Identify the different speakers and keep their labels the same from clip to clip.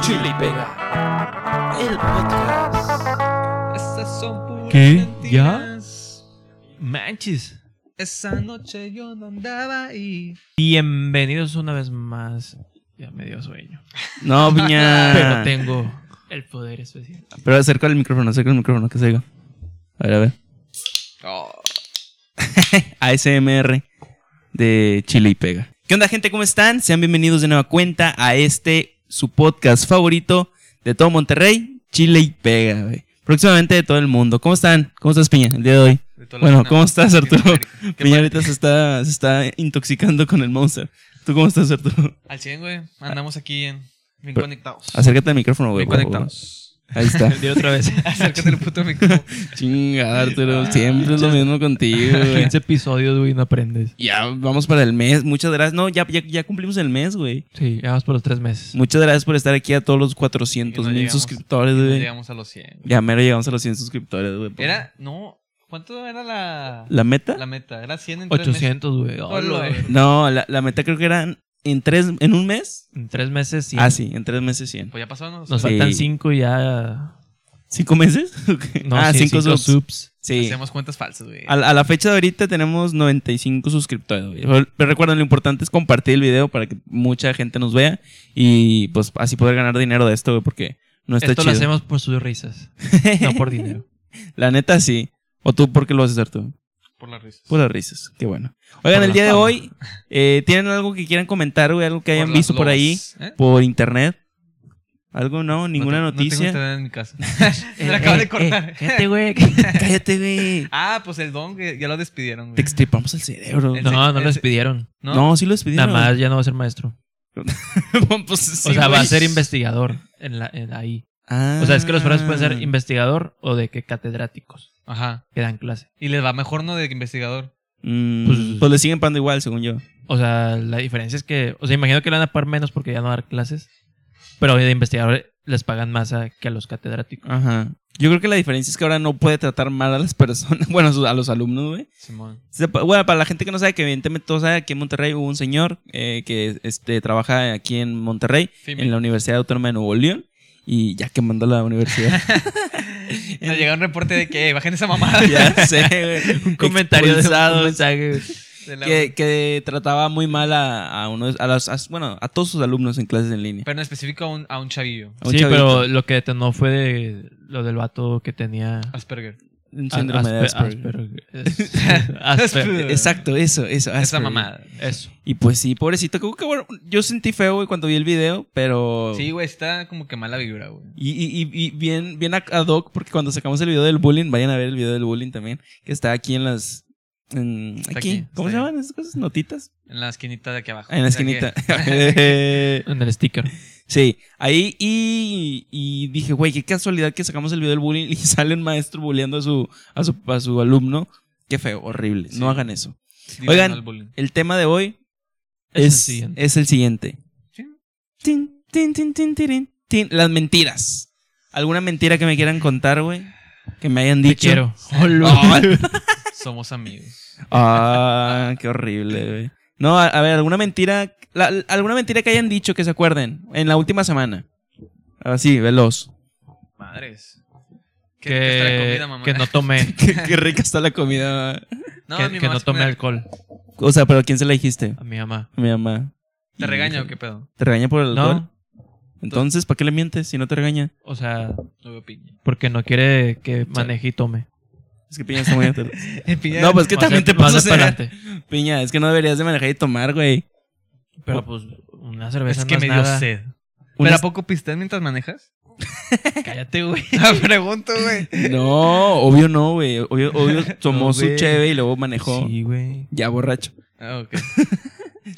Speaker 1: Chile y pega. El podcast.
Speaker 2: Esas son puras
Speaker 3: ¿Qué?
Speaker 2: mentiras.
Speaker 3: Manches.
Speaker 2: Esa noche yo no andaba ahí.
Speaker 3: Bienvenidos una vez más. Ya me dio sueño.
Speaker 4: No, piña.
Speaker 3: Pero tengo el poder especial.
Speaker 4: Pero acerca el micrófono, acerca el micrófono, que se oiga. A ver, a ver. Ah, ASMR de Chile y Pega. ¿Qué onda, gente? ¿Cómo están? Sean bienvenidos de nueva cuenta a este, su podcast favorito de todo Monterrey, Chile y Pega, güey. Próximamente de todo el mundo. ¿Cómo están? ¿Cómo estás, Piña, el día de hoy? Bueno, ¿cómo estás, Arturo? Piña ahorita se está, se está intoxicando con el Monster. ¿Tú cómo estás, Arturo?
Speaker 2: Al 100, güey. Andamos aquí en... bien conectados.
Speaker 4: Acércate al micrófono, güey.
Speaker 2: bien
Speaker 4: por favor.
Speaker 2: conectados.
Speaker 4: Ahí está.
Speaker 3: Dile otra vez.
Speaker 2: Acércate al puto micrófono.
Speaker 4: Chinga, Arturo. Siempre es lo mismo contigo, güey.
Speaker 3: 15 episodios, güey, no aprendes.
Speaker 4: Ya vamos para el mes. Muchas gracias. No, ya, ya, ya cumplimos el mes, güey.
Speaker 3: Sí, ya vamos por los tres meses.
Speaker 4: Muchas gracias por estar aquí a todos los 400
Speaker 2: Y no
Speaker 4: mil
Speaker 2: llegamos.
Speaker 4: suscriptores,
Speaker 2: No
Speaker 4: güey.
Speaker 2: Llegamos a los 100.
Speaker 4: Ya mero llegamos a los 100 suscriptores, güey. por-
Speaker 2: Era... No. ¿Cuánto era la...
Speaker 4: ¿La meta?
Speaker 2: la meta? Era 100 en tres meses.
Speaker 3: 800, güey.
Speaker 2: Hola, güey.
Speaker 4: No, la, la meta creo que eran en tres, en un mes.
Speaker 3: En tres meses, sí.
Speaker 4: Ah, sí, en tres meses 100.
Speaker 2: Pues ya pasaron los...
Speaker 3: Nos
Speaker 4: Sí.
Speaker 3: faltan cinco y ya.
Speaker 4: ¿Cinco meses? Ok.
Speaker 3: No,
Speaker 4: ah,
Speaker 3: sí,
Speaker 4: cinco, subs.
Speaker 3: subs.
Speaker 4: Sí.
Speaker 2: Hacemos cuentas falsas, güey.
Speaker 4: A, la- a la fecha de ahorita tenemos 95 suscriptores, güey. Pero- Pero recuerden, lo importante es compartir el video para que mucha gente nos vea y pues así poder ganar dinero de esto, güey, porque no está
Speaker 3: Esto
Speaker 4: chido.
Speaker 3: lo hacemos por sus risas, no por dinero.
Speaker 4: La neta sí. ¿O tú por qué lo vas a hacer tú?
Speaker 2: Por las risas.
Speaker 4: Puras risas. Qué bueno. Oigan,
Speaker 3: Por
Speaker 4: el
Speaker 3: la
Speaker 4: día de
Speaker 3: fama.
Speaker 4: hoy, eh, ¿tienen algo que quieran comentar, güey? Algo que hayan
Speaker 2: las
Speaker 4: visto por ahí,
Speaker 2: lobas, ¿eh?
Speaker 4: por internet. ¿Algo no? ¿Ninguna
Speaker 2: No te-
Speaker 4: noticia? Eh,
Speaker 2: No tengo internet en mi casa. Me la acabo de cortar.
Speaker 3: Gente, güey.
Speaker 4: Cállate, güey.
Speaker 2: Ah, pues el don, que ya lo despidieron,
Speaker 4: Te
Speaker 2: güey.
Speaker 4: extripamos el cerebro.
Speaker 2: El-
Speaker 4: No,
Speaker 3: No, no lo despidieron.
Speaker 2: ¿No?
Speaker 4: sí lo despidieron.
Speaker 3: Nada más ya no va a ser maestro.
Speaker 4: Pues sí,
Speaker 3: o sea, va a
Speaker 4: güey.
Speaker 3: ser investigador en la, en ahí.
Speaker 4: Ah.
Speaker 3: O sea, es que los profesores pueden ser investigador o de que catedráticos
Speaker 2: Ajá.
Speaker 3: que dan clase.
Speaker 2: Y les va mejor, ¿no? De que investigador.
Speaker 4: Mm, pues,
Speaker 3: Pues-
Speaker 4: le siguen pagando igual, según yo.
Speaker 3: O sea, la diferencia es que, o sea, imagino que le van a pagar menos porque ya no dar clases, pero de investigador les pagan más a- que a los catedráticos.
Speaker 4: Ajá. Yo creo que la diferencia es que ahora no puede tratar mal a las personas, bueno, a sus- a los alumnos, güey.
Speaker 2: Simón.
Speaker 4: Se- Bueno, para la gente que no sabe, que evidentemente todos saben, aquí en Monterrey hubo un señor eh, que este, trabaja aquí en Monterrey,
Speaker 2: Fime.
Speaker 4: en la Universidad Autónoma de Nuevo León, y ya que mandó la universidad.
Speaker 2: Nos llega un reporte de que "Eh, bajen esa mamada.
Speaker 4: ya sé, güey.
Speaker 3: Un comentario de
Speaker 4: Expulsado.
Speaker 3: un mensaje.
Speaker 2: De la-
Speaker 4: que, que trataba muy mal a, a uno de- a las- a- bueno, a todos sus alumnos en clases en línea.
Speaker 2: Pero en específico a un, a un chavillo.
Speaker 4: A un
Speaker 3: Sí,
Speaker 4: chavito.
Speaker 3: pero lo que detonó fue de- lo del vato que tenía
Speaker 2: Asperger.
Speaker 4: Un síndrome de
Speaker 3: Aspe-
Speaker 4: Asperger.
Speaker 3: Asperger. Asperger.
Speaker 4: Exacto, eso, eso.
Speaker 2: Esa
Speaker 4: Asperger.
Speaker 2: mamada.
Speaker 3: Eso.
Speaker 4: Y pues sí, pobrecito. Como que bueno, yo sentí feo, güey, cuando vi el video, pero.
Speaker 2: Sí, güey, está como que mala vibra, güey.
Speaker 4: Y, y- y- y bien, bien ad hoc, porque cuando sacamos el video del bullying, vayan a ver el video del bullying también, que está aquí en las. en-
Speaker 2: Está
Speaker 4: aquí.
Speaker 2: aquí,
Speaker 4: ¿Cómo
Speaker 2: está
Speaker 4: se
Speaker 2: ahí.
Speaker 4: llaman esas cosas? ¿Notitas?
Speaker 2: En la esquinita de aquí abajo.
Speaker 4: En la
Speaker 2: O sea
Speaker 4: esquinita.
Speaker 2: que-
Speaker 3: En el sticker.
Speaker 4: sí, ahí y, y dije, güey, qué casualidad que sacamos el video del bullying y sale un maestro bulleando a su, a su, a su alumno. Qué feo, horrible.
Speaker 2: Sí.
Speaker 4: No hagan eso.
Speaker 2: Dile
Speaker 4: Oigan.
Speaker 2: no al bullying.
Speaker 4: El tema de hoy
Speaker 3: Es el
Speaker 4: es, es, el,
Speaker 3: siguiente.
Speaker 4: siguiente.
Speaker 2: Sí.
Speaker 4: Tin, tin, tin, tin, tirin, tin. Las mentiras. ¿Alguna mentira que me quieran contar, güey? Que me hayan
Speaker 3: Te
Speaker 4: dicho.
Speaker 3: quiero. Hola.
Speaker 4: Ah,
Speaker 2: Somos amigos.
Speaker 4: Ah, qué horrible, güey. No, a, a ver, alguna mentira. la- la- alguna mentira que hayan dicho que se acuerden en la última semana. Así, veloz.
Speaker 2: Madres.
Speaker 3: que,
Speaker 2: Qué rica está la comida, mamá.
Speaker 3: que no tomé,
Speaker 4: qué, qué rica está la comida.
Speaker 2: No,
Speaker 3: que,
Speaker 2: mi
Speaker 3: que
Speaker 2: mamá
Speaker 3: no
Speaker 2: se
Speaker 3: tomé
Speaker 2: pone-
Speaker 3: alcohol
Speaker 4: O sea, pero ¿quién se la dijiste?
Speaker 3: a mi mamá.
Speaker 4: A Mi mamá.
Speaker 2: ¿Te regaña o qué pedo?
Speaker 4: ¿Te regaña por el
Speaker 3: No.
Speaker 4: alcohol? Entonces, ¿para qué le mientes si no te regaña?
Speaker 3: O sea,
Speaker 2: No veo piña.
Speaker 3: porque no quiere que maneje y tome.
Speaker 4: Es que piña está muy atento.
Speaker 2: piña.
Speaker 4: No, pues que
Speaker 3: O sea,
Speaker 4: también te
Speaker 3: no andas
Speaker 4: pasas de-
Speaker 3: para adelante.
Speaker 4: Piña, es que no deberías de manejar y tomar, güey.
Speaker 3: Pero pues una cerveza
Speaker 2: Es que
Speaker 3: no
Speaker 2: me
Speaker 3: es
Speaker 2: dio
Speaker 3: nada.
Speaker 2: sed.
Speaker 4: Una-
Speaker 2: ¿Pero a poco pisteas mientras manejas?
Speaker 3: Cállate, güey.
Speaker 2: La pregunto, güey.
Speaker 4: No, obvio no, güey. Obvio, obvio tomó
Speaker 3: No,
Speaker 4: su
Speaker 3: güey.
Speaker 4: cheve y luego manejó
Speaker 3: Sí, güey.
Speaker 4: ya borracho.
Speaker 2: Ah, ok.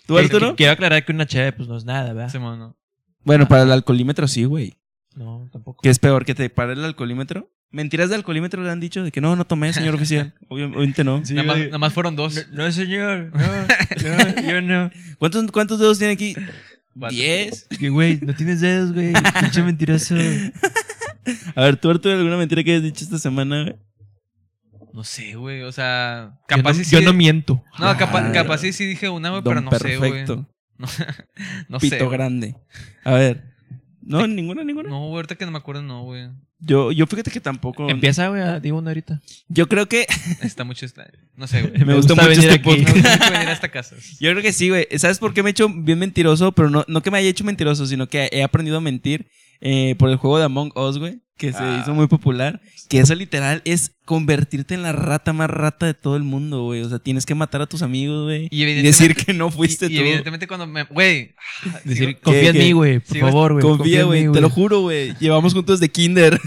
Speaker 4: ¿Tú,
Speaker 3: Que-
Speaker 4: Arturo?
Speaker 3: que- Quiero aclarar que una cheve pues no es nada, ¿verdad?
Speaker 2: Simón, no.
Speaker 4: Bueno, para
Speaker 2: Ah.
Speaker 4: el alcoholímetro sí, güey.
Speaker 3: No, tampoco.
Speaker 4: ¿Qué es peor, que te pare el alcoholímetro? Mentiras de alcoholímetro le han dicho de que no, no tomé, señor oficial. Obvio- Obviamente no.
Speaker 2: nada, más, nada más fueron dos.
Speaker 3: No, señor. No, yo no.
Speaker 4: ¿Cuántos, cuántos dedos tiene aquí?
Speaker 2: Vato.
Speaker 4: Diez.
Speaker 3: Que, güey, no tienes dedos, güey. Pinche mentiroso.
Speaker 4: A ver, ¿tú, Arturo, alguna mentira que hayas dicho esta semana? güey?
Speaker 2: No sé, güey. O sea,
Speaker 3: Yo no,
Speaker 2: capaz y sí.
Speaker 3: yo no Ah, miento.
Speaker 2: No,
Speaker 4: Claro.
Speaker 2: capaz, capaz sí, sí dije una, güey, pero
Speaker 4: Don
Speaker 2: no sé, güey.
Speaker 4: perfecto.
Speaker 2: No, no
Speaker 4: Pito
Speaker 2: sé. güey.
Speaker 4: grande. A ver. No, ninguna, ninguna.
Speaker 2: No, güey, ahorita que no me acuerdo, no, güey.
Speaker 4: Yo, yo fíjate que tampoco.
Speaker 3: Empieza, güey, a- di una ahorita.
Speaker 4: Yo creo que
Speaker 2: Está mucho esta. No sé, güey.
Speaker 4: me,
Speaker 3: gusta
Speaker 4: gusta, mucho
Speaker 3: venir
Speaker 4: este
Speaker 3: aquí.
Speaker 2: Me
Speaker 4: podcast.
Speaker 2: gusta mucho venir a esta casa.
Speaker 4: Yo creo que sí, güey. ¿Sabes por qué me he hecho bien mentiroso? Pero no, no que me haya hecho mentiroso, sino que he aprendido a mentir eh, por el juego de Among Us, güey. Que se
Speaker 2: Ah.
Speaker 4: hizo muy popular. Que eso literal es convertirte en la rata más rata de todo el mundo, güey. O sea, tienes que matar a tus amigos, güey.
Speaker 2: Y
Speaker 4: Y,
Speaker 2: evidentemente-
Speaker 4: decir que no fuiste
Speaker 2: y, y
Speaker 4: tú.
Speaker 2: evidentemente cuando me... Güey. ah,
Speaker 3: Decir,
Speaker 2: digo,
Speaker 3: confía en
Speaker 4: que-
Speaker 3: mí, güey. Por
Speaker 2: sí,
Speaker 3: favor, güey.
Speaker 4: Confía,
Speaker 3: en mí,
Speaker 4: güey. Te lo juro, güey. Llevamos juntos de kinder.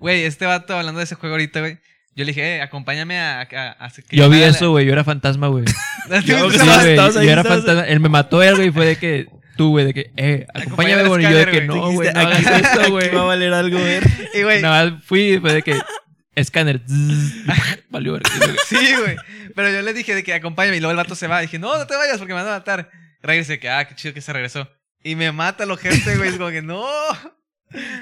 Speaker 2: Güey, este vato hablando de ese juego ahorita, güey. Yo le dije, eh, acompáñame a... a, a- que
Speaker 3: Yo vi
Speaker 2: haga la-
Speaker 3: eso, güey. Yo era fantasma, güey.
Speaker 2: ¿Te
Speaker 4: Yo-
Speaker 3: Sí,
Speaker 2: gusta?
Speaker 4: estabas-
Speaker 3: güey,
Speaker 4: estabas ahí,
Speaker 3: Yo era
Speaker 4: estabas-
Speaker 3: fantasma. Él me mató, él, güey. Fue de que tú, güey, de que, eh,
Speaker 2: Acompáñame a
Speaker 3: acompáñame, güey. Y yo de
Speaker 2: escalar, güey.
Speaker 3: que no, güey.
Speaker 4: Dijiste,
Speaker 3: No
Speaker 4: aquí,
Speaker 3: hagas eso, güey.
Speaker 4: aquí va a valer algo, güey.
Speaker 2: Y, güey,
Speaker 3: Nada más fui y fue de que escáner. zzz, Valió, verga, güey.
Speaker 2: Sí, güey. Pero yo le dije de que acompáñame y luego el vato se va. Dije, no, no te vayas porque me van a matar. Regresé, que, ah, qué chido que se regresó. Y me mata el ojete, güey. Es como que, no.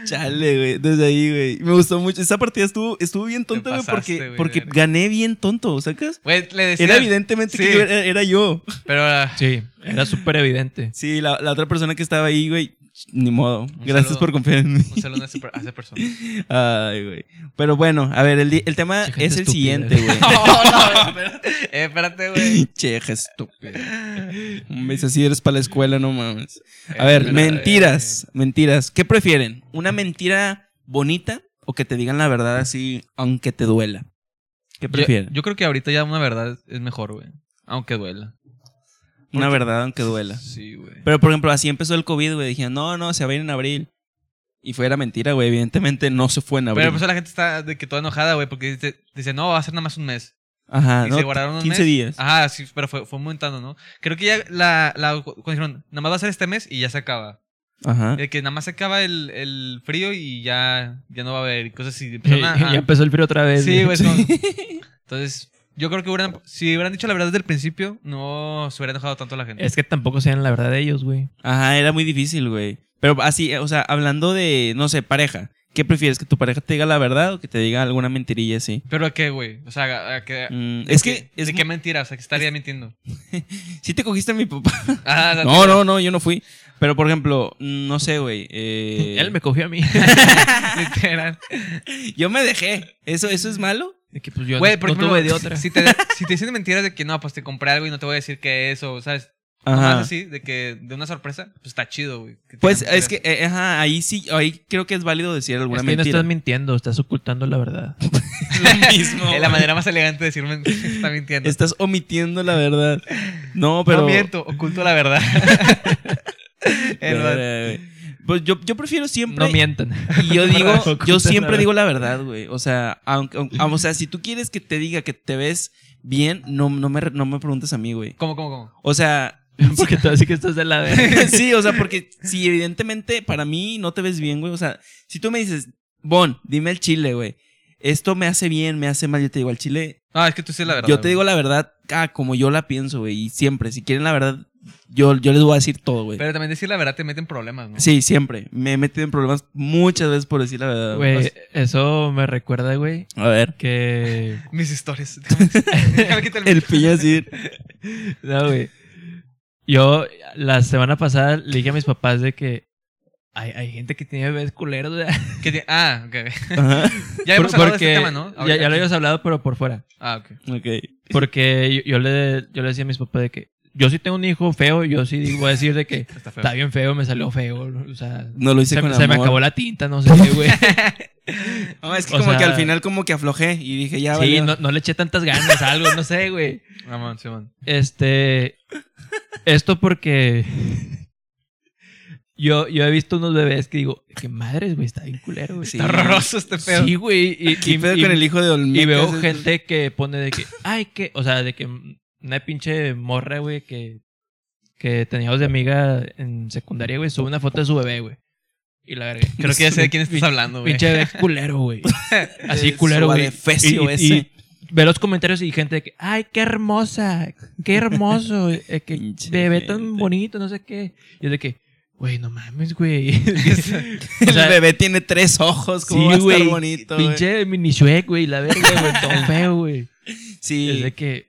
Speaker 4: Chale, güey. Desde ahí, güey. Me gustó mucho. Esa partida estuvo, estuvo bien tonta, güey,
Speaker 2: pasaste,
Speaker 4: porque,
Speaker 2: güey,
Speaker 4: porque
Speaker 2: verga.
Speaker 4: gané bien tonto, ¿sacas?
Speaker 2: Güey, le decía.
Speaker 4: Era evidentemente
Speaker 2: Sí.
Speaker 4: que yo era, era yo.
Speaker 2: Pero ah,
Speaker 3: Sí, era súper evidente.
Speaker 4: Sí, la, la otra persona que estaba ahí, güey, ni modo. Gracias
Speaker 2: saludo.
Speaker 4: por confiar en mí.
Speaker 2: un saludo a esa per- a esa persona.
Speaker 4: Ay, güey. Pero bueno, a ver, el, di- el tema
Speaker 3: Che, gente
Speaker 4: es el
Speaker 3: estúpida.
Speaker 4: siguiente, güey.
Speaker 2: No, no, espérate. Eh, espérate, güey.
Speaker 4: che, estúpido. Me dice, así eres para la escuela, no mames. A
Speaker 2: Eh,
Speaker 4: ver,
Speaker 2: espérate,
Speaker 4: mentiras, mentiras. ¿Qué prefieren? ¿Una mentira bonita o que te digan la verdad así, aunque te duela? ¿Qué
Speaker 2: Yo,
Speaker 4: prefieren?
Speaker 2: yo creo que ahorita ya una verdad es mejor, güey. Aunque duela.
Speaker 4: Una verdad aunque duela.
Speaker 2: Sí, güey.
Speaker 4: Pero, por ejemplo, así empezó el COVID, güey. Dijeron, no, no, se va a ir en abril. Y fue, era mentira, güey. Evidentemente no se fue en abril.
Speaker 2: Pero pues la gente está de que toda enojada, güey, porque dice, dice, no, va a ser nada más un mes. y
Speaker 4: Ajá, Ah, no,
Speaker 2: se guardaron Ah, un
Speaker 4: 15
Speaker 2: mes.
Speaker 4: días.
Speaker 2: Ajá, sí, pero fue, fue aumentando, ¿no? Creo que ya la, la cuando dijeron, nada más va a ser este mes y ya se acaba.
Speaker 4: Ajá.
Speaker 2: De que nada más se acaba el, el frío y ya, ya no va a haber cosas así.
Speaker 3: Eh,
Speaker 2: Empezaron a-
Speaker 3: Ya empezó el frío otra
Speaker 2: a-
Speaker 3: vez.
Speaker 2: Sí, güey. es como- Entonces, yo creo que hubieran, si hubieran dicho la verdad desde el principio, no se hubiera enojado tanto la gente.
Speaker 3: Es que tampoco sean la verdad de ellos, güey.
Speaker 4: Ajá, era muy difícil, güey. Pero así, eh, o sea, hablando de, no sé, pareja. ¿Qué prefieres? ¿Que tu pareja te diga la verdad o que te diga alguna mentirilla así?
Speaker 2: Pero a qué, güey. O sea, a, a qué-
Speaker 4: Mm,
Speaker 2: de
Speaker 4: es que,
Speaker 2: de
Speaker 4: es
Speaker 2: qué mentira, o sea, que estaría mintiendo.
Speaker 4: si te cogiste a mi papá.
Speaker 2: Ah, o sea,
Speaker 4: No, no, no, yo no fui. Pero, por ejemplo, mm, no sé, güey. eh,
Speaker 3: Él me cogió a mí.
Speaker 2: literal.
Speaker 4: Yo me dejé. ¿Eso, ¿Eso es malo?
Speaker 3: De que, pues, yo
Speaker 2: Güey,
Speaker 3: no,
Speaker 2: por
Speaker 3: no
Speaker 2: ejemplo,
Speaker 3: tuve de otra.
Speaker 2: Si te, si te dicen mentiras de que no, pues te compré algo y no te voy a decir que eso, ¿sabes? Ajá.
Speaker 4: Ajá.
Speaker 2: así, de que de una sorpresa, pues está chido, güey. que
Speaker 4: Pues
Speaker 2: tengan
Speaker 4: es que, eh, ajá, ahí sí, ahí creo que es válido decir alguna
Speaker 3: Es que no
Speaker 4: mentira.
Speaker 3: estás mintiendo, estás ocultando la verdad.
Speaker 4: Lo mismo.
Speaker 2: Es la manera más elegante de decirme que está mintiendo.
Speaker 4: Estás omitiendo la verdad. No,
Speaker 2: pero...
Speaker 4: pero.
Speaker 2: miento, oculto la verdad. El vato.
Speaker 4: Pero, Pues yo, yo prefiero siempre.
Speaker 3: No mientan.
Speaker 4: y yo digo,
Speaker 3: Oculta
Speaker 4: yo
Speaker 3: la
Speaker 4: siempre
Speaker 3: verdad.
Speaker 4: digo la verdad, güey. O sea, aunque, aunque- o sea, si tú quieres que te diga que te ves bien, no, no, me, no me preguntes a mí, güey.
Speaker 2: ¿Cómo, cómo, cómo?
Speaker 4: O sea,
Speaker 3: Porque tú así que estás de la verga.
Speaker 4: sí, o sea, porque si evidentemente para mí no te ves bien, güey. O sea, si tú me dices, Bon, dime el chile, güey. Esto me hace bien, me hace mal. Yo te digo, al chile,
Speaker 2: No, es que tú sí es la verdad.
Speaker 4: yo te digo la verdad ah, como yo la pienso, güey. Y siempre, si quieren la verdad, yo, yo les voy a decir todo, güey.
Speaker 2: Pero también decir la verdad te meten problemas, ¿no?
Speaker 4: Sí, siempre. Me he metido en problemas muchas veces por decir la verdad. O
Speaker 3: Güey,
Speaker 4: sea,
Speaker 3: eso me recuerda, güey,
Speaker 4: A ver.
Speaker 3: que...
Speaker 2: Mis historias. Déjame, déjame quitar el...
Speaker 4: El piña decir.
Speaker 3: No, güey. Yo la semana pasada le dije a mis papás de que hay, hay gente que tiene bebés culeros. o sea,
Speaker 2: que tiene- Ah, ok. ok.
Speaker 4: Ajá.
Speaker 2: Ya hemos hablado
Speaker 3: por-
Speaker 2: de
Speaker 3: porque-
Speaker 2: este tema, ¿no?
Speaker 3: Ya,
Speaker 2: Ahorita
Speaker 3: ya lo
Speaker 2: aquí.
Speaker 3: habíamos hablado, pero por fuera.
Speaker 2: Ah, ok.
Speaker 4: Ok.
Speaker 3: Porque yo, yo le, yo le decía a mis papás de que yo sí tengo un hijo feo, yo sí digo- voy a decir de que
Speaker 2: Está feo.
Speaker 3: está bien feo, me salió feo, o sea,
Speaker 4: No lo hice
Speaker 3: se,
Speaker 4: con
Speaker 3: se me
Speaker 4: amor.
Speaker 3: acabó la tinta, no sé qué, güey.
Speaker 4: No, es que
Speaker 3: O
Speaker 4: como
Speaker 3: sea-
Speaker 4: que al final como que aflojé y dije, ya,
Speaker 3: sí,
Speaker 4: valió.
Speaker 3: no, no le eché tantas ganas, algo, no sé, güey.
Speaker 2: Ramón, Simón.
Speaker 3: Este, esto porque yo, yo he visto unos bebés que digo, que madres, güey, está bien culero, güey.
Speaker 4: Sí.
Speaker 2: Está horroroso este pedo.
Speaker 3: Sí, güey, y,
Speaker 4: ¿Qué
Speaker 3: y-
Speaker 4: pedo
Speaker 3: y-
Speaker 4: con el hijo de Olmeca?
Speaker 3: y veo
Speaker 4: Ese-
Speaker 3: gente que pone de que, ay, que, o sea, de que una pinche morra, güey, que, que teníamos de amiga en secundaria, güey, sube una foto de su bebé, güey. Y la verga.
Speaker 2: Creo que ya sé de quién estás hablando, güey.
Speaker 3: Pinche bebé culero, güey. Así
Speaker 4: Eh,
Speaker 3: culero,
Speaker 4: soba
Speaker 3: güey.
Speaker 4: de fecio
Speaker 3: Y- y-
Speaker 4: ese.
Speaker 3: y Ve los comentarios y gente de que, ay, qué hermosa, qué hermoso, eh, que
Speaker 4: Pinche
Speaker 3: bebé
Speaker 4: gente.
Speaker 3: tan bonito, no sé qué. Y es de que, güey, no mames, güey.
Speaker 4: El
Speaker 3: O sea,
Speaker 4: bebé tiene tres ojos, como va a estar
Speaker 3: güey,
Speaker 4: bonito, güey?
Speaker 3: Pinche mini Shrek, güey, la verga, güey, todo feo, güey. Es
Speaker 4: Sí.
Speaker 3: de que.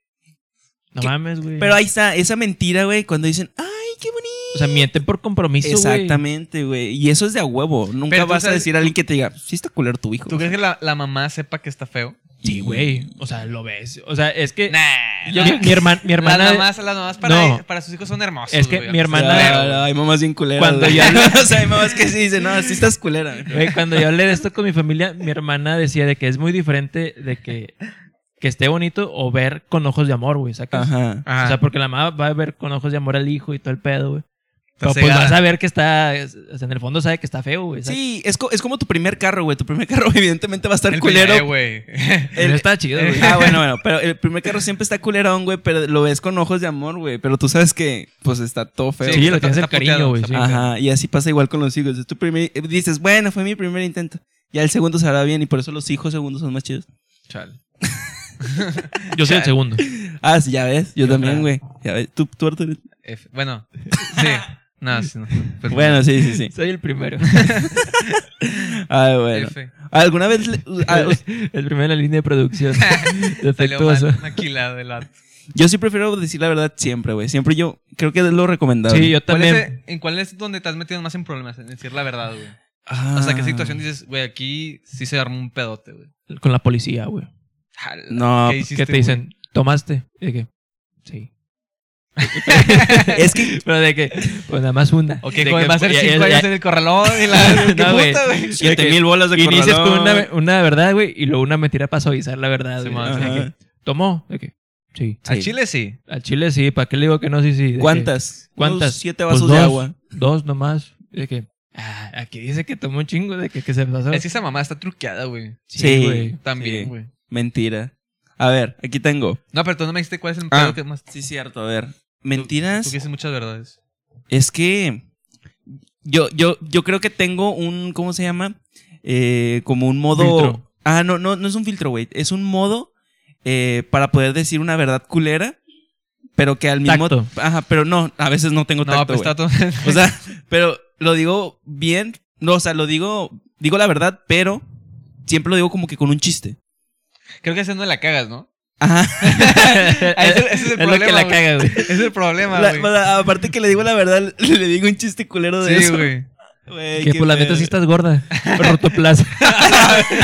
Speaker 3: No
Speaker 4: ¿Qué?
Speaker 3: mames, güey.
Speaker 4: Pero ahí está, esa mentira, güey, cuando dicen, ay, qué bonito.
Speaker 3: O sea, mienten por compromiso, güey.
Speaker 4: Exactamente, "Ah, güey. Y eso es de a huevo. Nunca
Speaker 2: Pero tú
Speaker 4: vas a
Speaker 2: sabes-
Speaker 4: decir a alguien que te diga, sí está culero tu hijo.
Speaker 2: ¿Tú crees que la, la mamá sepa que está feo?
Speaker 3: Sí, güey. O sea, lo ves. O sea, es que
Speaker 2: Nah.
Speaker 3: yo-
Speaker 2: no.
Speaker 3: mi, mi herman- mi hermana...
Speaker 2: Las mamás, las mamás para,
Speaker 3: No.
Speaker 2: para sus hijos son hermosos.
Speaker 3: Es que
Speaker 2: güey,
Speaker 3: mi
Speaker 2: aunque
Speaker 4: Claro,
Speaker 3: hermana-
Speaker 2: sea feo.
Speaker 4: claro, hay mamás bien culeras.
Speaker 3: Cuando
Speaker 4: güey.
Speaker 3: ya-
Speaker 4: o sea, hay mamás que sí dicen, no, sí estás culera. güey".
Speaker 3: Güey, cuando yo hablé de esto con mi familia, mi hermana decía de que es muy diferente de que, que esté bonito o ver con ojos de amor, güey, ¿sacas?
Speaker 4: Ajá.
Speaker 2: Ajá.
Speaker 3: O sea, porque la mamá va a ver con ojos de amor al hijo y todo el pedo, güey.
Speaker 2: Está
Speaker 3: Pero pues
Speaker 2: cegada.
Speaker 3: vas a ver que está, o sea, en el fondo sabe que está feo, güey. ¿sacas?
Speaker 4: Sí, es, co- es como tu primer carro, güey. Tu primer carro evidentemente va a estar
Speaker 2: El
Speaker 4: culero.
Speaker 2: bebé, güey.
Speaker 3: Pero está chido, güey.
Speaker 4: Ah, bueno, bueno, pero el primer carro siempre está culerón, güey, pero lo ves con ojos de amor, güey, pero tú sabes que pues está todo feo.
Speaker 3: Sí, lo
Speaker 2: está-
Speaker 3: que es el
Speaker 2: está
Speaker 3: cariño,
Speaker 2: puteado,
Speaker 3: güey,
Speaker 2: está
Speaker 3: sí.
Speaker 2: puteado.
Speaker 4: Ajá, y así pasa igual con los hijos. Tú primer- eh, dices, bueno, fue mi primer intento. Ya el segundo se hará bien y por eso los hijos segundos son más chidos.
Speaker 2: Chale.
Speaker 3: Yo soy el segundo.
Speaker 4: Ah, sí, ya ves, yo también, güey. Ya ves, tú, tú Arturo.
Speaker 2: F- Bueno, sí. No, sí, no. Pues,
Speaker 4: Bueno, sí, sí, sí.
Speaker 3: Soy el primero.
Speaker 4: Ay, bueno.
Speaker 2: F.
Speaker 4: ¿Alguna vez le- a-
Speaker 3: Ah, el primero en la línea de producción.
Speaker 2: Salió mal
Speaker 3: Defectuoso.
Speaker 2: maquilado el vato.
Speaker 4: yo sí prefiero decir la verdad siempre, güey. Siempre yo creo que es lo recomendable.
Speaker 3: Sí, yo
Speaker 2: ¿Cuál es,
Speaker 3: también.
Speaker 2: el- ¿En cuál es donde te has metido más en problemas? En decir la verdad, güey.
Speaker 4: Ah.
Speaker 2: O sea, ¿qué situación dices, güey, aquí sí se armó un pedote, güey?
Speaker 3: Con la policía, güey.
Speaker 2: Jala,
Speaker 4: No,
Speaker 3: ¿Qué te dicen? ¿Tomaste? Y de que, sí.
Speaker 4: Es que
Speaker 3: Pero de que, pues nada más una.
Speaker 2: güey? ¿O
Speaker 3: De
Speaker 2: que
Speaker 3: que,
Speaker 2: va a ser
Speaker 3: ya- ya-
Speaker 2: cinco
Speaker 3: ya-
Speaker 2: años en el corralón y la... ¿Qué
Speaker 3: No, güey.
Speaker 2: puta, güey?
Speaker 3: Y de que
Speaker 4: 7 mil bolas de
Speaker 3: Inicias
Speaker 4: corralón.
Speaker 3: con una, una verdad, güey, y luego una mentira para suavizar la verdad.
Speaker 2: Ah, Sí,
Speaker 3: güey.
Speaker 2: man.
Speaker 3: O sea,
Speaker 4: Ajá.
Speaker 3: que, ¿Tomó? De que, sí.
Speaker 2: A
Speaker 4: Sí.
Speaker 2: Chile sí.
Speaker 3: Al chile sí, ¿para qué le digo que no? Sí, sí. de que,
Speaker 4: ¿Cuántas?
Speaker 3: ¿Cuántas?
Speaker 4: Unos siete
Speaker 3: Pues
Speaker 4: vasos de
Speaker 3: dos,
Speaker 4: agua.
Speaker 3: Dos nomás. De que, ah, aquí dice que tomó un chingo, de que, que se pasó.
Speaker 2: Es que esa mamá está truqueada, güey.
Speaker 4: Sí.
Speaker 3: güey.
Speaker 4: Sí.
Speaker 2: También, güey.
Speaker 4: Mentira. A ver, aquí tengo.
Speaker 2: No, pero tú no me dijiste cuál es el
Speaker 4: Ah.
Speaker 2: pedo que más...
Speaker 4: Sí, cierto, a ver.
Speaker 2: Tú
Speaker 4: Mentiras.
Speaker 2: que dices muchas verdades.
Speaker 4: Es que yo, yo, yo creo que tengo un, ¿cómo se llama? Eh, como un modo...
Speaker 3: Filtro.
Speaker 4: Ah, no, no, no es un filtro, güey. Es un modo eh, para poder decir una verdad culera, pero que al mismo...
Speaker 3: Tacto.
Speaker 4: Ajá, pero no, a veces no tengo
Speaker 2: No,
Speaker 4: tacto,
Speaker 2: pues
Speaker 4: güey.
Speaker 2: está todo...
Speaker 4: O sea, pero lo digo bien, no, o sea, lo digo, digo la verdad, pero siempre lo digo como que con un chiste.
Speaker 2: Creo que ese no la cagas, ¿no? Ah,
Speaker 4: Ajá.
Speaker 2: ese- ese es el
Speaker 3: Eh, es lo
Speaker 2: problema,
Speaker 3: que la
Speaker 2: güey.
Speaker 3: caga, güey.
Speaker 2: Ese es el problema,
Speaker 4: La-
Speaker 2: Ah, güey.
Speaker 4: o sea, aparte que le digo la verdad, le digo un chiste culero de
Speaker 2: Sí,
Speaker 4: eso.
Speaker 2: güey.
Speaker 4: Güey,
Speaker 3: Que
Speaker 4: qué
Speaker 3: por la neta
Speaker 4: pedo.
Speaker 3: sí estás gorda. Rotoplaza.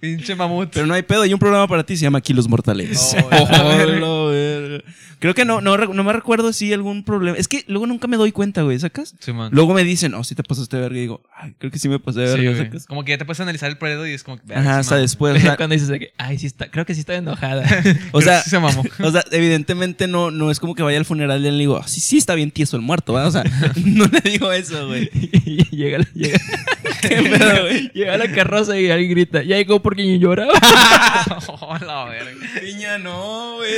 Speaker 2: Pinche mamut.
Speaker 4: Pero no hay pedo, hay un programa para ti, se llama Aquí los Mortales.
Speaker 2: Oh, la verga.
Speaker 4: Hola, verga. Creo que no, no, re- no me recuerdo si algún problema. Es que luego nunca me doy cuenta, güey, ¿sacas?
Speaker 2: Simón.
Speaker 4: Luego me dicen, oh, sí te pasaste de verga. Y digo, ay, creo que sí me pasé de
Speaker 2: Sí,
Speaker 4: verga,
Speaker 2: güey.
Speaker 4: ¿sacas?
Speaker 2: Como que ya te puedes analizar el pedo y es como que... verga,
Speaker 4: Ajá,
Speaker 2: se
Speaker 4: hasta
Speaker 2: mamó.
Speaker 4: después. O sea,
Speaker 3: Cuando dices de que, ay, sí está, creo que sí está enojada.
Speaker 4: o
Speaker 2: Creo
Speaker 4: sea,
Speaker 2: que sí se mamó.
Speaker 4: O sea, evidentemente no, no es como que vaya al funeral y le digo, "Ah, sí, sí, está bien tieso el muerto, ¿va? O sea, no le digo eso, güey.
Speaker 3: y llega, la- llega,
Speaker 4: ¿Qué pedo, güey?
Speaker 3: llega la carroza y alguien grita, ya llegó porque yo lloraba.
Speaker 2: Oh, la verga.
Speaker 4: Piña, no, güey.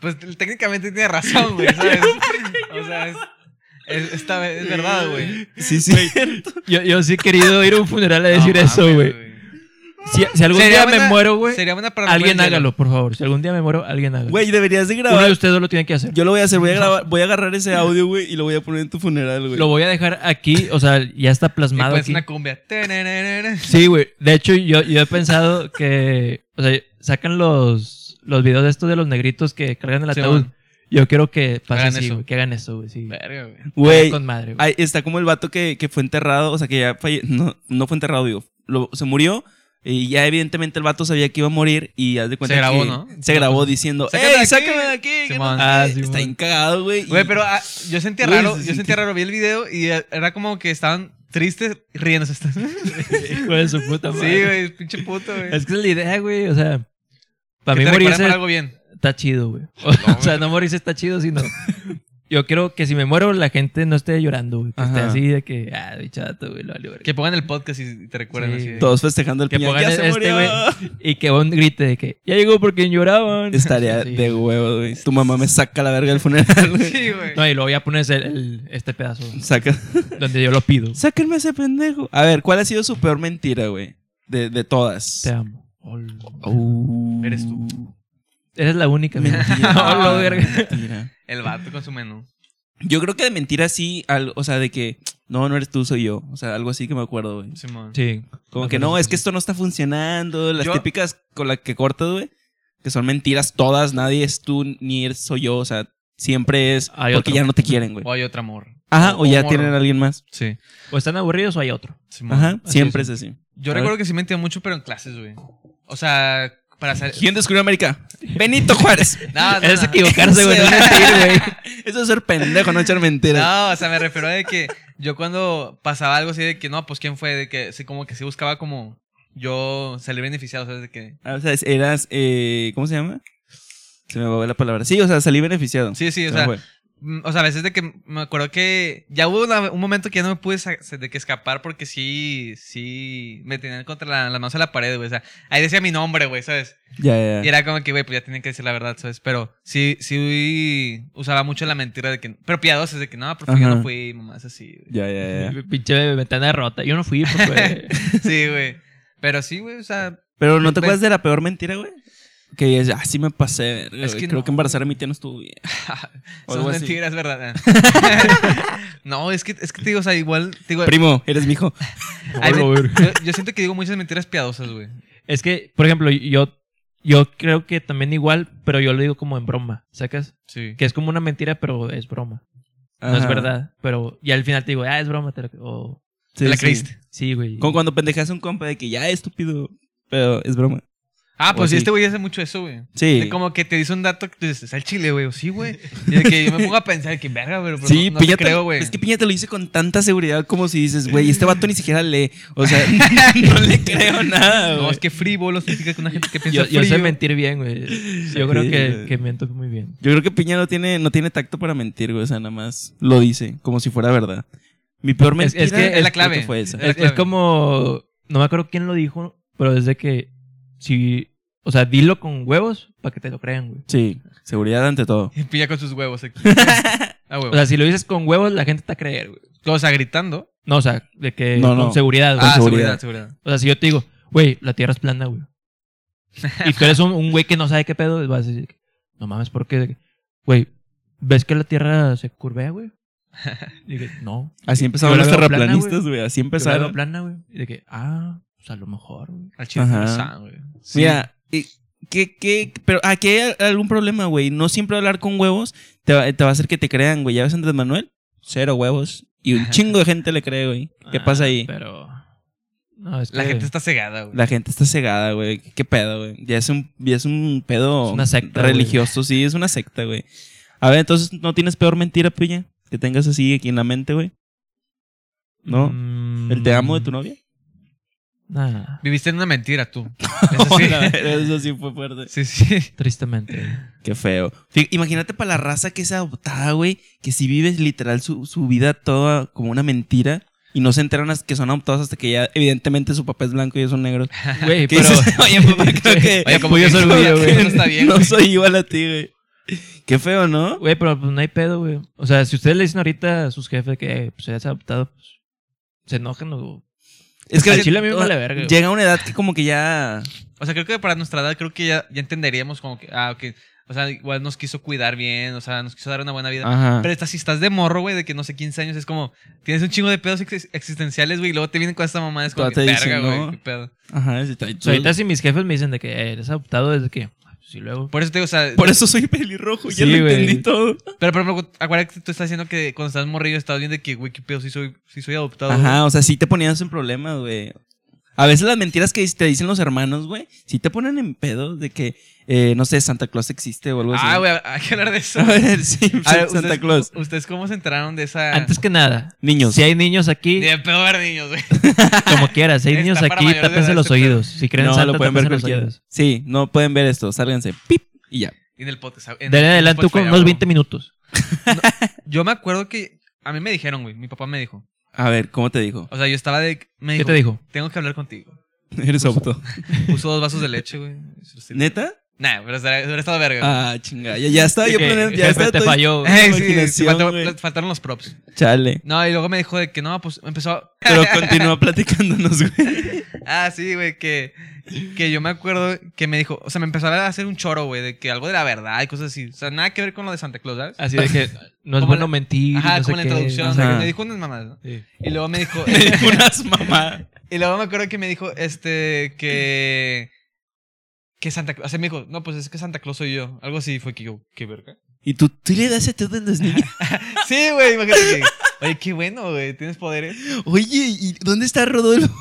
Speaker 2: Pues t- técnicamente tiene razón, güey, ¿sabes? o sea, es, es- está- es verdad, güey.
Speaker 4: Sí, sí.
Speaker 3: Yo, yo sí he querido ir a un funeral a decir
Speaker 2: No
Speaker 3: eso,
Speaker 2: mames,
Speaker 3: güey. Si, si algún
Speaker 2: Sería
Speaker 3: día
Speaker 2: buena-
Speaker 3: me muero, güey,
Speaker 2: Sería buena para
Speaker 3: alguien
Speaker 2: para el
Speaker 3: hágalo, por favor. Si algún día me muero, alguien hágalo.
Speaker 4: Güey, deberías de
Speaker 3: Uno de
Speaker 4: grabar.
Speaker 3: ustedes lo tiene que hacer.
Speaker 4: Yo lo voy a hacer, voy a grabar, voy a agarrar ese audio, güey, y lo voy a poner en tu funeral, güey.
Speaker 3: lo voy a dejar aquí, o sea, ya está
Speaker 2: cielo. Y
Speaker 3: plasmado
Speaker 2: pones
Speaker 3: pues, aquí.
Speaker 2: una cumbia. Tenenenenen.
Speaker 3: Sí, güey. De hecho, yo, yo he pensado que, o sea, sacan los, los videos de estos de los negritos que cargan el
Speaker 2: Sí,
Speaker 3: ataúd.
Speaker 2: man.
Speaker 3: yo quiero que pase
Speaker 2: Hagan
Speaker 3: así,
Speaker 2: eso.
Speaker 3: güey, que hagan eso, güey, sí.
Speaker 2: Verga, güey.
Speaker 4: Güey,
Speaker 3: Con madre, güey.
Speaker 4: ahí está como el vato que, que fue enterrado, o sea, que ya falle- no, no fue enterrado, digo, lo- se murió. Y ya evidentemente el vato sabía que iba a morir y haz de cuenta
Speaker 2: Se grabó,
Speaker 4: que
Speaker 2: ¿no?
Speaker 4: se grabó diciendo,
Speaker 2: Sácame de
Speaker 4: ¡Ey,
Speaker 2: aquí".
Speaker 4: sácame de aquí! que no-
Speaker 2: Simón.
Speaker 3: Ah,
Speaker 4: Ey,
Speaker 3: sí,
Speaker 4: está
Speaker 3: mon.
Speaker 4: encagado, güey. y-
Speaker 2: Güey, pero ah, yo sentía
Speaker 4: Güey,
Speaker 2: raro,
Speaker 4: se
Speaker 2: yo sentía
Speaker 4: sintió-
Speaker 2: raro, vi el video y eh, era como que estaban tristes riéndose. estas- sí,
Speaker 3: Hijo de su puta madre.
Speaker 2: güey, pinche puto, güey.
Speaker 3: Es que es la idea, güey. O sea, para
Speaker 2: Que
Speaker 3: mí
Speaker 2: te recuerden
Speaker 3: morirse
Speaker 2: por algo bien.
Speaker 3: está chido, güey. O, sea, no morirse está chido, sino. Yo quiero que si me muero, la gente no esté llorando, güey. Que esté
Speaker 4: Ajá.
Speaker 3: así de que, ah, chato, güey, lo valió, verga".
Speaker 2: Que pongan el podcast y te recuerden
Speaker 3: Sí.
Speaker 2: así. de-
Speaker 4: Todos festejando el
Speaker 3: Que
Speaker 4: piña.
Speaker 3: pongan
Speaker 4: ¡Ya se
Speaker 3: este,
Speaker 4: murió!
Speaker 3: güey. Y que un grite de que, ya llegó porque lloraban.
Speaker 4: Estaría
Speaker 3: Sí.
Speaker 4: de huevo, güey. Tu mamá me saca la verga del funeral, güey.
Speaker 2: Sí, güey.
Speaker 3: No, y luego ya pones el, el- este pedazo
Speaker 4: Saca.
Speaker 3: donde yo lo pido.
Speaker 4: Sáquenme a ese pendejo. A ver, ¿cuál ha sido su peor mentira, güey? De, de todas.
Speaker 3: Te amo.
Speaker 4: Oh.
Speaker 2: Eres tú.
Speaker 3: Eres la única.
Speaker 4: Mentira.
Speaker 3: No, la verga.
Speaker 4: Mentira.
Speaker 2: El vato con su menú.
Speaker 4: Yo creo que de mentira sí, al- o sea, de que no, no eres tú, soy yo. O sea, algo así que me acuerdo, güey.
Speaker 2: Simón.
Speaker 3: Sí.
Speaker 4: Como que no, es que esto no está funcionando. Las
Speaker 2: Yo-
Speaker 4: típicas con las que cortas, güey. Que son mentiras todas, nadie es tú, ni eres, soy yo. O sea, siempre es
Speaker 3: Hay
Speaker 4: porque
Speaker 3: otro.
Speaker 4: ya no te quieren, güey.
Speaker 2: O hay otra morra.
Speaker 4: Ajá, o
Speaker 2: o
Speaker 4: ya
Speaker 2: morro.
Speaker 4: tienen a alguien más.
Speaker 2: Sí.
Speaker 3: O están aburridos o hay otro.
Speaker 2: Simón.
Speaker 4: Ajá,
Speaker 3: Así
Speaker 4: siempre
Speaker 3: es.
Speaker 4: es así.
Speaker 2: Yo
Speaker 4: A
Speaker 2: recuerdo que sí mentía mucho, pero en clases, güey. O sea, para salir.
Speaker 4: ¿Quién descubrió América? Benito Juárez.
Speaker 2: No, no,
Speaker 3: es
Speaker 2: no.
Speaker 3: equivocarse, güey. no
Speaker 4: Ese-
Speaker 3: mentir, güey.
Speaker 4: Eso es ser pendejo, no echar mentiras.
Speaker 2: No, o sea, me refiero a de que yo cuando pasaba algo así de que no, pues quién fue, de que sí, como que sí buscaba como yo salir beneficiado, ¿sabes? De que.
Speaker 4: Ah, O sea, es- eras, eh, ¿cómo se llama? Se me va la palabra. Sí, o sea, salí beneficiado. Ah,
Speaker 2: Sí, sí, o
Speaker 4: Se me
Speaker 2: sea,
Speaker 4: fue.
Speaker 2: mm, o sea, a veces de que me acuerdo que ya hubo una- un momento que ya no me pude sa- de que escapar porque sí, sí, me tenían contra la- las manos a la pared, güey. O sea, ahí decía mi nombre, güey, ¿sabes?
Speaker 4: ya, ya,
Speaker 2: Y
Speaker 4: ya.
Speaker 2: era como que, güey, pues ya tienen que decir la verdad, ¿sabes? Pero sí, sí usaba mucho la mentira de que, pero piadosas de que no, profe, yo
Speaker 4: Ajá.
Speaker 2: no fui, mamás así. güey.
Speaker 4: Ya, ya, ya.
Speaker 3: Pinche ventana rota. Yo no fui pues, porque.
Speaker 2: Sí, güey. Pero sí, güey, o sea,
Speaker 4: Pero no te
Speaker 2: Ve-
Speaker 4: acuerdas de la peor mentira, güey. Que es, así me pasé. verga,
Speaker 2: Es
Speaker 4: güey.
Speaker 2: que
Speaker 4: Creo
Speaker 2: no,
Speaker 4: que embarazar a mi tía no estuvo bien. O
Speaker 2: son
Speaker 4: algo así.
Speaker 2: mentiras, ¿verdad? Ah. no, es que, es que te digo, o sea, igual, te digo,
Speaker 4: Primo, eres mi hijo.
Speaker 2: hay-
Speaker 3: Hola, verga.
Speaker 2: yo, yo siento que digo muchas mentiras piadosas, güey.
Speaker 3: Es que, por ejemplo, yo, yo creo que también igual, pero yo lo digo como en broma, ¿sacas?
Speaker 2: Sí.
Speaker 3: Que es como una mentira, pero es broma. No es verdad. Pero y al final te digo, ah, es broma. Te lo- o,
Speaker 2: ¿Te la creíste?
Speaker 3: sí, güey.
Speaker 4: Como cuando pendejas a un compa de que ya estúpido, pero es broma.
Speaker 2: Ah, pues
Speaker 4: sí.
Speaker 2: sí, este güey hace mucho eso, güey.
Speaker 4: Sí.
Speaker 2: De Como que te dice un dato que tú dices, al chile, güey, o sí, güey. Y de que yo me pongo a pensar, que verga, güey, pero
Speaker 4: Sí,
Speaker 2: no, no te
Speaker 4: Piña te-
Speaker 2: creo, güey.
Speaker 4: Es que Piña te lo dice con tanta seguridad como si dices, güey, este vato ni siquiera lee. O sea, no le creo nada,
Speaker 2: No,
Speaker 4: güey.
Speaker 2: es que frívolo significa que una gente que piensa
Speaker 3: yo, yo sé
Speaker 2: frío.
Speaker 3: mentir bien, güey. Yo creo
Speaker 4: Sí,
Speaker 3: que,
Speaker 4: güey.
Speaker 3: que miento muy bien.
Speaker 4: Yo creo que Piña no tiene, no tiene tacto para mentir, güey. O sea, nada más lo dice, como si fuera verdad. Mi peor
Speaker 3: Es-
Speaker 4: mentira
Speaker 3: es que
Speaker 2: es la clave.
Speaker 4: creo que fue esa.
Speaker 2: Es la
Speaker 3: Es,
Speaker 2: clave.
Speaker 3: es como. No me acuerdo quién lo dijo, pero es de que si. O sea, dilo con huevos para que te lo crean, güey.
Speaker 4: Sí, seguridad ante todo.
Speaker 2: Y pilla con sus huevos aquí. Ah, huevo.
Speaker 3: O sea, si lo dices con huevos, la gente te va a creer, güey.
Speaker 2: O sea, gritando.
Speaker 3: No, o sea, de que
Speaker 4: No,
Speaker 3: con
Speaker 4: no.
Speaker 3: seguridad, güey.
Speaker 2: ah,
Speaker 4: seguridad.
Speaker 2: seguridad, seguridad.
Speaker 3: O sea, si yo te digo, güey, la tierra es plana, güey. Y tú eres un, un güey que no sabe qué pedo, vas a decir, no mames, ¿por qué? Güey, ¿ves que la tierra se curvea, güey? Y dije, no.
Speaker 4: Así empezaban
Speaker 3: Yo la
Speaker 4: los
Speaker 3: veo plana,
Speaker 4: terraplanistas, güey. Así
Speaker 3: yo la veo
Speaker 4: empezaron.
Speaker 3: plana, güey. Y dije, ah, pues a lo mejor, güey.
Speaker 2: Al chile
Speaker 4: Ajá.
Speaker 2: no saben, güey. Sí.
Speaker 4: Mira, y- ¿qué, qué, pero aquí hay algún problema, güey. No siempre hablar con huevos te va, te va a hacer que te crean, güey. ¿Ya ves a Andrés Manuel? Cero huevos. Y un chingo de gente le cree, güey. ¿Qué
Speaker 3: Ah,
Speaker 4: pasa ahí?
Speaker 3: Pero. No, es que
Speaker 2: la gente está cegada, güey.
Speaker 4: eh, La gente está cegada, güey. ¿Qué pedo, güey? Ya es un, ya es un pedo
Speaker 3: Es una secta,
Speaker 4: religioso, sí, es una secta, güey. A ver, entonces, ¿no tienes peor mentira, piña? Que tengas así aquí en la mente, güey. ¿No?
Speaker 3: Mm,
Speaker 4: ¿El te amo de tu novia?
Speaker 3: Nah,
Speaker 2: Viviste en una mentira tú. Eso sí.
Speaker 4: Hola, Eso sí fue fuerte.
Speaker 2: sí, sí.
Speaker 3: tristemente.
Speaker 4: Qué feo. Fí- Imagínate para la raza que es adoptada, güey, que si vives literal su, su vida toda como una mentira y no se enteran hasta que son adoptados hasta que ya evidentemente su papá es blanco y ellos son negros.
Speaker 3: Güey,
Speaker 4: ¿Qué
Speaker 3: pero.
Speaker 4: dices? Oye, papá, creo que... pues,
Speaker 2: Oye, como
Speaker 3: Apoyo
Speaker 2: que
Speaker 3: su
Speaker 2: eso-
Speaker 3: orgullo, güey.
Speaker 2: eso no está bien,
Speaker 4: no
Speaker 2: güey.
Speaker 4: soy igual a ti, güey. Qué feo, ¿no?
Speaker 3: Güey, pero pues no hay pedo, güey. O sea, si ustedes le dicen ahorita a sus jefes que pues, eres adoptado, pues se enojan o...
Speaker 4: Es
Speaker 3: Al chile a mí me vale verga, güey.
Speaker 4: Llega una edad que como que ya...
Speaker 2: O sea, creo que para nuestra edad creo que ya, ya entenderíamos como que, ah, ok. O sea, igual nos quiso cuidar bien, o sea, nos quiso dar una buena vida.
Speaker 4: Ajá.
Speaker 2: Pero estás, si estás de morro, güey, de que no sé, 15 años, es como, tienes un chingo de pedos ex- existenciales, güey, y luego te vienen con esta mamá, es como, que,
Speaker 4: Todavía te
Speaker 2: verga,
Speaker 4: dicen,
Speaker 2: güey,
Speaker 4: ¿no?
Speaker 2: qué pedo.
Speaker 4: Ajá. sí, está-
Speaker 3: O sea, ahorita si mis jefes me dicen de que eh, eres adoptado desde que... Sí, luego.
Speaker 2: Por eso te digo, o sea,
Speaker 4: Por eso soy pelirrojo,
Speaker 3: Sí,
Speaker 4: ya lo
Speaker 3: güey.
Speaker 4: entendí todo.
Speaker 2: pero por ejemplo, acuérdate que tú estás diciendo que cuando estás morrillo estás viendo que, güey, qué pedo, sí soy, sí soy adoptado.
Speaker 4: Ajá, o sea, sí te ponías en problemas, güey. A veces las mentiras que te dicen los hermanos, güey, sí te ponen en pedo de que, eh, no sé, Santa Claus existe o algo
Speaker 2: güey.
Speaker 4: así.
Speaker 2: Ah, güey, hay que hablar de eso.
Speaker 4: A ver, sí,
Speaker 2: A ver,
Speaker 4: Santa
Speaker 2: ¿ustedes-
Speaker 4: Claus.
Speaker 2: ¿Ustedes cómo se enteraron de esa...?
Speaker 3: Antes que nada,
Speaker 4: Niños.
Speaker 3: si hay niños aquí,
Speaker 2: Ni de pedo ver niños, güey.
Speaker 3: como quieras, si hay
Speaker 2: Está
Speaker 3: niños
Speaker 2: para
Speaker 3: aquí,
Speaker 2: mayores de
Speaker 3: tápense
Speaker 2: edad
Speaker 3: los
Speaker 2: este pedo.
Speaker 3: oídos. Si creen en
Speaker 4: no,
Speaker 3: Santa,
Speaker 4: lo pueden ver
Speaker 3: tápense los
Speaker 4: cualquiera.
Speaker 3: oídos.
Speaker 4: Sí, no pueden ver esto, sálganse. Pip, y ya.
Speaker 2: En el podcast. en-
Speaker 3: Dale
Speaker 2: en
Speaker 3: adelante
Speaker 2: Spotify,
Speaker 3: con
Speaker 2: a
Speaker 3: unos
Speaker 2: huevo.
Speaker 3: 20 minutos.
Speaker 2: Yo me acuerdo que... A mí me dijeron, güey. Mi papá me dijo.
Speaker 4: A ver, ¿cómo te dijo?
Speaker 2: O sea, yo estaba de... Me
Speaker 3: ¿Qué
Speaker 2: dijo,
Speaker 3: te dijo?
Speaker 2: Tengo que hablar contigo.
Speaker 4: Eres auto.
Speaker 2: Puso dos vasos de leche, güey.
Speaker 4: ¿Neta?
Speaker 2: Nah, pero estaría- hubiera estado verga. güey.
Speaker 4: Ah, chinga. Ya, ya estaba yo
Speaker 3: Que,
Speaker 4: planeando. Ya
Speaker 3: jefe,
Speaker 4: estaba
Speaker 3: te
Speaker 4: todo-
Speaker 3: falló. güey.
Speaker 2: Ey, sí,
Speaker 4: imaginación,
Speaker 2: faltó-
Speaker 4: güey.
Speaker 2: faltaron los props.
Speaker 4: Chale.
Speaker 2: No, y luego me dijo de que no, pues empezó.
Speaker 4: Pero continúa platicándonos, güey.
Speaker 2: Ah, sí, güey, que, que yo me acuerdo que me dijo, o sea, me empezó a hacer un choro, güey, de que algo de la verdad y cosas así. O sea, nada que ver con lo de Santa Claus, ¿sabes?
Speaker 3: Así de que no es
Speaker 2: Como
Speaker 3: bueno
Speaker 2: la-
Speaker 3: mentir.
Speaker 2: Ajá,
Speaker 3: no sé
Speaker 2: como la
Speaker 3: qué.
Speaker 2: introducción. O
Speaker 3: Ajá.
Speaker 2: sea,
Speaker 4: Ajá.
Speaker 2: que me dijo unas mamadas, ¿no?
Speaker 3: Sí.
Speaker 2: Y luego me dijo.
Speaker 4: Me dijo unas mamás.
Speaker 2: Y luego me acuerdo que me dijo, este, que. Que Santa Claus. O sea, me dijo, no, pues es que Santa Claus soy yo. Algo así fue que yo, qué verga.
Speaker 4: Y tú, tú le das a todos los niños.
Speaker 2: Sí, güey, imagínate que. Oye, qué bueno, güey, tienes poderes.
Speaker 4: Oye, ¿y dónde está Rodolfo?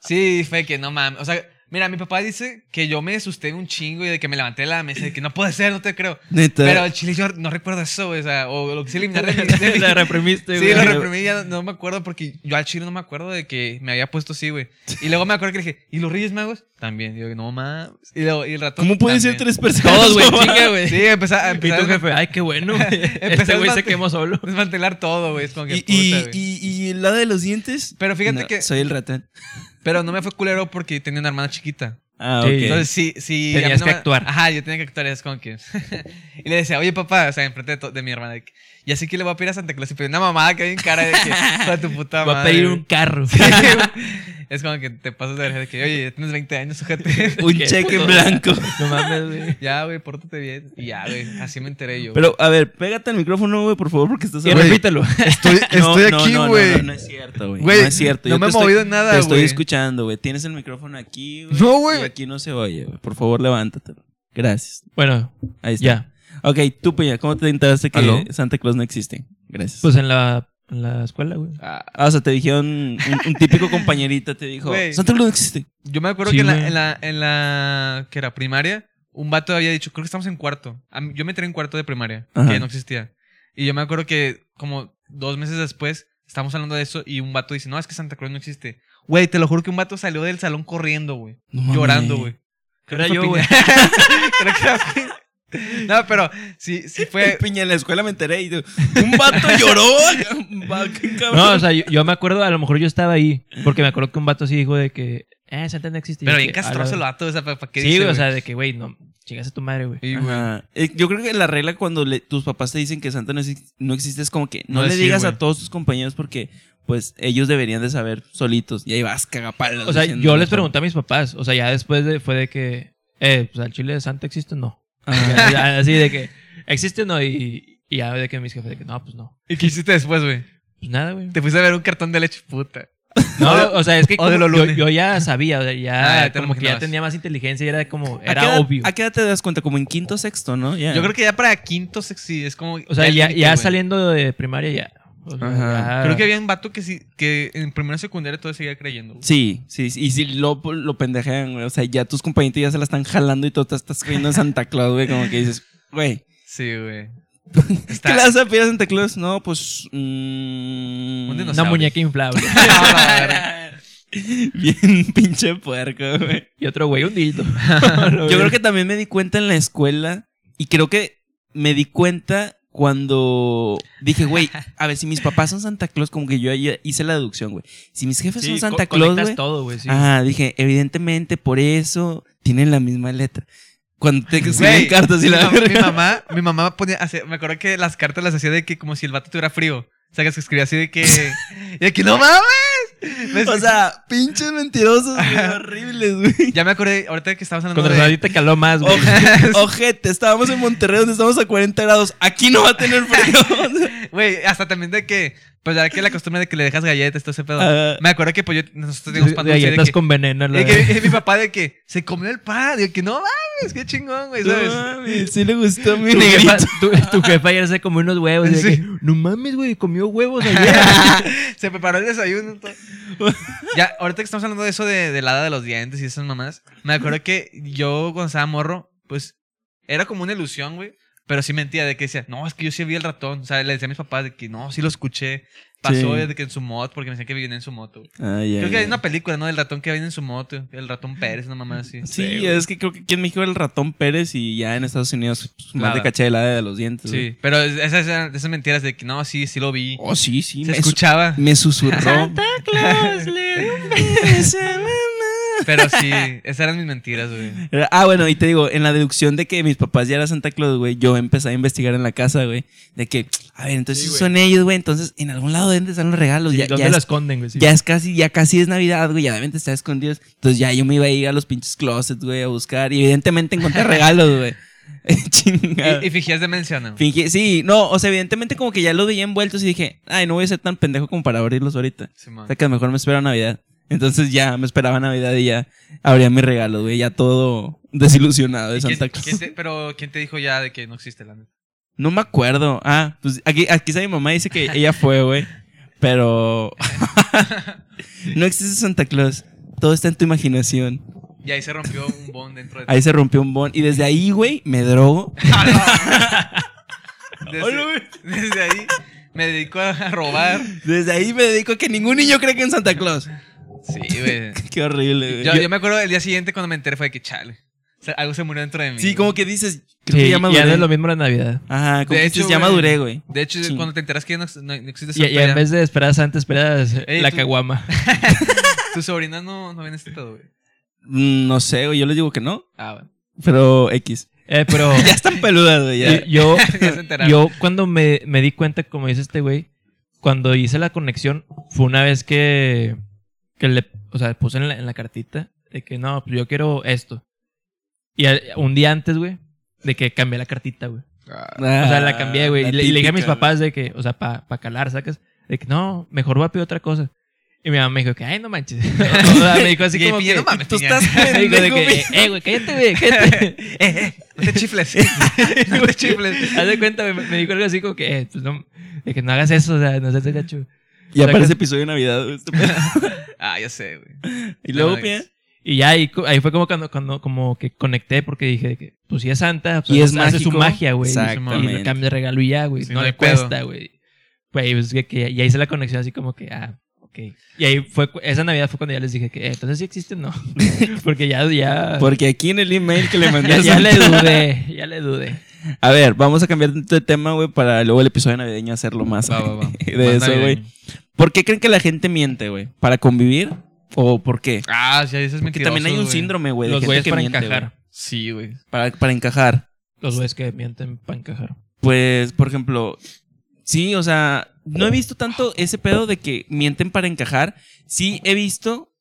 Speaker 2: Sí, fue que no mames. O sea, mira, mi papá dice que yo me asusté un chingo y de que me levanté de la mesa de que no puede ser, no te creo.
Speaker 4: Neta.
Speaker 2: Pero al chile yo no recuerdo eso, güey, o sea, o lo quise eliminar de mi. de mi-
Speaker 3: La reprimiste,
Speaker 2: Sí,
Speaker 3: güey.
Speaker 2: lo reprimí, ya no me acuerdo porque yo al chile no me acuerdo de que me había puesto así, güey. Y luego me acuerdo que le dije, ¿y los Reyes Magos? También. Y yo, no mames. Y, luego, y el ratón.
Speaker 4: ¿Cómo pueden ser
Speaker 2: también.
Speaker 4: tres personas?
Speaker 3: Todos, güey, chinga, güey.
Speaker 2: Sí, empecé a.
Speaker 3: Y
Speaker 2: empecé
Speaker 3: tu
Speaker 2: a
Speaker 3: jefe, ay, qué bueno, güey. Este
Speaker 2: Empezar
Speaker 3: güey
Speaker 2: más-
Speaker 3: se quemó solo.
Speaker 2: Desmantelar todo, güey. Es como que
Speaker 4: Y, y-
Speaker 2: puta, güey.
Speaker 4: y- y el lado de los dientes.
Speaker 2: Pero fíjate
Speaker 4: No,
Speaker 2: que.
Speaker 4: Soy el ratón.
Speaker 2: Pero no me fue culero porque tenía una hermana chiquita.
Speaker 4: Ah,
Speaker 3: Sí.
Speaker 4: ok.
Speaker 2: Entonces, sí, sí.
Speaker 3: Tenías
Speaker 2: a mí no
Speaker 3: que
Speaker 2: me-
Speaker 3: actuar.
Speaker 2: Ajá, yo tenía que actuar, es como que. y le decía, oye, papá, o sea, enfrente de, to- de mi hermana. de que, Y así que le voy a pedir a Santa Claus y pedí una mamada que hay en cara de que. Para tu puta madre.
Speaker 3: Va a pedir
Speaker 2: güey".
Speaker 3: un carro.
Speaker 2: es como que te pasas de verga de que, oye, tienes 20 años, ojete.
Speaker 4: Un
Speaker 3: Qué
Speaker 4: cheque en
Speaker 3: puto.
Speaker 4: blanco.
Speaker 3: No mames, güey.
Speaker 2: ya, güey, pórtate bien. Y ya, güey, así me enteré yo.
Speaker 4: Pero, a ver, pégate al micrófono, güey, por favor, porque estás
Speaker 3: Y
Speaker 4: hablando-
Speaker 3: repítelo.
Speaker 5: Estoy,
Speaker 4: No,
Speaker 5: estoy
Speaker 4: no,
Speaker 5: aquí,
Speaker 4: no,
Speaker 5: güey.
Speaker 4: No, no, no es cierto, güey. No
Speaker 5: Güey,
Speaker 4: es cierto.
Speaker 2: no
Speaker 4: Yo
Speaker 2: me
Speaker 4: te
Speaker 2: he movido en nada,
Speaker 4: Te estoy
Speaker 2: güey.
Speaker 4: escuchando, güey. Tienes el micrófono aquí, güey.
Speaker 5: No, güey.
Speaker 4: Y aquí no se oye, güey. Por favor, levántatelo. Gracias.
Speaker 3: Bueno,
Speaker 4: Ahí está.
Speaker 3: ya.
Speaker 4: Ok, tú, Peña, ¿cómo te enteraste que
Speaker 5: ¿Aló?
Speaker 4: Santa Claus no existe? Gracias.
Speaker 3: Pues en la, en la escuela, güey.
Speaker 4: Ah, o sea, te dijeron un, un típico compañerito, te dijo,
Speaker 2: Güey.
Speaker 4: Santa Claus no existe.
Speaker 2: Yo me acuerdo
Speaker 3: Sí,
Speaker 2: que en
Speaker 3: güey.
Speaker 2: la, en la, en la que era primaria, un vato había dicho, creo que estamos en cuarto. A mí- Yo me entré en cuarto de primaria,
Speaker 4: Ajá.
Speaker 2: que no existía. Y yo me acuerdo que como dos meses después, estamos hablando de eso y un vato dice, no, es que Santa Claus no existe. Güey, te lo juro que un vato salió del salón corriendo, güey.
Speaker 4: No mames.
Speaker 2: Llorando, güey. Creo
Speaker 3: Era
Speaker 2: que
Speaker 3: yo,
Speaker 2: fue
Speaker 3: güey.
Speaker 2: Piña. Creo que era Piña. No, pero sí, sí
Speaker 4: El
Speaker 2: fue...
Speaker 4: Piña, en la escuela me enteré y yo, un vato lloró. Un vato, cabrón.
Speaker 3: No, o sea, yo, yo me acuerdo, a lo mejor yo estaba ahí, porque me acuerdo que un vato así dijo de que, eh, Santa no existe. Y
Speaker 2: Pero
Speaker 3: yo
Speaker 2: bien
Speaker 3: que, "A la
Speaker 2: castroso el
Speaker 3: verga".
Speaker 2: vato, o sea, ¿para qué
Speaker 3: Sí,
Speaker 2: dice,
Speaker 3: güey, o
Speaker 2: güey?
Speaker 3: sea, de que, güey, no, chingas a tu madre, güey.
Speaker 2: Sí, güey.
Speaker 4: Ajá. Eh, Yo creo que la regla cuando le- tus papás te dicen que Santa no, exi- no existe es como que no,
Speaker 2: No
Speaker 4: le
Speaker 2: decir,
Speaker 4: digas a
Speaker 2: güey.
Speaker 4: todos tus compañeros porque pues ellos deberían de saber solitos. Y ahí vas, cagapalos.
Speaker 3: O sea,
Speaker 4: diciendo,
Speaker 3: yo les
Speaker 4: "Mejor".
Speaker 3: pregunté a mis papás, o sea, ya después de, fue de que, eh, pues al chile de Santa existe o no.
Speaker 2: Ah.
Speaker 4: Ajá.
Speaker 3: Ya- ya así de que, ¿existe o no? Y, y ya de que mis jefes de que, no, pues no.
Speaker 2: ¿Y qué hiciste después, güey?
Speaker 3: Pues nada, güey.
Speaker 2: Te fuiste a ver un cartón de leche, puta.
Speaker 3: No, o sea, es que
Speaker 2: o de
Speaker 3: como-
Speaker 2: lo
Speaker 3: yo,
Speaker 2: lunes.
Speaker 3: yo ya sabía, o sea, ya,
Speaker 2: Ah, ya te lo
Speaker 3: como que ya
Speaker 2: imaginabas.
Speaker 3: tenía más inteligencia y era como,
Speaker 4: ¿A qué
Speaker 3: era
Speaker 4: edad-
Speaker 3: obvio.
Speaker 4: ¿A qué edad te das cuenta? Como en quinto sexto, ¿no? Ya.
Speaker 2: Yo creo que ya para quinto sexo, sí, es como...
Speaker 3: O sea,
Speaker 2: el
Speaker 3: ya,
Speaker 2: límite,
Speaker 3: ya
Speaker 2: güey.
Speaker 3: saliendo de primaria ya. o sea,
Speaker 4: Ajá.
Speaker 3: ya-
Speaker 2: Creo que había un vato que sí, que en primera secundaria todo seguía creyendo. güey.
Speaker 4: Sí, sí, sí, y si lo, lo pendejean, güey. O sea, ya tus compañeritos ya se la están jalando y tú te estás creyendo en Santa Claus, güey. Como que dices, güey,
Speaker 2: Sí, güey.
Speaker 4: ¿qué
Speaker 2: Está-
Speaker 4: le vas a pedir a Santa Claus? No, pues. mm,
Speaker 2: Un
Speaker 3: Una
Speaker 2: dinosaurio.
Speaker 3: muñeca inflable.
Speaker 2: No, la verga.
Speaker 4: Bien pinche puerco, güey.
Speaker 3: y otro güey, un dildo.
Speaker 4: Yo creo que también me di cuenta en la escuela y creo que me di cuenta cuando dije, güey, a ver, si mis papás son Santa Claus, como que yo ya hice la deducción, güey. Si mis jefes son Santa Claus, güey.
Speaker 3: todo, güey. sí.
Speaker 4: Ah, dije, evidentemente por eso tienen la misma letra. Cuando te escriben
Speaker 2: Güey,
Speaker 4: cartas y
Speaker 2: mi,
Speaker 4: la
Speaker 2: mam- mi
Speaker 4: verga.
Speaker 2: mamá, mi mamá ponía, hacía- me acuerdo que las cartas las hacía de que como si el vato tuviera frío. O sea, que se escribía así de que... y de que, ¡no mames! Me-
Speaker 4: O sea, pinches mentirosos, güey, horribles, güey.
Speaker 2: ya me acordé, ahorita que estábamos hablando
Speaker 3: Contra
Speaker 2: de-
Speaker 3: Sadie te caló más, güey.
Speaker 4: Ojete, ojete, estábamos en Monterrey donde estamos a 40 grados. Aquí no va a tener frío.
Speaker 2: Güey, hasta también de que... Pues ya que la costumbre de que le dejas galletas, todo ese pedo.
Speaker 4: Ah.
Speaker 2: me acuerdo que pues yo, nosotros teníamos pan dulce de
Speaker 3: galletas
Speaker 2: que-
Speaker 3: con veneno. la
Speaker 2: Y que,
Speaker 3: verdad.
Speaker 2: y mi papá de que se comió el pan. Y que no mames, qué chingón, güey, ¿sabes?
Speaker 4: No mames, sí le gustó a mi
Speaker 3: Tu
Speaker 4: negrito.
Speaker 3: jefa, tu, tu jefa ayer se comió unos huevos. y de
Speaker 2: Sí.
Speaker 3: que, no mames, güey, comió huevos ayer.
Speaker 2: se preparó el desayuno. todo. ya, ahorita que estamos hablando de eso de, de la hada de los dientes y esas mamás, me acuerdo que yo cuando estaba morro, pues era como una ilusión, güey. Pero sí mentía de que decía, no, es que yo sí vi el ratón. O sea, le decía a mis papás de que no, sí lo escuché. Pasó
Speaker 4: Sí.
Speaker 2: de que en su moto, porque me decían que viene en su moto. güey.
Speaker 4: Ah, ya,
Speaker 2: Creo que
Speaker 4: ya.
Speaker 2: hay una película, ¿no? Del ratón que viene en su moto. El ratón Pérez, una mamá así.
Speaker 4: Sí, es que creo que aquí en México era el ratón Pérez y ya en Estados Unidos pues, más
Speaker 2: Nada.
Speaker 4: de caché de la de los dientes. güey.
Speaker 2: Sí, pero es- esas, eran- esas mentiras de que no, sí, sí lo vi.
Speaker 4: Oh, sí, sí.
Speaker 2: se
Speaker 4: me,
Speaker 2: escuchaba.
Speaker 4: su- me susurró.
Speaker 2: Pero sí, esas eran mis mentiras, güey.
Speaker 4: Ah, bueno, y te digo, en la deducción de que mis papás ya eran Santa Claus, güey, yo empecé a investigar en la casa, güey, de que, a ver, entonces son ellos, güey, entonces en algún lado deben de estar los regalos.
Speaker 3: Sí,
Speaker 4: ya,
Speaker 3: ¿Dónde
Speaker 4: ya
Speaker 3: la
Speaker 4: es,
Speaker 3: esconden, güey? Sí.
Speaker 4: ya es casi, ya casi es Navidad, güey, ya deben de estar escondidos. Entonces ya yo me iba a ir a los pinches closets, güey, a buscar y evidentemente encontré regalos, güey. Chingada.
Speaker 2: Y, y fingías de mencionar.
Speaker 4: Fingí- sí, no, o sea, evidentemente como que ya lo veía envueltos y dije, ay, no voy a ser tan pendejo como para abrirlos ahorita. O sea, que a lo mejor me espero a Navidad. Entonces ya me esperaba Navidad y ya abría mi regalo, güey, ya todo desilusionado de Santa Claus.
Speaker 2: pero ¿quién te dijo ya de que no existe la neta?
Speaker 4: No me acuerdo. Ah, pues aquí, aquí está mi mamá, dice que ella fue, güey. Pero. no existe Santa Claus. Todo está en tu imaginación.
Speaker 2: Y ahí se rompió un bond dentro de ti.
Speaker 4: Ahí se rompió un bond. Y desde ahí, güey, me drogo.
Speaker 2: Desde, desde ahí me dedico a robar.
Speaker 4: Desde ahí me dedico a que ningún niño cree que en Santa Claus.
Speaker 2: Sí, güey.
Speaker 4: Qué horrible, güey.
Speaker 2: Yo, yo me acuerdo el día siguiente cuando me enteré fue de que chale. o sea, algo se murió dentro de mí.
Speaker 4: Sí, como que dices. Creo
Speaker 3: Sí,
Speaker 4: que ya
Speaker 3: ya no
Speaker 4: maduré.
Speaker 3: es lo mismo la Navidad.
Speaker 4: Ajá, como
Speaker 2: De
Speaker 4: que
Speaker 2: hecho,
Speaker 4: dices, ya
Speaker 2: güey.
Speaker 4: maduré, güey.
Speaker 2: De hecho,
Speaker 4: Sí.
Speaker 2: cuando te enteras que no, no- no existe
Speaker 3: Y,
Speaker 2: Santa,
Speaker 3: y en
Speaker 2: ya-
Speaker 3: vez de esperar a Santa, esperas eh,
Speaker 2: Ey,
Speaker 3: la
Speaker 2: tú-
Speaker 3: caguama.
Speaker 2: tu sobrina no, no ve en este pedo, güey.
Speaker 4: Mm, No sé, güey. Yo les digo que no.
Speaker 2: Ah, bueno.
Speaker 4: Pero X.
Speaker 3: Eh, pero
Speaker 4: Ya están peludas, güey. ya.
Speaker 3: y- yo,
Speaker 2: Ya se enteraron.
Speaker 3: yo cuando me, me di cuenta, como dice este güey, cuando hice la conexión, fue una vez que, que le o sea, puse en la, en la cartita de que no, pues yo quiero esto. Y al- un día antes, güey, de que cambié la cartita, güey.
Speaker 2: Ah.
Speaker 3: O sea, la cambié, güey.
Speaker 4: Ah, La
Speaker 3: Y le, y le dije a mis
Speaker 4: típica,
Speaker 3: papás de que, o sea, para calar, sacas. De que no, mejor voy a pedir otra cosa. Y mi mamá me dijo que, ay, no manches. O sea, me dijo así
Speaker 2: Y
Speaker 3: como
Speaker 2: piña,
Speaker 3: que...
Speaker 2: no mames,
Speaker 4: Tú
Speaker 2: piña.
Speaker 4: estás
Speaker 3: me dijo de
Speaker 4: pendejo,
Speaker 3: que,
Speaker 4: güey.
Speaker 3: eh, eh, güey, cállate, güey, cállate.
Speaker 2: Eh, eh, no te chifles. no te chifles.
Speaker 3: Haz de cuenta, me, me dijo algo así como que, eh, pues no, de que no hagas eso, o sea, no seas de gacho.
Speaker 4: Y
Speaker 3: O sea,
Speaker 4: aparece
Speaker 3: que-
Speaker 4: episodio de Navidad. güey, este pedo.
Speaker 2: Ah, ya sé, güey.
Speaker 4: Y luego,
Speaker 2: No,
Speaker 4: Pia,
Speaker 3: Y ya ahí, co- ahí fue como cuando, cuando como que conecté porque dije de que, pues si es santa, pues,
Speaker 4: Y es
Speaker 3: hace su
Speaker 4: mágico.
Speaker 3: magia, güey. Y
Speaker 4: Exactamente.
Speaker 3: le cambia el regalo y ya, güey.
Speaker 2: Sí,
Speaker 3: no
Speaker 2: no
Speaker 3: le
Speaker 2: hay pedo.
Speaker 3: cuesta, güey. Güey, pues que, que ya hice la conexión así como que, ah, ok. Y ahí fue, cu- esa Navidad fue cuando ya les dije que, eh, entonces sí existe o no. porque ya, ya,
Speaker 4: Porque aquí en el email que le mandé
Speaker 3: ya,
Speaker 4: a
Speaker 3: ya
Speaker 4: Santa-
Speaker 3: le dudé, ya le dudé.
Speaker 4: A ver, vamos a cambiar de tema, güey, para luego el episodio navideño hacerlo más
Speaker 2: Va, va, va.
Speaker 4: de
Speaker 2: Más
Speaker 4: eso, güey.
Speaker 2: navideño.
Speaker 4: ¿Por qué creen que la gente miente, güey? ¿Para convivir? ¿O por qué?
Speaker 2: Ah, sí, eso es
Speaker 4: Que
Speaker 2: mentira.
Speaker 4: también hay un síndrome, güey, de
Speaker 3: Los
Speaker 4: gente
Speaker 3: güeyes
Speaker 4: que
Speaker 3: para
Speaker 4: miente,
Speaker 3: encajar.
Speaker 4: güey.
Speaker 2: Sí, güey.
Speaker 4: Para, para encajar.
Speaker 3: Los güeyes que mienten para encajar.
Speaker 4: Pues, por ejemplo, sí, o sea, no he visto tanto ese pedo de que mienten para encajar. Sí he visto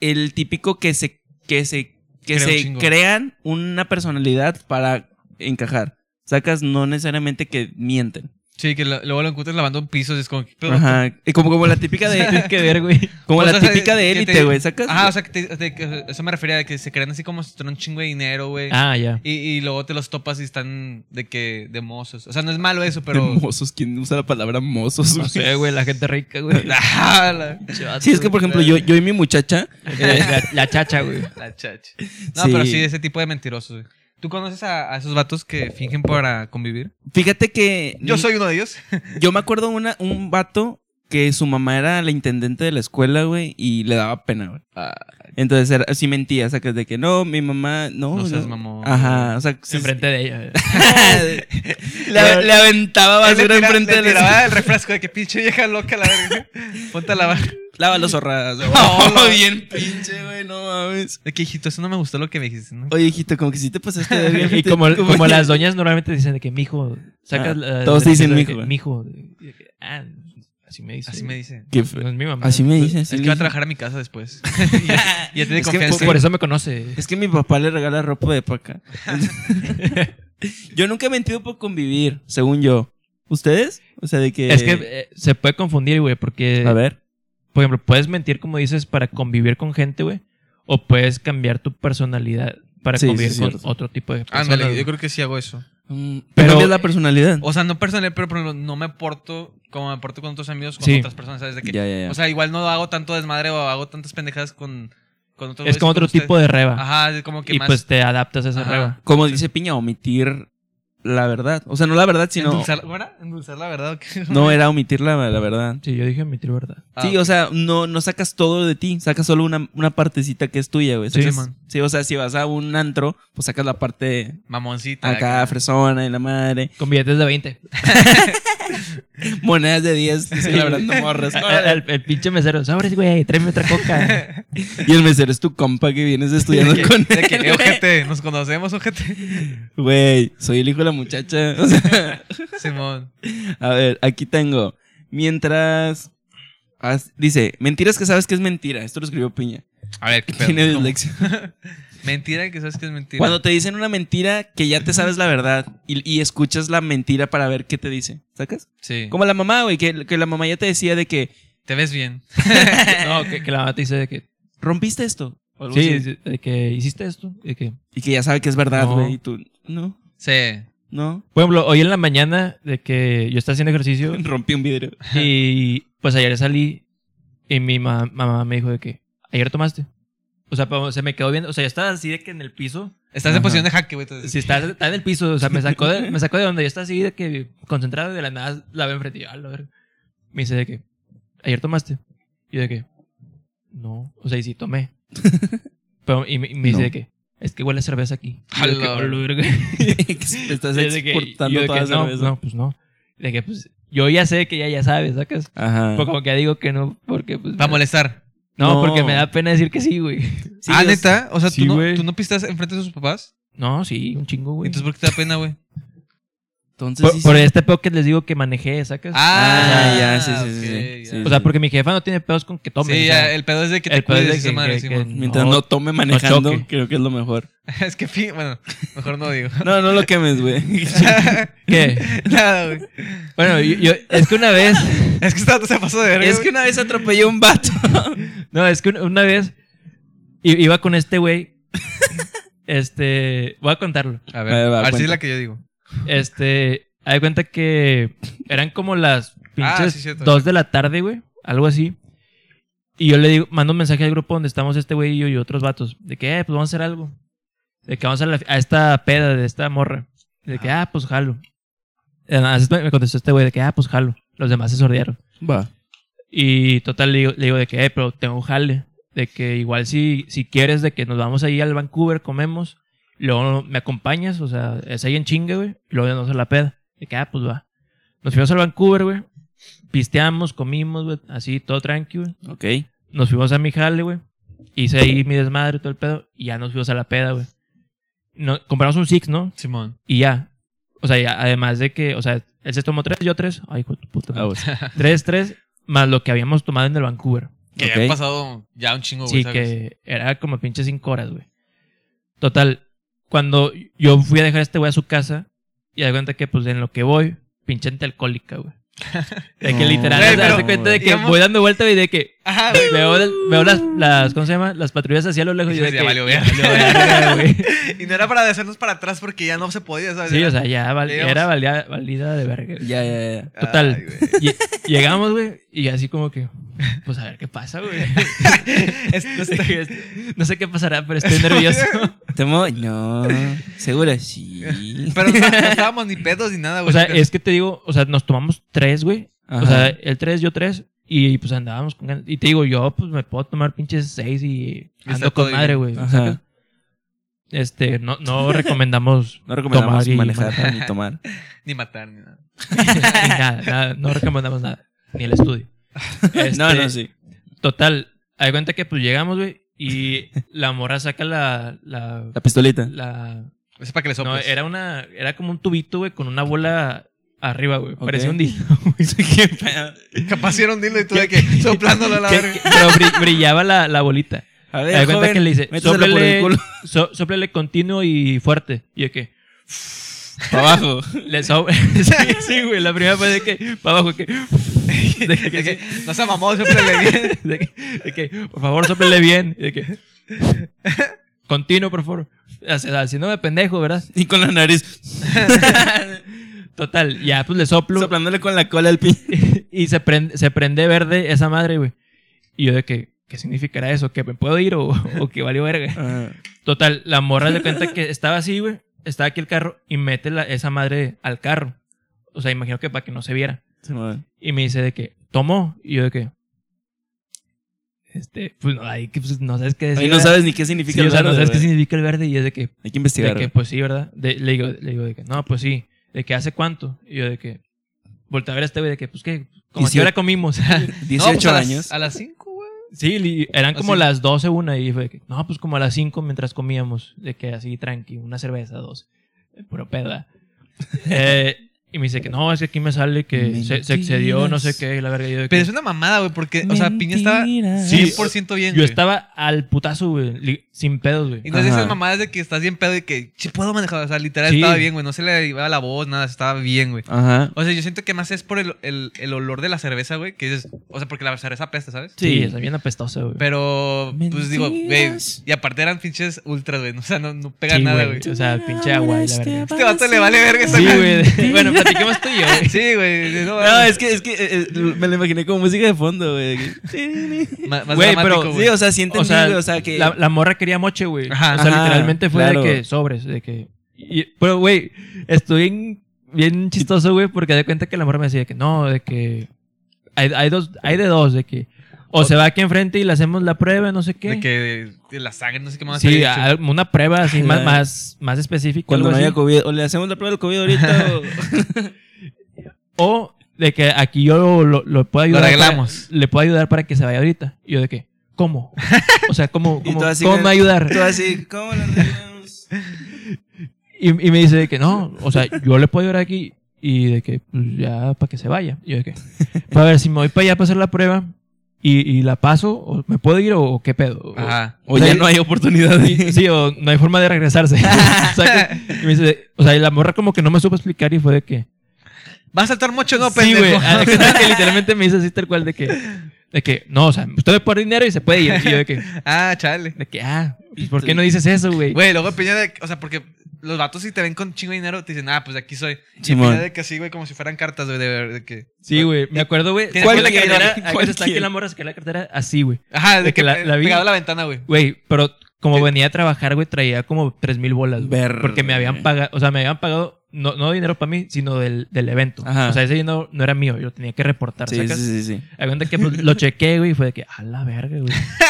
Speaker 4: el típico que se, que se, que
Speaker 2: Crea un
Speaker 4: se
Speaker 2: chingo.
Speaker 4: crean una personalidad para encajar. Sacas, no necesariamente que mienten.
Speaker 2: Sí, que lo- luego lo encuentras lavando pisos y es como... que, pero-
Speaker 4: Ajá. Y como, como la típica de.
Speaker 3: Tienes que ver, güey.
Speaker 4: Como
Speaker 2: O
Speaker 4: la
Speaker 2: sea, se-
Speaker 4: típica de
Speaker 2: que te- Ah,
Speaker 4: élite, güey. Sacas.
Speaker 2: Ajá, o sea, que te- de- que- eso me refería a que se crean así como si tuvieran un chingo de dinero, güey.
Speaker 3: Ah, ya.
Speaker 2: Y, y luego te los topas y están de que de mozos. O sea, no es malo eso,
Speaker 4: De
Speaker 2: pero...
Speaker 4: mozos, ¿quién usa la palabra mozos?
Speaker 3: No
Speaker 4: güey?
Speaker 3: sé, güey, la gente rica, güey.
Speaker 2: Ah, la,
Speaker 4: Sí, es que por ejemplo, yo, yo y mi muchacha.
Speaker 3: Eh, la, la chacha, güey.
Speaker 2: la chacha. No,
Speaker 4: Sí.
Speaker 2: pero sí, ese tipo de mentirosos, güey. ¿Tú conoces a, a esos vatos que fingen para convivir?
Speaker 4: Fíjate que.
Speaker 2: Yo soy uno de ellos.
Speaker 4: Yo me acuerdo una, un vato que su mamá era la intendente de la escuela, güey, y le daba pena, güey. Entonces, era, sí mentía, sacas de que no, mi mamá, no.
Speaker 2: No seas mamón.
Speaker 4: Ajá, o sea, sí-
Speaker 3: Enfrente de ella. güey.
Speaker 4: le, le aventaba
Speaker 2: Él le
Speaker 4: basura
Speaker 2: tira-
Speaker 4: enfrente
Speaker 2: le
Speaker 4: de
Speaker 2: tiraba
Speaker 4: la
Speaker 2: el refresco de que pinche vieja loca la verga. Ponte a lavar.
Speaker 4: Lava los zorras, güey.
Speaker 2: Hola.
Speaker 4: bien pinche, güey, no mames.
Speaker 2: De que, hijito, eso no me gustó lo que me dijiste, ¿no?
Speaker 4: Oye, hijito, como que sí te pasaste de verga.
Speaker 3: Y como,
Speaker 4: Como
Speaker 3: como
Speaker 4: que-
Speaker 3: las doñas normalmente dicen de que mijo, sacas
Speaker 4: Ah,
Speaker 3: la-
Speaker 4: todos
Speaker 3: de-
Speaker 4: dicen
Speaker 3: de que,
Speaker 4: mijo, güey.
Speaker 3: mijo. y de que, ah, así me dice.
Speaker 2: Así me dice.
Speaker 4: Qué
Speaker 3: No
Speaker 4: fe-
Speaker 3: es mi mamá.
Speaker 4: Así me
Speaker 3: Pues,
Speaker 4: dice.
Speaker 2: Es
Speaker 4: así
Speaker 2: que va a
Speaker 4: me dice.
Speaker 2: trabajar a mi casa después. Y ya, ya tiene
Speaker 4: Es que
Speaker 2: confianza.
Speaker 3: Por eso me conoce.
Speaker 4: Es que mi papá le regala ropa de paca. yo nunca he mentido por convivir, según yo. ¿Ustedes? O sea, de que.
Speaker 3: Es que eh, se puede confundir, güey, porque,
Speaker 4: A ver.
Speaker 3: por ejemplo, puedes mentir, como dices, para convivir con gente, güey, o puedes cambiar tu personalidad para
Speaker 4: Sí, sí,
Speaker 3: convivir
Speaker 4: es
Speaker 3: con
Speaker 4: cierto.
Speaker 3: otro tipo de personas.
Speaker 2: Ándale,
Speaker 3: güey.
Speaker 2: yo creo que sí hago eso.
Speaker 4: pero.
Speaker 3: pero-
Speaker 4: Cambias la personalidad.
Speaker 2: mm, O sea, no personal, pero por ejemplo, no me porto como me porto con otros amigos, con
Speaker 3: Sí.
Speaker 2: otras personas, ¿sabes? De que,
Speaker 4: Ya, ya, ya.
Speaker 2: O sea, igual no hago tanto desmadre o hago tantas pendejadas con, con otros
Speaker 3: es como otro tipo de reba.
Speaker 2: Ajá, es como que
Speaker 3: y
Speaker 2: más.
Speaker 3: pues te adaptas a esa
Speaker 2: Ajá.
Speaker 3: reba.
Speaker 4: como dice Piña, omitir la verdad. O sea, no la verdad, sino.
Speaker 2: endulzar, ¿cómo era? ¿Endulzar la verdad o qué?
Speaker 4: No era omitir la, la verdad.
Speaker 3: Sí, yo dije mentir, ¿verdad?
Speaker 2: Ah,
Speaker 4: Sí, o sea, no, no sacas todo de ti, sacas solo una, una partecita que es tuya, güey.
Speaker 2: Sí,
Speaker 4: Sacas-
Speaker 2: man.
Speaker 4: sí, o sea, si vas a un antro, pues sacas la parte
Speaker 2: Mamoncita.
Speaker 4: acá, fresona y la madre.
Speaker 3: Con billetes de 20.
Speaker 4: Monedas de 10, sí, la verdad, no morras.
Speaker 3: el, el- el pinche mesero, sabres, güey, tráeme otra coca.
Speaker 4: Y el mesero es tu compa que vienes estudiando
Speaker 2: De que,
Speaker 4: con
Speaker 2: de que,
Speaker 4: él.
Speaker 2: eh, ojete, nos conocemos, ojete.
Speaker 4: Güey, soy el hijo de la muchacha. O sea,
Speaker 2: Simón.
Speaker 4: a ver, aquí tengo. Mientras. as- Dice, mentiras que sabes que es mentira. Esto lo escribió Piña.
Speaker 2: A ver, qué pedo.
Speaker 4: Tiene
Speaker 2: ¿Cómo?
Speaker 4: dislexia.
Speaker 2: Mentira que sabes que es mentira.
Speaker 4: Cuando te dicen una mentira que ya te sabes la verdad y, y escuchas la mentira para ver qué te dice. ¿Sacas?
Speaker 2: Sí.
Speaker 4: Como la mamá, güey, que, que la mamá ya te decía de que
Speaker 2: Te ves bien.
Speaker 3: no, que, que la mamá te dice de que,
Speaker 4: rompiste esto. o algo
Speaker 3: sí,
Speaker 4: así,
Speaker 3: de que hiciste esto. De que,
Speaker 4: Y que ya sabe que es verdad,
Speaker 3: No.
Speaker 4: güey. Y tú, no.
Speaker 2: Sí.
Speaker 4: ¿No?
Speaker 3: Por ejemplo, hoy en la mañana de que yo estaba haciendo ejercicio
Speaker 4: Rompí un vidrio.
Speaker 3: y pues ayer salí y mi ma- mamá me dijo de que ayer tomaste. O sea, pa- se me quedó viendo, o sea, ya estaba así de que en el piso,
Speaker 2: Estás en
Speaker 4: Ajá.
Speaker 2: posición de jaque, güey. entonces.
Speaker 3: si está, está en el piso, o sea, me sacó de, me sacó de donde yo estaba así de que concentrado y de la nada la veo enfrente y yo, "A la verga". Me dice de que ayer tomaste. Y yo de que no, o sea, y sí tomé. Pero, y me, y me dice
Speaker 4: No.
Speaker 3: de que es que huele a cerveza aquí. Y yo de que,
Speaker 2: A la
Speaker 3: "A la verga".
Speaker 4: Estás
Speaker 3: Y yo de que- y yo
Speaker 4: exportando
Speaker 3: de que,
Speaker 4: toda
Speaker 3: no,
Speaker 4: cerveza.
Speaker 3: no, pues no. De que pues yo ya sé que ya ya sabes, sacas.
Speaker 4: Ajá.
Speaker 3: Pues como que digo que no, porque pues.
Speaker 2: Para molestar.
Speaker 3: No,
Speaker 4: No.
Speaker 3: porque me da pena decir que sí, güey.
Speaker 4: Sí,
Speaker 2: ah,
Speaker 4: o sea,
Speaker 2: neta. O sea,
Speaker 3: sí,
Speaker 2: ¿tú,
Speaker 3: güey.
Speaker 2: no, ¿tú no pistas enfrente de sus papás?
Speaker 3: No, sí, un chingo, güey.
Speaker 2: Entonces, ¿por qué te da pena, güey?
Speaker 4: Entonces,
Speaker 3: por,
Speaker 4: sí,
Speaker 3: por
Speaker 4: sí.
Speaker 3: este pedo que les digo que manejé, ¿sacas?
Speaker 4: Ah, ya, sí, sí, sí,
Speaker 2: ok,
Speaker 4: sí.
Speaker 2: ya. Pues,
Speaker 3: o sea, porque mi jefa no tiene pedos con que tome.
Speaker 2: sí, ya,
Speaker 3: o
Speaker 4: eh.
Speaker 3: sea,
Speaker 2: el pedo es de que
Speaker 3: el
Speaker 2: te
Speaker 3: pedo es
Speaker 2: cuides
Speaker 3: de
Speaker 2: y esa
Speaker 3: que-
Speaker 2: madre,
Speaker 3: que-
Speaker 2: Simón.
Speaker 3: que-
Speaker 4: Mientras no,
Speaker 3: no,
Speaker 4: tome manejando,
Speaker 3: choque.
Speaker 4: creo que es lo mejor.
Speaker 2: Es que, fi- bueno, mejor no digo.
Speaker 4: No, no lo quemes, güey.
Speaker 3: ¿Qué?
Speaker 2: Nada, güey.
Speaker 3: Bueno, yo, yo- es que una vez.
Speaker 2: Es que está, se pasó de verga.
Speaker 4: es que
Speaker 2: güey.
Speaker 4: una vez atropellé a un vato.
Speaker 3: No, es que un- una vez i- iba con este güey. Este. Voy a contarlo.
Speaker 2: A ver,
Speaker 4: A ver, va,
Speaker 2: a ver si es
Speaker 4: cuenta.
Speaker 2: la que yo digo.
Speaker 3: Este. Hay cuenta que eran como las
Speaker 2: Ah,
Speaker 3: pinches
Speaker 2: sí, cierto.
Speaker 3: dos de la tarde, güey. Algo así. Y yo le digo, mando un mensaje al grupo donde estamos este güey y yo y otros vatos. De que, eh, pues vamos a hacer algo. De que vamos a, la- a esta peda de esta morra. De que, ah, pues jalo. Eh, nada, así Me contestó este güey de que, ah, pues jalo. Los demás se sordearon.
Speaker 4: Va.
Speaker 3: Y total, le digo, le digo de que, eh, pero tengo un jale. De que igual si, si quieres, de que nos vamos ahí al Vancouver, comemos. Luego me acompañas, o sea, es ahí en chingue, güey. Y luego ya nos a la peda. De que, ah, pues va. Nos fuimos al Vancouver, güey. Pisteamos, comimos, güey. Así, todo tranqui, güey.
Speaker 4: Ok.
Speaker 3: Nos fuimos a mi jale, güey. Hice ahí mi desmadre, todo el pedo. Y ya nos fuimos a la peda, güey. No, compramos un Six, ¿no?
Speaker 2: Simón.
Speaker 3: Y ya. O sea, ya, además de que, o sea, él se tomó tres, yo tres. Ay, hijo de tu puta.
Speaker 4: Ah,
Speaker 3: madre.
Speaker 4: bueno.
Speaker 3: Tres, tres, más lo que habíamos tomado en el Vancouver.
Speaker 2: Que
Speaker 4: Ok.
Speaker 2: han pasado ya un chingo, Oh, güey.
Speaker 3: Sí,
Speaker 2: ¿sabes?
Speaker 3: que era como pinche cinco horas, güey. Total, cuando yo fui a dejar a este güey a su casa, y de cuenta que, pues, en lo que voy, pinche gente alcohólica, güey. De que
Speaker 4: No.
Speaker 3: literal,
Speaker 2: Güey,
Speaker 3: haz- haz
Speaker 2: pero-
Speaker 3: de cuenta de que
Speaker 2: digamos-
Speaker 3: voy dando vuelta y de que
Speaker 2: Ajá, güey.
Speaker 3: veo, veo las, las, ¿cómo se llama? Las patrullas hacia lo lejos y
Speaker 2: Y
Speaker 3: yo de
Speaker 2: ya
Speaker 3: que...
Speaker 2: valió verga.
Speaker 3: ya verga, güey.
Speaker 2: Y no era para hacernos para atrás porque ya no se podía, ¿sabes?
Speaker 3: Sí, o sea, ya val-
Speaker 2: Digamos-
Speaker 3: era valida, valida de verga.
Speaker 4: Ya, ya, ya.
Speaker 3: Total.
Speaker 2: Ay, güey.
Speaker 3: Lle- Llegamos, güey, y así como que, pues a ver qué pasa, güey.
Speaker 2: Esto
Speaker 3: De
Speaker 2: está-
Speaker 3: que es- no sé qué pasará, pero estoy nervioso.
Speaker 4: ¿Te mo- No. Seguro sí.
Speaker 2: Pero no, no estábamos ni pedos ni nada, güey.
Speaker 3: O sea, es que te digo, o sea, nos tomamos tres, güey. O
Speaker 4: Ajá.
Speaker 3: sea, el tres, yo tres. Y pues andábamos con ganas. Y te digo, yo pues me puedo tomar pinches seis y
Speaker 2: Y está
Speaker 3: ando
Speaker 2: todo
Speaker 3: con madre, güey.
Speaker 4: Ajá.
Speaker 3: ¿sacas? Este, no, no recomendamos
Speaker 4: No recomendamos
Speaker 3: tomar y
Speaker 4: manejar ni tomar.
Speaker 2: Ni matar ni nada.
Speaker 3: manejar. Ni nada, nada, no recomendamos nada. Ni el estudio.
Speaker 4: No,
Speaker 3: Este,
Speaker 4: no, sí.
Speaker 3: Total, hay cuenta que pues llegamos, güey. Y la morra saca la... la,
Speaker 4: La pistolita.
Speaker 3: la-
Speaker 2: Es para que les
Speaker 3: no,
Speaker 4: pues.
Speaker 2: soples.
Speaker 3: era una... Era como un tubito, güey, con una bola arriba, güey.
Speaker 4: Ok.
Speaker 3: Parecía un dildo, güey.
Speaker 4: Qué pedo.
Speaker 2: Capaz era un dildo y tú de que soplándolo a la
Speaker 3: Que-
Speaker 2: verga.
Speaker 3: que- pero bri- brillaba la, la bolita.
Speaker 4: A
Speaker 3: Me da cuenta que le dice,
Speaker 4: métasela por el
Speaker 3: soplele,
Speaker 4: culo.
Speaker 3: so- soplele continuo y fuerte. Y de que,
Speaker 4: Para abajo.
Speaker 3: le so- sí, sí, güey, la primera vez de que, para abajo, que, de que,
Speaker 2: De que, no pues, se mamó, soplele bien.
Speaker 3: de que- de que, por favor, soplele bien. Y de que, continuo, por favor. Así- Haciéndome pendejo, ¿verdad?
Speaker 4: Y con la nariz.
Speaker 3: Total, ya pues le soplo
Speaker 4: Soplándole con la cola al pin.
Speaker 3: y se prende, se prende verde esa madre, güey. Y yo de que, ¿qué significará eso? ¿Que me puedo ir o, o que valió verga? Total, la morra de cuenta que estaba así, güey. Estaba aquí el carro y mete la- esa madre al carro. O sea, imagino que para que no se viera. Y me dice de que, ¿tomó? Y yo de que, este, pues no, ahí que, pues, no sabes qué decir.
Speaker 4: Ahí no
Speaker 3: ¿verdad?
Speaker 4: sabes ni qué significa
Speaker 3: Sí, o
Speaker 4: el
Speaker 3: sea, no
Speaker 4: verde,
Speaker 3: sabes qué
Speaker 4: güey.
Speaker 3: significa el verde. Y es de que,
Speaker 4: Hay que
Speaker 3: de
Speaker 4: investigar.
Speaker 3: que pues sí, ¿verdad? De- le, digo, le digo de que, no, pues sí. De que, ¿hace cuánto? Y yo de que, voltea a ver a este güey de que, pues qué, como si
Speaker 4: Diecio-
Speaker 3: ahora comimos.
Speaker 4: güey.
Speaker 2: No, pues
Speaker 4: 18
Speaker 2: a las-
Speaker 4: años.
Speaker 2: A las 5, güey.
Speaker 3: Sí, li- eran como
Speaker 2: Así.
Speaker 3: las 12 una y fue de que, no, pues como a las 5 mientras comíamos, de que así tranqui, una cerveza, dos, Eh, puro peda. Eh, Y me dice que no, es que aquí me sale que se, se excedió, no sé qué, la verga. y yo de
Speaker 2: Pero
Speaker 3: que-
Speaker 2: es una mamada, güey, porque, o sea, Piña estaba
Speaker 4: Mentiras.
Speaker 2: 100% bien.
Speaker 3: Yo
Speaker 2: güey.
Speaker 3: estaba al putazo, güey, li- sin pedos, güey.
Speaker 2: Y no es de
Speaker 4: Ajá.
Speaker 2: esas mamadas de que estás bien pedo y que sí puedo manejar. O sea, literal
Speaker 3: Sí.
Speaker 2: estaba bien, güey. No se le iba la voz, nada, estaba bien, güey.
Speaker 4: Ajá.
Speaker 2: O sea, yo siento que más es por el, el- el olor de la cerveza, güey. Que dices, o sea, porque la cerveza apesta, ¿sabes?
Speaker 3: Sí,
Speaker 4: Sí.
Speaker 3: está bien apestosa, güey.
Speaker 2: Pero, pues digo, güey.
Speaker 4: Mentiras.
Speaker 2: Y aparte eran pinches ultras, güey. O sea, no, no pega
Speaker 3: Sí,
Speaker 2: nada,
Speaker 3: güey.
Speaker 2: güey.
Speaker 3: O sea, pinche agua, y la verga.
Speaker 2: Este vato le vale verga esa
Speaker 3: Sí,
Speaker 2: madre.
Speaker 3: güey. bueno, platiquemos tú y yo, güey.
Speaker 2: Sí, güey. No,
Speaker 4: No, es que, es que eh, eh, me lo imaginé como música de fondo, güey. Sí,
Speaker 2: Ma- más
Speaker 3: Güey,
Speaker 2: dramático,
Speaker 3: pero-
Speaker 2: güey.
Speaker 4: o sea, sí entendí,
Speaker 3: O sea,
Speaker 4: güey, o sea, que...
Speaker 3: la, la morra quería moche, güey. O
Speaker 2: Ajá.
Speaker 3: sea,
Speaker 4: Ajá,
Speaker 3: literalmente fue
Speaker 4: claro.
Speaker 3: de que sobres, de que... y- pero, güey, estuve bien, bien chistoso, güey, porque de cuenta que la morra me decía que no, de que... Hay, hay dos, hay de dos, de que... O se va aquí enfrente y le hacemos la prueba, no sé qué.
Speaker 2: De que de la sangre, no sé qué más.
Speaker 3: sí,
Speaker 2: sale.
Speaker 3: a- una prueba así
Speaker 4: Ah,
Speaker 3: más,
Speaker 4: la-
Speaker 3: más, más específica.
Speaker 4: Cuando
Speaker 3: algo
Speaker 4: no
Speaker 3: así.
Speaker 4: haya COVID, o le hacemos la prueba del COVID ahorita o...
Speaker 3: O de que aquí yo lo, lo, lo puedo
Speaker 2: Lo
Speaker 3: ayudar. para-
Speaker 2: arreglamos.
Speaker 3: le puedo ayudar para que se vaya ahorita. Y yo de que, ¿cómo? O sea, ¿cómo,
Speaker 4: Y
Speaker 3: cómo,
Speaker 4: tú así
Speaker 3: cómo
Speaker 4: de-
Speaker 3: no ayudar?
Speaker 4: Todo así, ¿cómo lo arreglamos?
Speaker 3: Y, y me dice de que no, o sea, yo le puedo ayudar aquí y de que pues, ya para que se vaya. Y yo de que, para ver si me voy para allá para hacer la prueba y, y la paso, o me puedo ir o, o qué pedo. O-
Speaker 2: Ajá.
Speaker 4: O ya no hay oportunidad de...
Speaker 3: Sí, o no hay forma de regresarse. O sea, que- y me dice, o sea, y la morra como que no me supo explicar y fue de que.
Speaker 2: ¿Vas a saltar mucho, no,
Speaker 3: sí, güey.
Speaker 2: pendejo?
Speaker 3: Ah, que tal que literalmente me dice así tal cual de que. De que, no, o sea, usted me pone dinero y se puede ir. Y yo de que,
Speaker 2: ah, chale.
Speaker 3: de que ah, pues, ¿por qué no dices eso, güey?
Speaker 2: Güey, luego Piña de. O sea, porque los vatos, si te ven con chingo de dinero, te dicen, ah, pues de aquí soy. Y
Speaker 4: Simón.
Speaker 2: Piña de que sí, güey, como si fueran cartas, güey, de, de que.
Speaker 3: Sí, güey. Me acuerdo, güey.
Speaker 2: ¿Tienes
Speaker 3: ¿Cuál la
Speaker 2: cualquiera?
Speaker 3: cartera? Ahí cuando está aquí
Speaker 4: Cualquiera.
Speaker 3: la morra, saqué la cartera así, güey.
Speaker 2: Ajá, de,
Speaker 3: De
Speaker 2: que,
Speaker 3: que la- la vi.
Speaker 2: Pegado a la ventana, güey.
Speaker 3: Güey, pero como
Speaker 2: Sí.
Speaker 3: venía a trabajar, güey, traía como tres mil bolas, güey.
Speaker 4: Ver-
Speaker 3: Porque me habían pagado, o sea, me habían pagado no, no dinero para mí, sino del, del evento.
Speaker 4: Ajá.
Speaker 3: O sea, ese no, no era mío, yo lo tenía que reportar.
Speaker 4: Sí, sí,
Speaker 3: ¿sacas?
Speaker 4: sí, sí.
Speaker 3: Haz cuenta que pues, lo chequé, güey, y fue de que, a la verga, güey.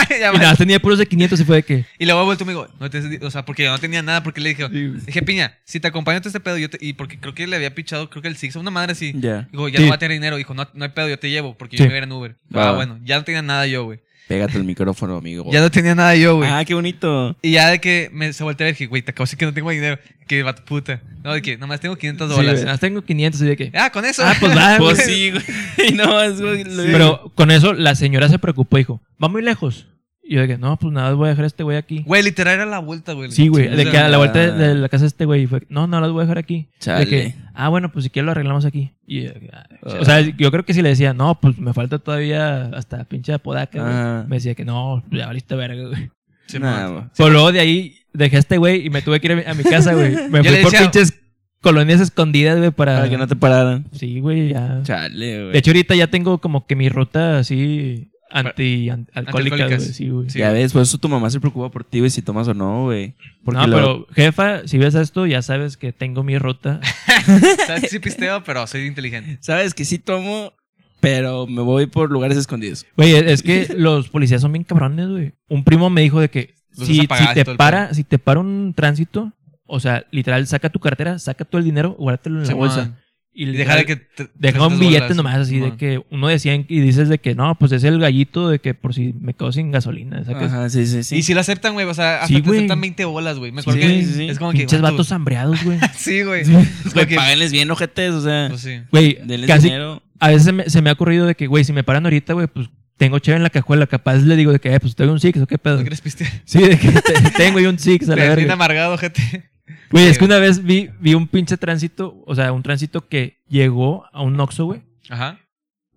Speaker 2: Ya
Speaker 3: Y
Speaker 2: valió.
Speaker 3: nada, más tenía puros de 500 y fue de que,
Speaker 2: Y luego vuelto y me dijo, no te- o sea, porque yo no tenía nada, porque le dije, dije, piña, si te acompaño a todo este pedo, yo te, y porque creo que le había pichado, creo que el Six, a una madre así.
Speaker 4: Ya.
Speaker 2: Digo, ya
Speaker 3: Sí.
Speaker 2: no va a tener dinero. Dijo, no, no hay pedo, yo te llevo, porque
Speaker 3: Sí.
Speaker 2: yo me voy a ir en Uber.
Speaker 4: Va.
Speaker 2: Ah, bueno, ya no tenía nada yo, güey.
Speaker 4: Pégate el micrófono, amigo.
Speaker 2: Ya no tenía nada yo, güey.
Speaker 4: ah, qué bonito.
Speaker 2: Y ya de que me se voltea y dije, güey, te acabo de decir que no tengo dinero. Que va tu puta. No, de que nomás tengo 500
Speaker 3: sí, güey,
Speaker 2: dólares.
Speaker 3: nada más tengo 500 y de que.
Speaker 2: ah, con eso.
Speaker 3: Ah, pues va, güey.
Speaker 4: Pues sí, güey. Y no, es güey, lo-
Speaker 3: Pero con eso la señora se preocupó, dijo, va muy lejos. Y yo de que, no, pues nada, voy a dejar a este güey aquí.
Speaker 2: Güey, literal era la vuelta, güey.
Speaker 3: Sí, güey,
Speaker 4: Sí,
Speaker 3: de
Speaker 4: o
Speaker 3: que
Speaker 4: sea,
Speaker 3: a la vuelta de,
Speaker 4: ya.
Speaker 3: de la casa de este güey, y fue, no, no, las voy a dejar aquí.
Speaker 4: Chale.
Speaker 3: De que, ah, bueno, pues si quieres lo arreglamos aquí. Y yo, ah,
Speaker 4: Ah.
Speaker 3: o sea, yo creo que si le decía, no, pues me falta todavía hasta pinche apodaca, güey",
Speaker 4: Ah.
Speaker 3: me decía que no, pues ya valiste verga, güey.
Speaker 2: Sí,
Speaker 4: Nah,
Speaker 2: man.
Speaker 4: güey.
Speaker 3: Pero luego de ahí dejé a este güey y me tuve que ir a mi, a mi casa, güey. Me
Speaker 2: Yo
Speaker 3: fui
Speaker 2: le
Speaker 3: por
Speaker 2: decía-
Speaker 3: pinches colonias escondidas, güey, para...
Speaker 4: Para que no te pararan.
Speaker 3: Sí, güey, ya.
Speaker 4: Chale, güey.
Speaker 3: ah. De hecho, ahorita ya tengo como que mi ruta así anti an- alcohólica, güey.
Speaker 2: Antialcohólicas.
Speaker 3: Sí, güey.
Speaker 2: Sí.
Speaker 4: ya ves, por eso tu mamá se preocupa por ti, güey, si tomas o no, güey. Porque
Speaker 3: No,
Speaker 4: lo-
Speaker 3: pero jefa, si ves esto, ya sabes que tengo mi ruta.
Speaker 2: O sea, sí pisteo, pero soy inteligente.
Speaker 4: Sabes que sí tomo, pero me voy por lugares escondidos.
Speaker 3: Güey, es que los policías son bien cabrones, güey. Un primo me dijo de que
Speaker 2: Luces
Speaker 3: si, si
Speaker 2: apagadas y
Speaker 3: te
Speaker 2: todo el
Speaker 3: para, si te para un tránsito, o sea, literal, saca tu cartera, saca todo el dinero, guárdatelo en la
Speaker 2: Sí,
Speaker 3: bolsa.
Speaker 2: man. Y dejar de que. te-
Speaker 3: Deja
Speaker 2: 300
Speaker 3: un billete
Speaker 2: bolas.
Speaker 3: nomás así de
Speaker 2: Man.
Speaker 3: que uno decía y dices de que no, pues es el gallito de que por si me quedo sin gasolina. sacas.
Speaker 4: Ajá, sí, sí, sí.
Speaker 2: Y si lo aceptan, güey, o sea, hasta
Speaker 3: Sí,
Speaker 2: te
Speaker 3: güey.
Speaker 2: aceptan 20 bolas, güey. Me
Speaker 3: Sí,
Speaker 2: acuerdo que
Speaker 3: güey.
Speaker 2: es como que.
Speaker 3: Pinches
Speaker 2: vato,
Speaker 3: vatos hambreados, güey.
Speaker 2: Sí, güey.
Speaker 4: Güey,
Speaker 2: Porque-
Speaker 4: páguenles bien, ojetes, o
Speaker 3: "Ah,
Speaker 4: sea,
Speaker 2: Pues sí.
Speaker 3: Güey,
Speaker 4: denles
Speaker 3: casi
Speaker 4: dinero.
Speaker 3: a veces se me, se me ha ocurrido de que, güey, si me paran ahorita, güey, pues tengo chévere en la cajuela. Capaz le digo de que, eh, pues tengo un Six o qué
Speaker 2: ¿No
Speaker 3: pedo.
Speaker 2: quieres pistear?
Speaker 3: Sí, de que te- tengo ahí un Six a la
Speaker 2: Te- Bien
Speaker 3: verga.
Speaker 2: amargado, gente.
Speaker 3: Güey,
Speaker 4: Eh,
Speaker 3: es que una vez vi, vi un pinche tránsito, o sea, un tránsito que llegó a un Oxxo, güey,
Speaker 2: Ajá.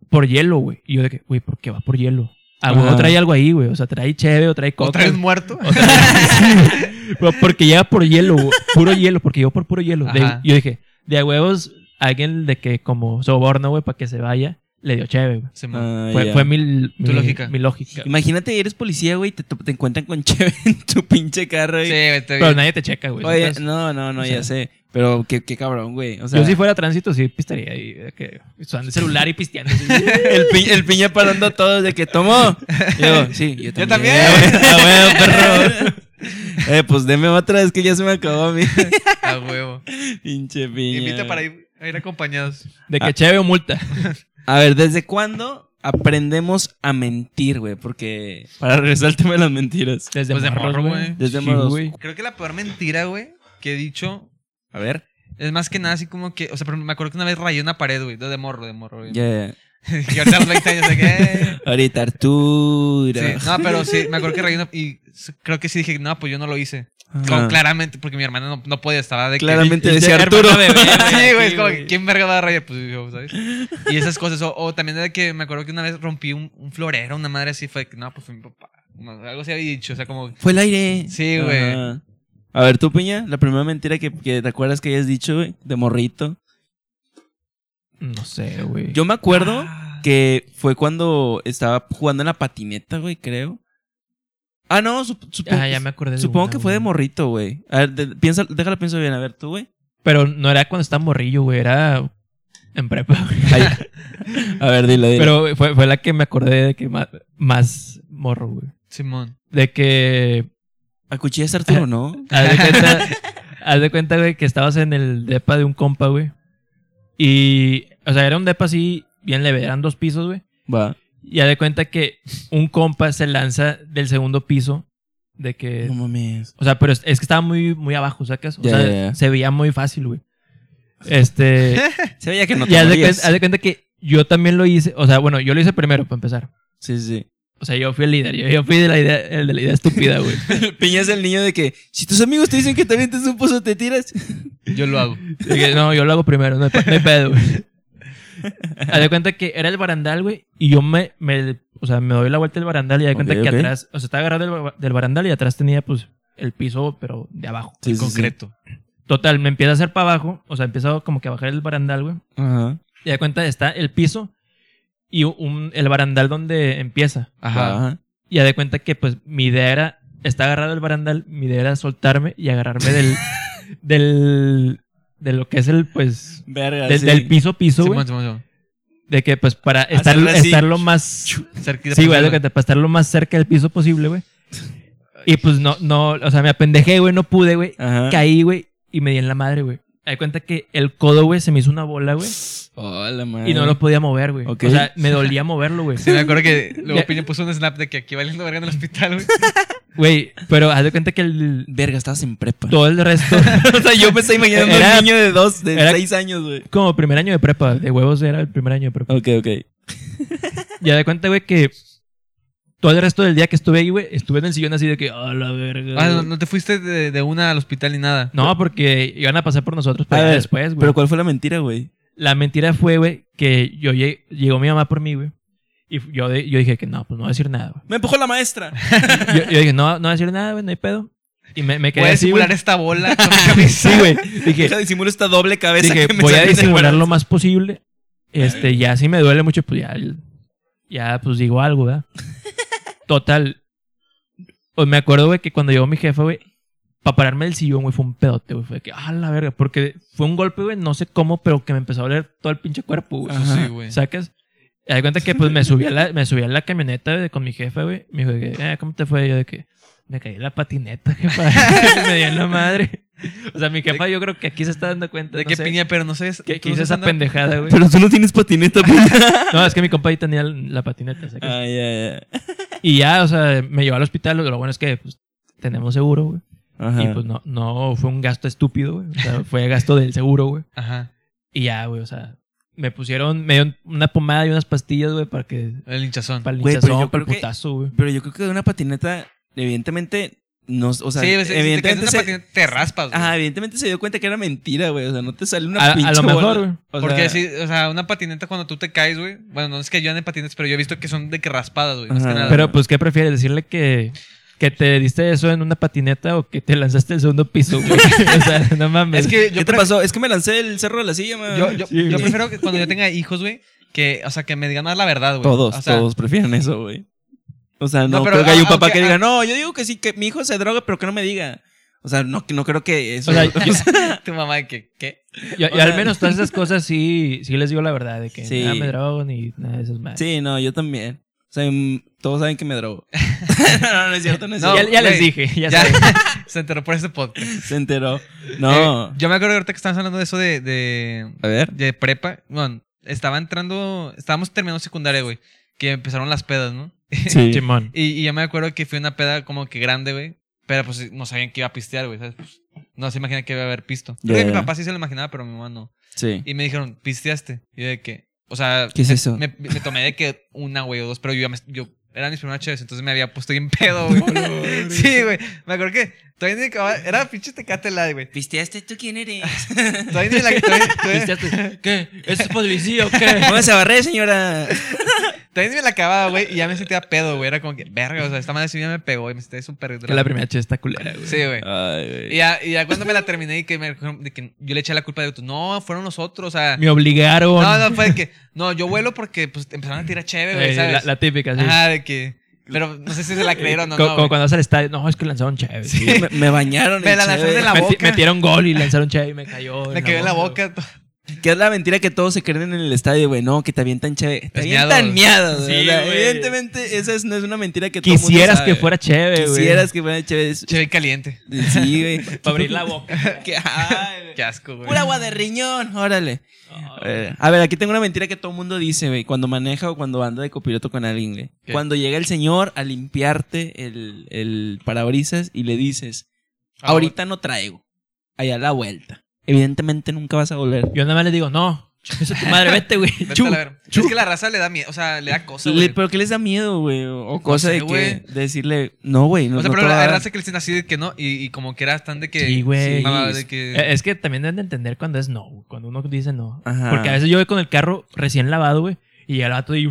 Speaker 3: por hielo, güey. Y yo de que, güey, ¿por qué va por hielo? A huevo
Speaker 4: Ajá.
Speaker 3: trae algo ahí, güey. O sea, trae chévere o trae coca.
Speaker 2: ¿O traes muerto?
Speaker 3: O sea, sí, güey, porque llega por hielo, güey, puro hielo, porque llegó por puro hielo. De-
Speaker 2: Ajá.
Speaker 3: yo dije, de a huevos, alguien de que como soborno, güey, para que se vaya, le dio chévere, güey.
Speaker 2: Sí, man.
Speaker 4: Ah,
Speaker 3: Fue,
Speaker 4: ya.
Speaker 3: fue mi, mi-
Speaker 2: lógica.
Speaker 3: Mi lógica.
Speaker 4: Imagínate, eres policía, güey, te, to- te encuentran con Cheve en tu pinche carro.
Speaker 2: Sí, pues,
Speaker 4: güey.
Speaker 2: vete
Speaker 3: Pero
Speaker 2: bien.
Speaker 3: nadie te checa, güey.
Speaker 4: Oye,
Speaker 3: Entonces,
Speaker 4: no, no, no,
Speaker 3: o sea-
Speaker 4: ya sé. Pero qué, qué cabrón, güey. O sea,
Speaker 3: yo si fuera tránsito, sí pistaría ahí, de que usando el celular y pisteando. así.
Speaker 4: el, pi- el piña parando a todos de que tomó. Yo, sí,
Speaker 2: Yo
Speaker 4: yo también.
Speaker 2: también.
Speaker 3: Ah, güey, perro.
Speaker 4: Eh, pues deme otra vez que ya se me acabó a mí.
Speaker 2: A huevo.
Speaker 4: pinche piña.
Speaker 2: Invita para ir, a ir acompañados.
Speaker 3: De
Speaker 4: Ah.
Speaker 3: que chévere o multa.
Speaker 4: A ver, ¿desde cuándo aprendemos a mentir, güey? Porque para regresar al tema de las mentiras.
Speaker 3: Desde
Speaker 2: Pues de
Speaker 3: morros,
Speaker 2: morro,
Speaker 3: güey.
Speaker 2: güey.
Speaker 4: Desde
Speaker 3: Sí,
Speaker 4: morros.
Speaker 3: güey.
Speaker 2: Creo que la peor mentira, güey, que he dicho
Speaker 4: A ver.
Speaker 2: Es más que nada así como que. O sea, pero me acuerdo que una vez rayé una pared, güey. De morro, de morro, güey.
Speaker 4: Ya, ya.
Speaker 2: y ahorita a los 20 años de que. "Eh".
Speaker 4: Ahorita Arturo.
Speaker 2: Sí, no, pero sí, me acuerdo que rayé una. Y s- creo que sí dije, no, pues yo no lo hice.
Speaker 4: Ah.
Speaker 2: Como claramente, porque mi hermana no, no podía, estaba de que-
Speaker 4: Claramente
Speaker 3: Y- y
Speaker 4: decía
Speaker 3: de
Speaker 4: Arturo.
Speaker 3: hermana bebé.
Speaker 2: Sí, güey, es
Speaker 3: Sí,
Speaker 2: como,
Speaker 3: güey.
Speaker 2: que, ¿quién verga va a rayar? Pues yo, ¿sabes? Y esas cosas. O, o también de que me acuerdo que una vez rompí un, un florero, una madre así, fue que, no, pues fue mi papá. No, Algo se había dicho, o sea, como.
Speaker 4: Fue el aire.
Speaker 2: Sí, güey.
Speaker 4: Ajá. A ver, tú, Peña, la primera mentira que, que te acuerdas que hayas dicho, güey, de morrito.
Speaker 3: No sé, güey.
Speaker 4: Yo me acuerdo
Speaker 2: Ah,
Speaker 4: que fue cuando estaba jugando en la patineta, güey, creo. Ah, no, sup- supo-
Speaker 3: Ah, ya me acordé. de
Speaker 4: supongo
Speaker 3: una,
Speaker 4: que fue de
Speaker 3: güey.
Speaker 4: morrito, güey. A ver, de- piensa, déjala, pienso bien. A ver, tú, güey.
Speaker 3: Pero no era cuando estaba morrillo, güey. Era en prepa, güey.
Speaker 4: Ahí. A ver, dilo, dilo.
Speaker 3: Pero güey, fue, fue la que me acordé de que más, más morro, güey.
Speaker 2: Simón.
Speaker 3: De que.
Speaker 4: ¿Acuchillas a Arturo, no?
Speaker 3: Haz de cuenta, haz de cuenta, güey, que estabas en el depa de un compa, güey. Y. O sea, era un depa así, bien leve. Eran dos pisos, güey.
Speaker 4: Va.
Speaker 3: Y haz de cuenta que un compa se lanza del segundo piso. De que.
Speaker 4: No mames.
Speaker 3: O sea, pero es, es que estaba muy, muy abajo, ¿sacas? O
Speaker 4: Ya,
Speaker 3: sea,
Speaker 4: ya, ya.
Speaker 3: se veía muy fácil, güey. Este.
Speaker 4: Se veía que no te
Speaker 3: y haz de,
Speaker 4: morías.
Speaker 3: cuenta, haz de cuenta que yo también lo hice. O sea, bueno, yo lo hice primero para empezar.
Speaker 4: Sí, sí.
Speaker 3: O sea, yo fui el líder. Yo, yo fui de la idea, el de la idea estúpida, güey.
Speaker 4: Peña es el niño de que si tus amigos te dicen que te avientes un pozo, te tiras.
Speaker 2: Yo lo hago.
Speaker 3: Dije, no, yo lo hago primero. No hay, pe- no hay pedo, güey. Haz de cuenta que era el barandal, güey. Y yo me, me, o sea, me doy la vuelta del barandal y haz de cuenta
Speaker 4: Ok,
Speaker 3: que
Speaker 4: ok.
Speaker 3: atrás, o sea, estaba agarrado del, ba- del barandal y atrás tenía, pues, el piso, pero de abajo.
Speaker 4: Sí, sí, sí.
Speaker 2: Concreto.
Speaker 3: Total, me empieza a hacer para abajo. O sea, empiezo como que a bajar el barandal, güey.
Speaker 4: Ajá.
Speaker 3: Y de cuenta está el piso y un, el barandal donde empieza.
Speaker 2: Ajá.
Speaker 4: Ajá.
Speaker 3: Y ya de cuenta que, pues, mi idea era. Está agarrado el barandal, mi idea era soltarme y agarrarme del. del. de lo que es el, pues.
Speaker 4: Verga,
Speaker 3: Del,
Speaker 4: Ah, sí.
Speaker 3: del piso piso, güey.
Speaker 2: Simón, Simón, Simón.
Speaker 3: De que, pues, para estar,
Speaker 4: Hacerle así.
Speaker 3: estar lo más.
Speaker 2: Cerquita
Speaker 3: Sí, güey, de
Speaker 2: posible.
Speaker 3: cuenta, para estar lo más cerca del piso posible, güey. Y pues no, no, o sea, me apendejé, güey, no pude, güey.
Speaker 4: Ajá.
Speaker 3: Caí, güey, y me di en la madre, güey. De cuenta que el codo, güey, se me hizo una bola, güey.
Speaker 4: Hola,
Speaker 3: Y no lo podía mover, güey.
Speaker 4: Ok.
Speaker 3: O sea, me dolía moverlo, güey.
Speaker 2: Sí, me acuerdo que luego
Speaker 3: Ya.
Speaker 2: Piña puso un snap de que aquí valiendo verga en el hospital, güey.
Speaker 3: Güey, pero haz de cuenta que el,
Speaker 4: Verga, estabas en prepa.
Speaker 3: todo el resto.
Speaker 4: o sea, yo me estaba imaginando
Speaker 3: Era-
Speaker 4: un niño de dos, de
Speaker 3: era-
Speaker 4: seis años, güey.
Speaker 3: Como primer año de prepa, de huevos era el primer año de prepa.
Speaker 4: Ok, ok.
Speaker 3: Ya de cuenta, güey, que todo el resto del día que estuve ahí, güey, estuve en el sillón así de que, ah, la verga.
Speaker 2: Ah, no,
Speaker 3: güey".
Speaker 2: no te fuiste de, de una al hospital ni nada.
Speaker 3: No, porque iban a pasar por nosotros
Speaker 4: A
Speaker 3: pero ya
Speaker 4: ver,
Speaker 3: después, güey.
Speaker 4: Pero ¿cuál fue la mentira, güey?
Speaker 3: La mentira fue, güey, que yo lle- llegó mi mamá por mí, güey. Y f- yo, de- yo dije que no, pues no voy a decir nada, güey.
Speaker 4: Me empujó la maestra.
Speaker 3: Yo, yo dije, no, no voy a decir nada, güey, no hay pedo. Y me, me quedé
Speaker 2: Voy a
Speaker 3: así, güey.
Speaker 2: simular esta bola con mi camisa.
Speaker 3: Sí, güey. Dije,
Speaker 4: Deja disimulo esta doble cabeza
Speaker 3: dije,
Speaker 4: que me
Speaker 3: voy a
Speaker 4: salió de
Speaker 3: disimular
Speaker 4: guardar.
Speaker 3: lo más posible. Este, ya si me duele mucho, pues ya, ya pues digo algo, ¿verdad? Total. Pues me acuerdo, güey, que cuando llegó mi jefa, güey, para pararme del sillón, güey, fue un pedote, güey. Fue de que, ah, la verga, porque fue un golpe, güey, no sé cómo, pero que me empezó a doler todo el pinche cuerpo, güey.
Speaker 4: Ajá.
Speaker 2: Sí, güey.
Speaker 3: ¿Sacas? Y da cuenta que pues me subí a la, me subí a la camioneta güey, con mi jefa, güey. Me dijo, de que, "Ah, ¿cómo te fue? Y yo de que me caí en la patineta, jefa. me dio en la madre. O sea, mi jefa yo creo que aquí se está dando cuenta.
Speaker 2: De
Speaker 3: no
Speaker 2: qué
Speaker 3: sé,
Speaker 2: piña, pero no sé.
Speaker 3: Que, que
Speaker 2: tú no
Speaker 3: hice
Speaker 2: sabes
Speaker 3: esa
Speaker 2: andar-
Speaker 3: pendejada, güey.
Speaker 4: Pero tú no tienes patineta, Ah, puta.
Speaker 3: No, es que mi compa ahí tenía la patineta. ¿sacas?
Speaker 4: Ay, ay, ay.
Speaker 3: Y ya, o sea, me llevó al hospital. Lo bueno es que pues, tenemos seguro, güey.
Speaker 4: Ajá.
Speaker 3: Y pues no, no fue un gasto estúpido, güey. O sea, fue gasto del seguro, güey.
Speaker 2: Ajá.
Speaker 3: Y ya, güey, o sea, me pusieron, me dieron una pomada y unas pastillas, güey, para que.
Speaker 2: El hinchazón.
Speaker 3: Para el
Speaker 4: Güey, pero yo
Speaker 3: hinchazón, para el
Speaker 4: creo que-
Speaker 3: putazo, güey.
Speaker 4: Pero yo creo que de una patineta, evidentemente, no, o sea,
Speaker 2: sí, pues, si te caes de
Speaker 4: evidentemente,
Speaker 2: una
Speaker 4: se,
Speaker 2: patineta, te raspas, güey.
Speaker 4: ajá, evidentemente se dio cuenta que era mentira, güey. O sea, no te sale una
Speaker 3: A, a
Speaker 4: pinche
Speaker 3: lo mejor,
Speaker 4: bola.
Speaker 3: güey.
Speaker 4: O sea,
Speaker 2: Porque sí, o sea, una patineta cuando tú te caes, güey. Bueno, no es que yo ande en patinetas, pero yo he visto que son de que raspadas, güey. Más que
Speaker 4: Ajá.
Speaker 2: nada.
Speaker 3: Pero, pues, ¿qué prefieres? ¿Decirle que, que te diste eso en una patineta o que te lanzaste del segundo piso, güey? o sea, no mames.
Speaker 2: es que yo,
Speaker 4: ¿Qué te
Speaker 2: pre-
Speaker 4: pasó? Es que me lancé del cerro de la silla, man.
Speaker 2: yo, yo-
Speaker 3: Sí,
Speaker 2: yo
Speaker 3: güey.
Speaker 2: prefiero que cuando yo tenga hijos, güey, que, o sea, que me digan más la verdad, güey.
Speaker 4: Todos,
Speaker 2: O sea,
Speaker 4: todos prefieren eso, güey. O sea, no,
Speaker 2: No, pero
Speaker 4: creo que haya un
Speaker 2: a-
Speaker 4: papá
Speaker 2: aunque-
Speaker 4: que diga,
Speaker 2: a-
Speaker 4: no, yo digo que sí, que mi hijo se droga, pero que no me diga. O sea, no, no creo que eso.
Speaker 3: O sea,
Speaker 2: Tu mamá, de que, ¿qué?
Speaker 3: yo, yo
Speaker 4: o sea-
Speaker 3: al menos todas esas cosas sí, sí les digo la verdad, de que
Speaker 4: Sí.
Speaker 3: nada me drogo ni nada de esas más.
Speaker 4: sí, no, yo también. O sea, mm, todos saben que me drogo. no, no es cierto, no es
Speaker 2: No,
Speaker 3: ya
Speaker 4: cierto.
Speaker 3: ya les
Speaker 2: güey,
Speaker 3: dije, ya,
Speaker 2: Ya,
Speaker 3: saben.
Speaker 2: se enteró por este podcast.
Speaker 4: Se enteró. No.
Speaker 2: Eh, yo me acuerdo ahorita que estabas hablando de eso de, de,
Speaker 4: a ver.
Speaker 2: de prepa. Bueno, estaba entrando, estábamos terminando secundaria, güey. Que empezaron las pedas, ¿no?
Speaker 4: Sí.
Speaker 3: Simón.
Speaker 2: Y, y yo me acuerdo que fue una peda como que grande, güey. Pero pues no sabían que iba a pistear, güey, ¿sabes? Pues, No se imagina que iba a haber pisto.
Speaker 4: Ya,
Speaker 2: Creo que
Speaker 4: ya.
Speaker 2: mi papá sí se lo imaginaba, pero mi mamá no.
Speaker 4: Sí.
Speaker 2: Y me dijeron, pisteaste. Y yo de que, o sea,
Speaker 4: ¿Qué es eso?
Speaker 2: me, me tomé de que una, güey, o dos, pero yo ya me, yo, eran mis primeras chaves, entonces me había puesto bien pedo, güey. sí, güey. Me acuerdo que todavía ni acababa- era pinche tecate light, güey.
Speaker 4: ¿Pisteaste tú quién eres?
Speaker 2: Todavía ni la, todavía- todavía-
Speaker 3: ¿Pisteaste? ¿Qué? ¿Eso es policía o qué?
Speaker 4: Vamos a barrer, señora.
Speaker 2: todavía ni me la acababa, güey, y ya me sentía pedo, güía Era como que, verga, o sea, esta madre sí ya me pegó y me sentía súper
Speaker 3: Que la primera chela está culera, güey.
Speaker 2: Sí, güey.
Speaker 4: Ay,
Speaker 2: Y
Speaker 4: güey.
Speaker 2: ya, y ya cuando me la terminé y que me dijeron de que yo le eché la culpa de otros, no, fueron nosotros, o sea,
Speaker 3: Me obligaron.
Speaker 2: no, no, fue de que, no, yo vuelo porque pues empezaron a tirar chévere, güey,
Speaker 3: Eh,
Speaker 2: ¿sabes?
Speaker 3: la, la típica, sí. Eh,
Speaker 2: Ajá, de que. Pero no sé si se la creyeron o
Speaker 3: Co-
Speaker 2: no.
Speaker 3: como
Speaker 2: güey.
Speaker 3: cuando vas al estadio. No, es que lanzaron cheve.
Speaker 4: Sí, me, me bañaron.
Speaker 2: Me
Speaker 4: en
Speaker 2: la lanzaron
Speaker 4: cheve.
Speaker 2: de la
Speaker 3: Meti-
Speaker 2: boca.
Speaker 3: Metieron gol y lanzaron cheve y me cayó.
Speaker 2: La que ve en la boca. to-
Speaker 4: Que es la mentira que todos se creen en el estadio, güey. No, que te avientan chévere. Te
Speaker 2: Es
Speaker 4: avientan miados,
Speaker 3: Sí,
Speaker 4: güey. O sea,
Speaker 3: güey.
Speaker 4: evidentemente, esa es- no es una mentira que todo mundo
Speaker 3: Quisieras
Speaker 4: sabe.
Speaker 3: que fuera cheve, güey.
Speaker 4: Quisieras que fuera chévere. Es-
Speaker 2: Che, caliente.
Speaker 4: Sí, güey.
Speaker 3: Para abrir la boca.
Speaker 4: Que- ay, güey.
Speaker 2: Qué asco, güey.
Speaker 4: Pura agua de riñón, órale. A ver, a ver, aquí tengo una mentira que todo el mundo dice, güey, cuando maneja o cuando anda de copiloto con alguien, güey.
Speaker 2: ¿Qué?
Speaker 4: Cuando llega el señor a limpiarte el, el parabrisas y le dices, ahorita no traigo, allá a la vuelta. Evidentemente nunca vas a volver.
Speaker 3: Yo nada más le digo, no. Eso tu madre, vete, güey.
Speaker 2: Vete
Speaker 3: Chu.
Speaker 2: a la verga. Es que la raza le da miedo. O sea, le da cosas,
Speaker 4: Le-
Speaker 2: güey.
Speaker 4: ¿Pero qué les da miedo, güey? O o cosa
Speaker 2: sé,
Speaker 4: de que
Speaker 2: güey.
Speaker 4: decirle, no, güey, no,
Speaker 2: O sea,
Speaker 4: no
Speaker 2: pero
Speaker 4: te va a
Speaker 2: hay
Speaker 4: dar".
Speaker 2: raza que le dicen así de que no. Y, y como que era tan de que.
Speaker 3: Sí, güey.
Speaker 2: mamá, de que-
Speaker 3: Eh, Es que también deben de entender cuando es no, güey, cuando uno dice no.
Speaker 4: Ajá.
Speaker 3: Porque a veces yo voy con el carro recién lavado, güey, y el vato y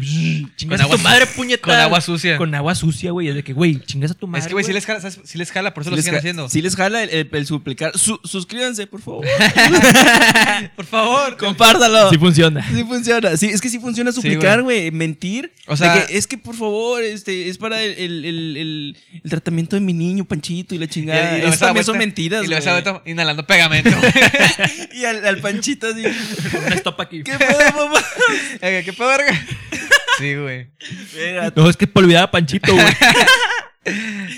Speaker 3: chingas
Speaker 2: Con
Speaker 3: a tu
Speaker 2: agua-
Speaker 3: madre, puñeta.
Speaker 2: Con agua sucia.
Speaker 3: Con agua sucia, güey. Es de que, güey, chingas a tu madre.
Speaker 2: Es que, güey, sí les jala, ¿sabes? Sí les jala, por eso lo
Speaker 4: les
Speaker 2: siguen
Speaker 4: ja-
Speaker 2: haciendo.
Speaker 4: sí les jala el, el- el suplicar. Su- suscríbanse, por favor.
Speaker 2: Por favor.
Speaker 4: Compártalo.
Speaker 3: Sí funciona.
Speaker 4: Sí funciona, sí, es que sí funciona suplicar, güey, mentir.
Speaker 2: O sea-
Speaker 4: De que, es que por favor, este, es para el, el- el- el- el tratamiento de mi niño, Panchito, y la
Speaker 2: Y- y
Speaker 4: chingada.
Speaker 2: le
Speaker 4: Esas
Speaker 2: ves a la
Speaker 4: también son
Speaker 2: vuelta-
Speaker 4: mentiras,
Speaker 2: Y le ves a
Speaker 4: güey.
Speaker 2: la vuelta inhalando pegamento.
Speaker 4: Y al, al Panchito así,
Speaker 3: Con una estopa aquí.
Speaker 4: ¿qué pedo, papá?
Speaker 2: Eh, ¿Qué pedo, verga? Sí, güey.
Speaker 4: Mira,
Speaker 3: No, es que por olvidar a Panchito, güey.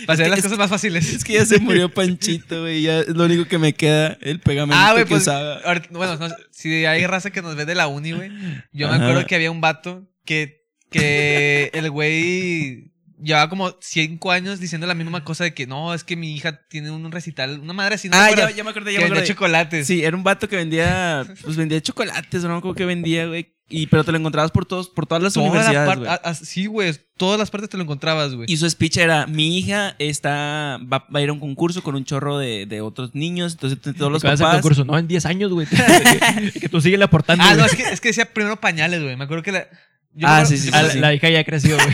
Speaker 2: Para hacer las
Speaker 4: es
Speaker 2: cosas más fáciles.
Speaker 4: es que ya se murió Panchito, güey, ya es lo único que me queda, el pegamento
Speaker 2: Ah, güey,
Speaker 4: que
Speaker 2: pues.
Speaker 4: usaba.
Speaker 2: ahorita- bueno, no, si hay raza que nos ve de la uni, güey. Yo me
Speaker 4: Ajá.
Speaker 2: acuerdo que había un vato que, que el güey llevaba como cinco años diciendo la misma cosa de que no, es que mi hija tiene un recital, una madre así, no
Speaker 4: Ah,
Speaker 2: te
Speaker 4: ya,
Speaker 2: acuerdas,
Speaker 4: ya me acordé,
Speaker 2: que
Speaker 4: ya me
Speaker 2: vendía
Speaker 4: acordé.
Speaker 2: chocolates.
Speaker 4: Sí, era un vato que vendía, pues vendía chocolates, ¿no? Como que vendía, güey. Y, pero te lo encontrabas por todos, por todas las Ah,
Speaker 2: Toda la
Speaker 4: universidades,
Speaker 2: par-
Speaker 4: güey.
Speaker 2: a- a- sí, güey, todas las partes te lo encontrabas, güey.
Speaker 4: Y su speech era, mi hija está, va, va a ir a un concurso con un chorro de, de otros niños, entonces t- todos los
Speaker 3: Que vas a
Speaker 4: papás...
Speaker 3: concurso, no, en 10 años, güey. que, que tú sigues aportando.
Speaker 2: Ah,
Speaker 3: güey.
Speaker 2: no, es que, es que decía primero pañales, güey. Me acuerdo que la. yo me
Speaker 4: Ah,
Speaker 2: acuerdo-
Speaker 4: sí, sí,
Speaker 3: A
Speaker 2: yo-
Speaker 3: la, la hija ya creció, güey.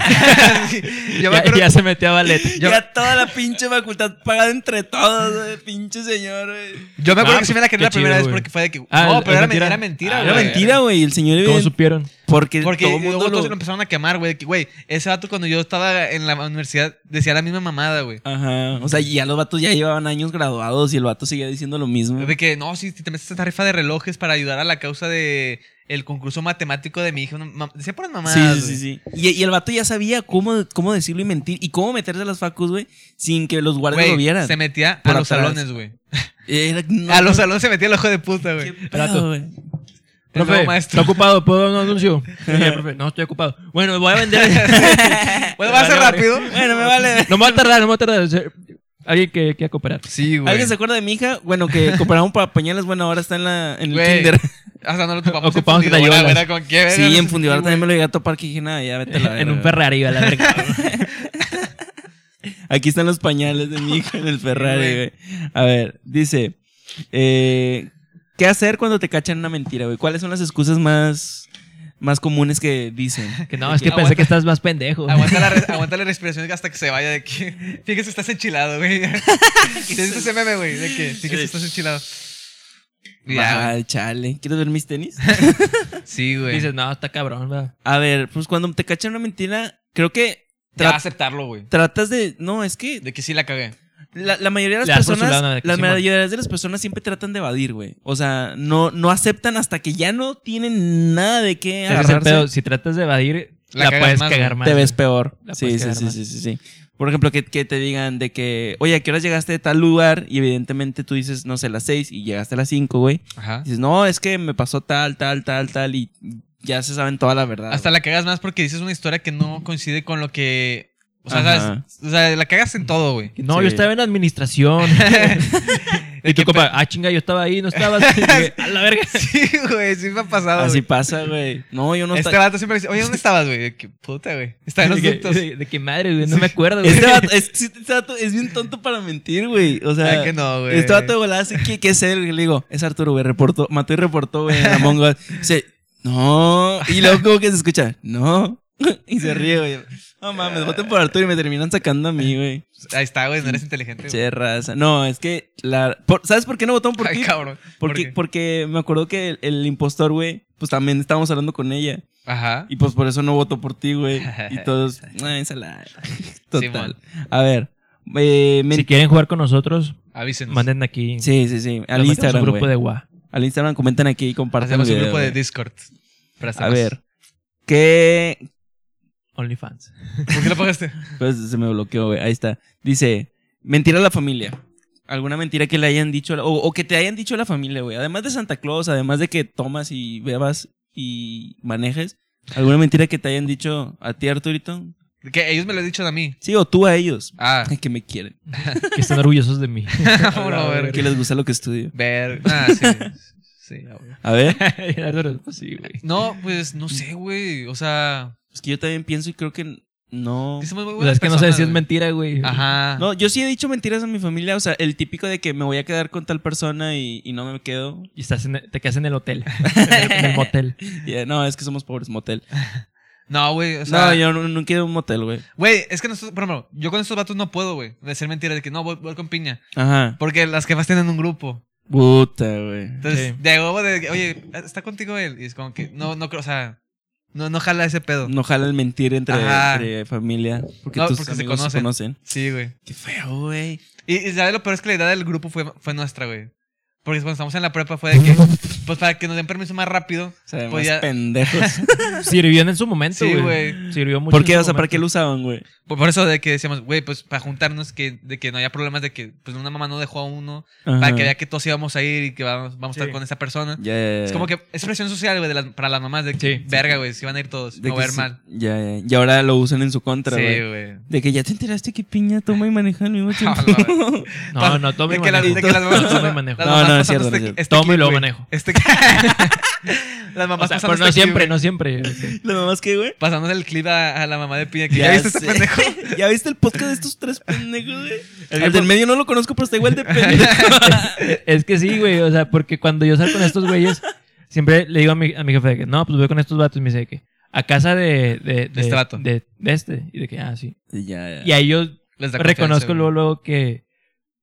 Speaker 2: Yo me
Speaker 3: ya,
Speaker 2: acuerdo.
Speaker 3: ya se metió a ballet.
Speaker 4: Ya toda la pinche facultad pagada entre todos, güey, pinche señor, güey.
Speaker 2: Yo me acuerdo
Speaker 3: Ah,
Speaker 2: que sí me la quería la
Speaker 3: qué chido,
Speaker 2: primera vez
Speaker 3: güey.
Speaker 2: porque fue de que.
Speaker 3: Ah,
Speaker 2: no,
Speaker 3: es
Speaker 2: pero era
Speaker 3: mentira.
Speaker 2: mentira, era mentira,
Speaker 3: Ah,
Speaker 2: güey.
Speaker 4: Era mentira, güey, el señor...
Speaker 3: ¿Cómo
Speaker 4: evidente-
Speaker 3: supieron?
Speaker 4: Porque,
Speaker 2: Porque
Speaker 4: todo el
Speaker 2: luego
Speaker 4: mundo
Speaker 2: todos
Speaker 4: lo...
Speaker 2: se lo empezaron a quemar, güey. de que, Güey, ese vato cuando yo estaba en la universidad decía la misma mamada, güey.
Speaker 4: Ajá, o sea, y ya los vatos ya llevaban años graduados y el vato seguía diciendo lo mismo.
Speaker 2: De que, no, si si te metes a esta rifa de relojes para ayudar a la causa de el concurso matemático de mi hija. una mam- Decía puras mamadas,
Speaker 4: Sí, sí,
Speaker 2: güey.
Speaker 4: sí, sí. Y, y el vato ya sabía cómo, cómo decirlo y mentir y cómo meterse a las facus, güey, sin que los guardias
Speaker 2: Güey,
Speaker 4: lo vieran.
Speaker 2: se metía a
Speaker 4: Por
Speaker 2: los
Speaker 4: atrás.
Speaker 2: salones, güey.
Speaker 4: Era- no,
Speaker 2: A los
Speaker 4: no,
Speaker 2: salones se metía el ojo de puta,
Speaker 4: qué
Speaker 2: güey.
Speaker 4: pedo,
Speaker 3: Rato.
Speaker 4: güey.
Speaker 2: El
Speaker 3: Profe,
Speaker 2: nuevo
Speaker 3: está
Speaker 2: maestro.
Speaker 3: ocupado, ¿puedo dar un anuncio? Oye, profe, no, estoy ocupado. Bueno, voy a vender.
Speaker 2: Bueno, va a ser
Speaker 3: Vale,
Speaker 2: rápido.
Speaker 4: Bueno, me vale.
Speaker 3: No me va a tardar, no me va a tardar. Se- Alguien que quiera cooperar.
Speaker 2: Sí, güey.
Speaker 4: ¿Alguien se acuerda de mi hija? Bueno, que compraron para pañales, bueno, ahora está en, la, en el
Speaker 2: Güey,
Speaker 4: kinder.
Speaker 2: Hasta no lo topamos.
Speaker 3: Ocupamos
Speaker 2: Ocupamos la
Speaker 3: crayolas.
Speaker 2: ¿verdad? ¿Con qué? verga?
Speaker 4: Sí,
Speaker 2: No
Speaker 4: en
Speaker 2: sé.
Speaker 4: Fundibar también me lo llegué a topar que dije, nada, ya vete a la
Speaker 3: En
Speaker 4: verga".
Speaker 3: un Ferrari, a la verga.
Speaker 4: Aquí están los pañales de mi hija en el Ferrari,
Speaker 2: Güey.
Speaker 4: güey. A ver, dice, eh, ¿qué hacer cuando te cachan una mentira, güey? ¿Cuáles son las excusas más, más comunes que dicen?
Speaker 3: Que no, es que
Speaker 2: Aguanta.
Speaker 3: pensé que estás más pendejo.
Speaker 2: Aguanta la, re- aguanta la respiración hasta que se vaya de que. Fíjese, estás enchilado, güey. ¿Te viste ese meme, güey? De que. Fíjese, estás enchilado. Ya,
Speaker 4: Ah, chale, ¿quieres ver mis tenis?
Speaker 2: güey. Sí, güey.
Speaker 3: Dices, no, está cabrón, va.
Speaker 4: A ver, pues cuando te cachan una mentira, creo que
Speaker 2: Ya,
Speaker 4: tra-
Speaker 2: aceptarlo, güey.
Speaker 4: tratas de... No, es que
Speaker 2: De que sí la cagué.
Speaker 4: La, la mayoría de
Speaker 3: Le
Speaker 4: las
Speaker 3: das por su
Speaker 4: personas,
Speaker 3: lado, ¿no? De que
Speaker 4: la
Speaker 3: Simón.
Speaker 4: mayoría de las personas siempre tratan de evadir, güey. O sea, no, no aceptan hasta que ya no tienen nada de qué
Speaker 3: Ese es el pedo.
Speaker 4: agarrarse.
Speaker 3: Si tratas de evadir,
Speaker 2: La
Speaker 3: la,
Speaker 2: cagas
Speaker 3: puedes
Speaker 2: más,
Speaker 3: cagar
Speaker 2: güey.
Speaker 3: más.
Speaker 4: Te
Speaker 3: güey.
Speaker 4: ves peor.
Speaker 3: La
Speaker 4: Sí,
Speaker 3: puedes
Speaker 4: sí,
Speaker 3: cagar
Speaker 4: sí,
Speaker 3: más.
Speaker 4: sí, sí, sí. Por ejemplo, que, que te digan de que, oye, ¿a qué horas llegaste de tal lugar? Y evidentemente tú dices, no sé, las seis y llegaste a las cinco, güey.
Speaker 3: Ah.
Speaker 2: Ajá.
Speaker 4: Dices, no, es que me pasó tal, tal, tal, tal y ya se saben toda la verdad.
Speaker 2: Hasta
Speaker 4: güey.
Speaker 2: la cagas más porque dices una historia que no coincide con lo que. O sea,
Speaker 4: Ajá.
Speaker 2: ¿sabes? O sea, la cagas en todo, güey.
Speaker 3: No,
Speaker 4: Sí.
Speaker 3: yo estaba en administración. Y tu compa, ah, chinga, yo estaba ahí, no estabas. Y dije, a la verga.
Speaker 2: Sí, güey, sí me ha pasado.
Speaker 4: Así
Speaker 2: güey.
Speaker 4: pasa, güey. No, yo no
Speaker 2: este
Speaker 4: estaba.
Speaker 2: vato siempre dice, oye, ¿dónde estabas, güey? De que, Puta, güey. Está en los
Speaker 3: De que-
Speaker 2: ductos.
Speaker 3: De, de que madre, güey, no me acuerdo, güey.
Speaker 4: Este vato, es, este vato es bien tonto para mentir, güey. O sea,
Speaker 2: Ay, Ah, que no, güey.
Speaker 4: este vato de volada así que, que es él. Le digo, es Arturo, güey. Reportó, mató y reportó, güey, en Among Us. Dice, no. Y luego como que se escucha, no. Y se ríe, güey. No mames, voten por Arturo y me terminan sacando a mí, güey.
Speaker 2: Ahí está, güey, no eres inteligente. güey.
Speaker 4: Che, raza. No, es que la... por- ¿Sabes por qué no votaron por
Speaker 2: Ay,
Speaker 4: ti?
Speaker 2: cabrón. ¿Por
Speaker 4: Porque,
Speaker 2: qué?
Speaker 4: porque me acuerdo que el, el impostor, güey, pues también estábamos hablando con ella.
Speaker 2: Ajá.
Speaker 4: Y pues por eso no votó por ti, güey. Y todos, "Ah, ensalada. Total.
Speaker 2: Simón.
Speaker 4: A ver. eh, men-
Speaker 3: Si quieren jugar con nosotros,
Speaker 2: Avísenos.
Speaker 3: manden aquí.
Speaker 4: sí, sí, sí. Al
Speaker 3: Nos metemos
Speaker 4: Instagram,
Speaker 3: un grupo
Speaker 4: güey.
Speaker 3: de WA.
Speaker 4: Al Instagram comentan aquí y compartan
Speaker 2: Hacemos
Speaker 4: el
Speaker 2: un
Speaker 4: video,
Speaker 2: grupo de
Speaker 4: güey.
Speaker 2: Discord. Pero
Speaker 4: A
Speaker 2: hacemos-
Speaker 4: ver. ¿Qué?
Speaker 3: OnlyFans.
Speaker 2: ¿Por qué lo pagaste?
Speaker 4: Pues se me bloqueó, güey. Ahí está. Dice, mentira a la familia. Alguna mentira que le hayan dicho, a la- o, o que te hayan dicho a la familia, güey. Además de Santa Claus, además de que tomas y bebas y manejes. ¿Alguna mentira que te hayan dicho a ti, Arturito?
Speaker 2: Que ellos me lo han dicho a mí.
Speaker 4: Sí, o tú a ellos.
Speaker 2: Ah,
Speaker 4: Ay, que me quieren.
Speaker 3: Que están orgullosos de mí.
Speaker 2: vámonos a ver.
Speaker 4: Que les gusta lo que estudio.
Speaker 2: Ver. Ah, sí. Sí, a ver.
Speaker 4: A ver.
Speaker 3: Y Arturo, pues sí, güey.
Speaker 2: No, pues no sé, güey. O sea,
Speaker 4: Es que yo también pienso y creo que no.
Speaker 2: sí somos muy
Speaker 3: O sea,
Speaker 2: buenas
Speaker 3: es que no sé
Speaker 2: personas,
Speaker 3: si es
Speaker 2: güey.
Speaker 3: mentira, güey.
Speaker 2: Ajá.
Speaker 4: No, yo sí he dicho mentiras a mi familia. O sea, el típico de que me voy a quedar con tal persona y, y no me quedo.
Speaker 3: Y estás en- te quedas en el hotel. en, el, en el motel.
Speaker 4: Y, eh, no, es que somos pobres, motel.
Speaker 2: No, güey. O sea,
Speaker 4: no, yo nu- nunca he ido a un motel, güey.
Speaker 2: Güey, es que nosotros, por ejemplo, yo con estos vatos no puedo, güey, decir mentiras de que no, voy, voy con piña.
Speaker 4: Ajá.
Speaker 2: Porque las jefas tienen un grupo.
Speaker 4: Puta, güey.
Speaker 2: Entonces,
Speaker 3: Sí.
Speaker 2: de huevo de que, oye, ¿está contigo él? Y es como que, no, no creo, o sea, no, no jala ese pedo.
Speaker 4: No jala el mentir entre,
Speaker 2: Ajá.
Speaker 4: entre familia. Porque
Speaker 2: No,
Speaker 4: tus
Speaker 2: porque se
Speaker 4: amigos se
Speaker 2: conocen.
Speaker 4: conocen.
Speaker 2: Sí, güey.
Speaker 4: Qué feo, güey.
Speaker 2: Y, y ¿sabes lo peor es que la idea del grupo fue, fue nuestra, güey. Porque cuando estábamos en la prepa fue de que, pues para que nos den permiso más rápido.
Speaker 4: O sea,
Speaker 2: Pues
Speaker 4: más
Speaker 2: ya-
Speaker 4: pendejos.
Speaker 3: Sirvió en su momento,
Speaker 2: Sí,
Speaker 3: güey.
Speaker 2: güey.
Speaker 3: Sirvió mucho.
Speaker 4: ¿Por qué?
Speaker 3: en su
Speaker 4: O sea, ¿para
Speaker 3: momento.
Speaker 4: qué lo usaban, güey?
Speaker 2: Por, por eso de que decíamos, güey, pues para juntarnos, que, de que no haya problemas, de que pues una mamá no dejó a uno, para
Speaker 4: Ajá.
Speaker 2: que vea que todos íbamos a ir y que vamos, vamos a
Speaker 3: Sí.
Speaker 2: estar con esa persona.
Speaker 4: Ya, ya, ya.
Speaker 2: Es como que es presión social, güey, de las- para las mamás de que,
Speaker 3: Sí.
Speaker 2: verga, güey, si van a ir todos,
Speaker 4: De
Speaker 2: no
Speaker 4: que
Speaker 2: va a ver
Speaker 4: sí.
Speaker 2: mal.
Speaker 4: Ya, ya. Y ahora lo usan en su contra, güey.
Speaker 2: Sí, güey.
Speaker 4: De que ya te enteraste que piña toma y maneja al mismo tiempo.
Speaker 3: No, no, tomo y
Speaker 2: De que la-
Speaker 3: manejo.
Speaker 2: de que las mamás-
Speaker 3: Tomo y manejo.
Speaker 2: las
Speaker 4: No,
Speaker 2: mamás
Speaker 4: no, es
Speaker 2: pasando
Speaker 4: cierto, no es
Speaker 2: este-
Speaker 4: cierto.
Speaker 2: este
Speaker 3: Tomo y luego
Speaker 2: clip, güey.
Speaker 3: manejo.
Speaker 2: Este- las mamás
Speaker 3: O sea,
Speaker 2: pasando
Speaker 3: pero no
Speaker 2: este clip,
Speaker 3: siempre,
Speaker 2: güey.
Speaker 3: no siempre.
Speaker 4: ¿La mamá es que, güey?
Speaker 2: Pasando el clip a, a la mamá de Piña que ya, viste este
Speaker 4: sé.
Speaker 2: pendejo.
Speaker 4: ¿Ya viste el podcast de estos tres pendejos, güey? El,
Speaker 2: grupo-
Speaker 4: del medio no lo conozco, pero está igual de pendejo.
Speaker 3: Es que sí, güey. O sea, porque cuando yo salgo con estos güeyes, siempre le digo a mi, a mi jefe de que no, pues voy con estos vatos y me dice de que a casa de, de, de,
Speaker 2: este vato.
Speaker 3: de- de este. Y de que, ah, sí.
Speaker 4: Y ya,
Speaker 3: Y ahí yo
Speaker 2: Les da
Speaker 3: reconozco
Speaker 2: confianza,
Speaker 3: luego,
Speaker 2: güey.
Speaker 3: luego que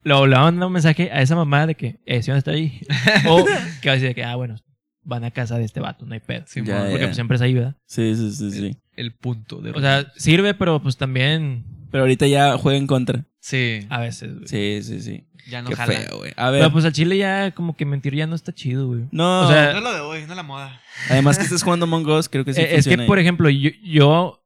Speaker 3: lo le manda un mensaje a esa mamá de que, eh, ¿sí dónde está ahí? O que va a decir de que, ah, bueno, van a casa de este vato, no hay pedo.
Speaker 2: Sí,
Speaker 4: Ya,
Speaker 2: mon,
Speaker 3: Porque
Speaker 2: porque,
Speaker 3: pues, siempre es ahí, ¿verdad?
Speaker 4: Sí, sí, sí, sí.
Speaker 2: El punto de.
Speaker 3: O sea, sirve, pero pues también
Speaker 4: Pero ahorita ya juega en contra.
Speaker 2: sí.
Speaker 3: a veces, güey.
Speaker 4: Sí, sí, sí.
Speaker 2: Ya no
Speaker 4: Qué
Speaker 2: jala.
Speaker 4: feo, güey. A ver.
Speaker 3: Pero pues al chile ya como que mentir ya no está chido, güey.
Speaker 4: no,
Speaker 3: o sea,
Speaker 2: No es lo de hoy, no es la moda.
Speaker 4: además que estés jugando Among Us, creo que sí
Speaker 3: Eh, es que,
Speaker 4: funciona ahí.
Speaker 3: por ejemplo, yo, yo,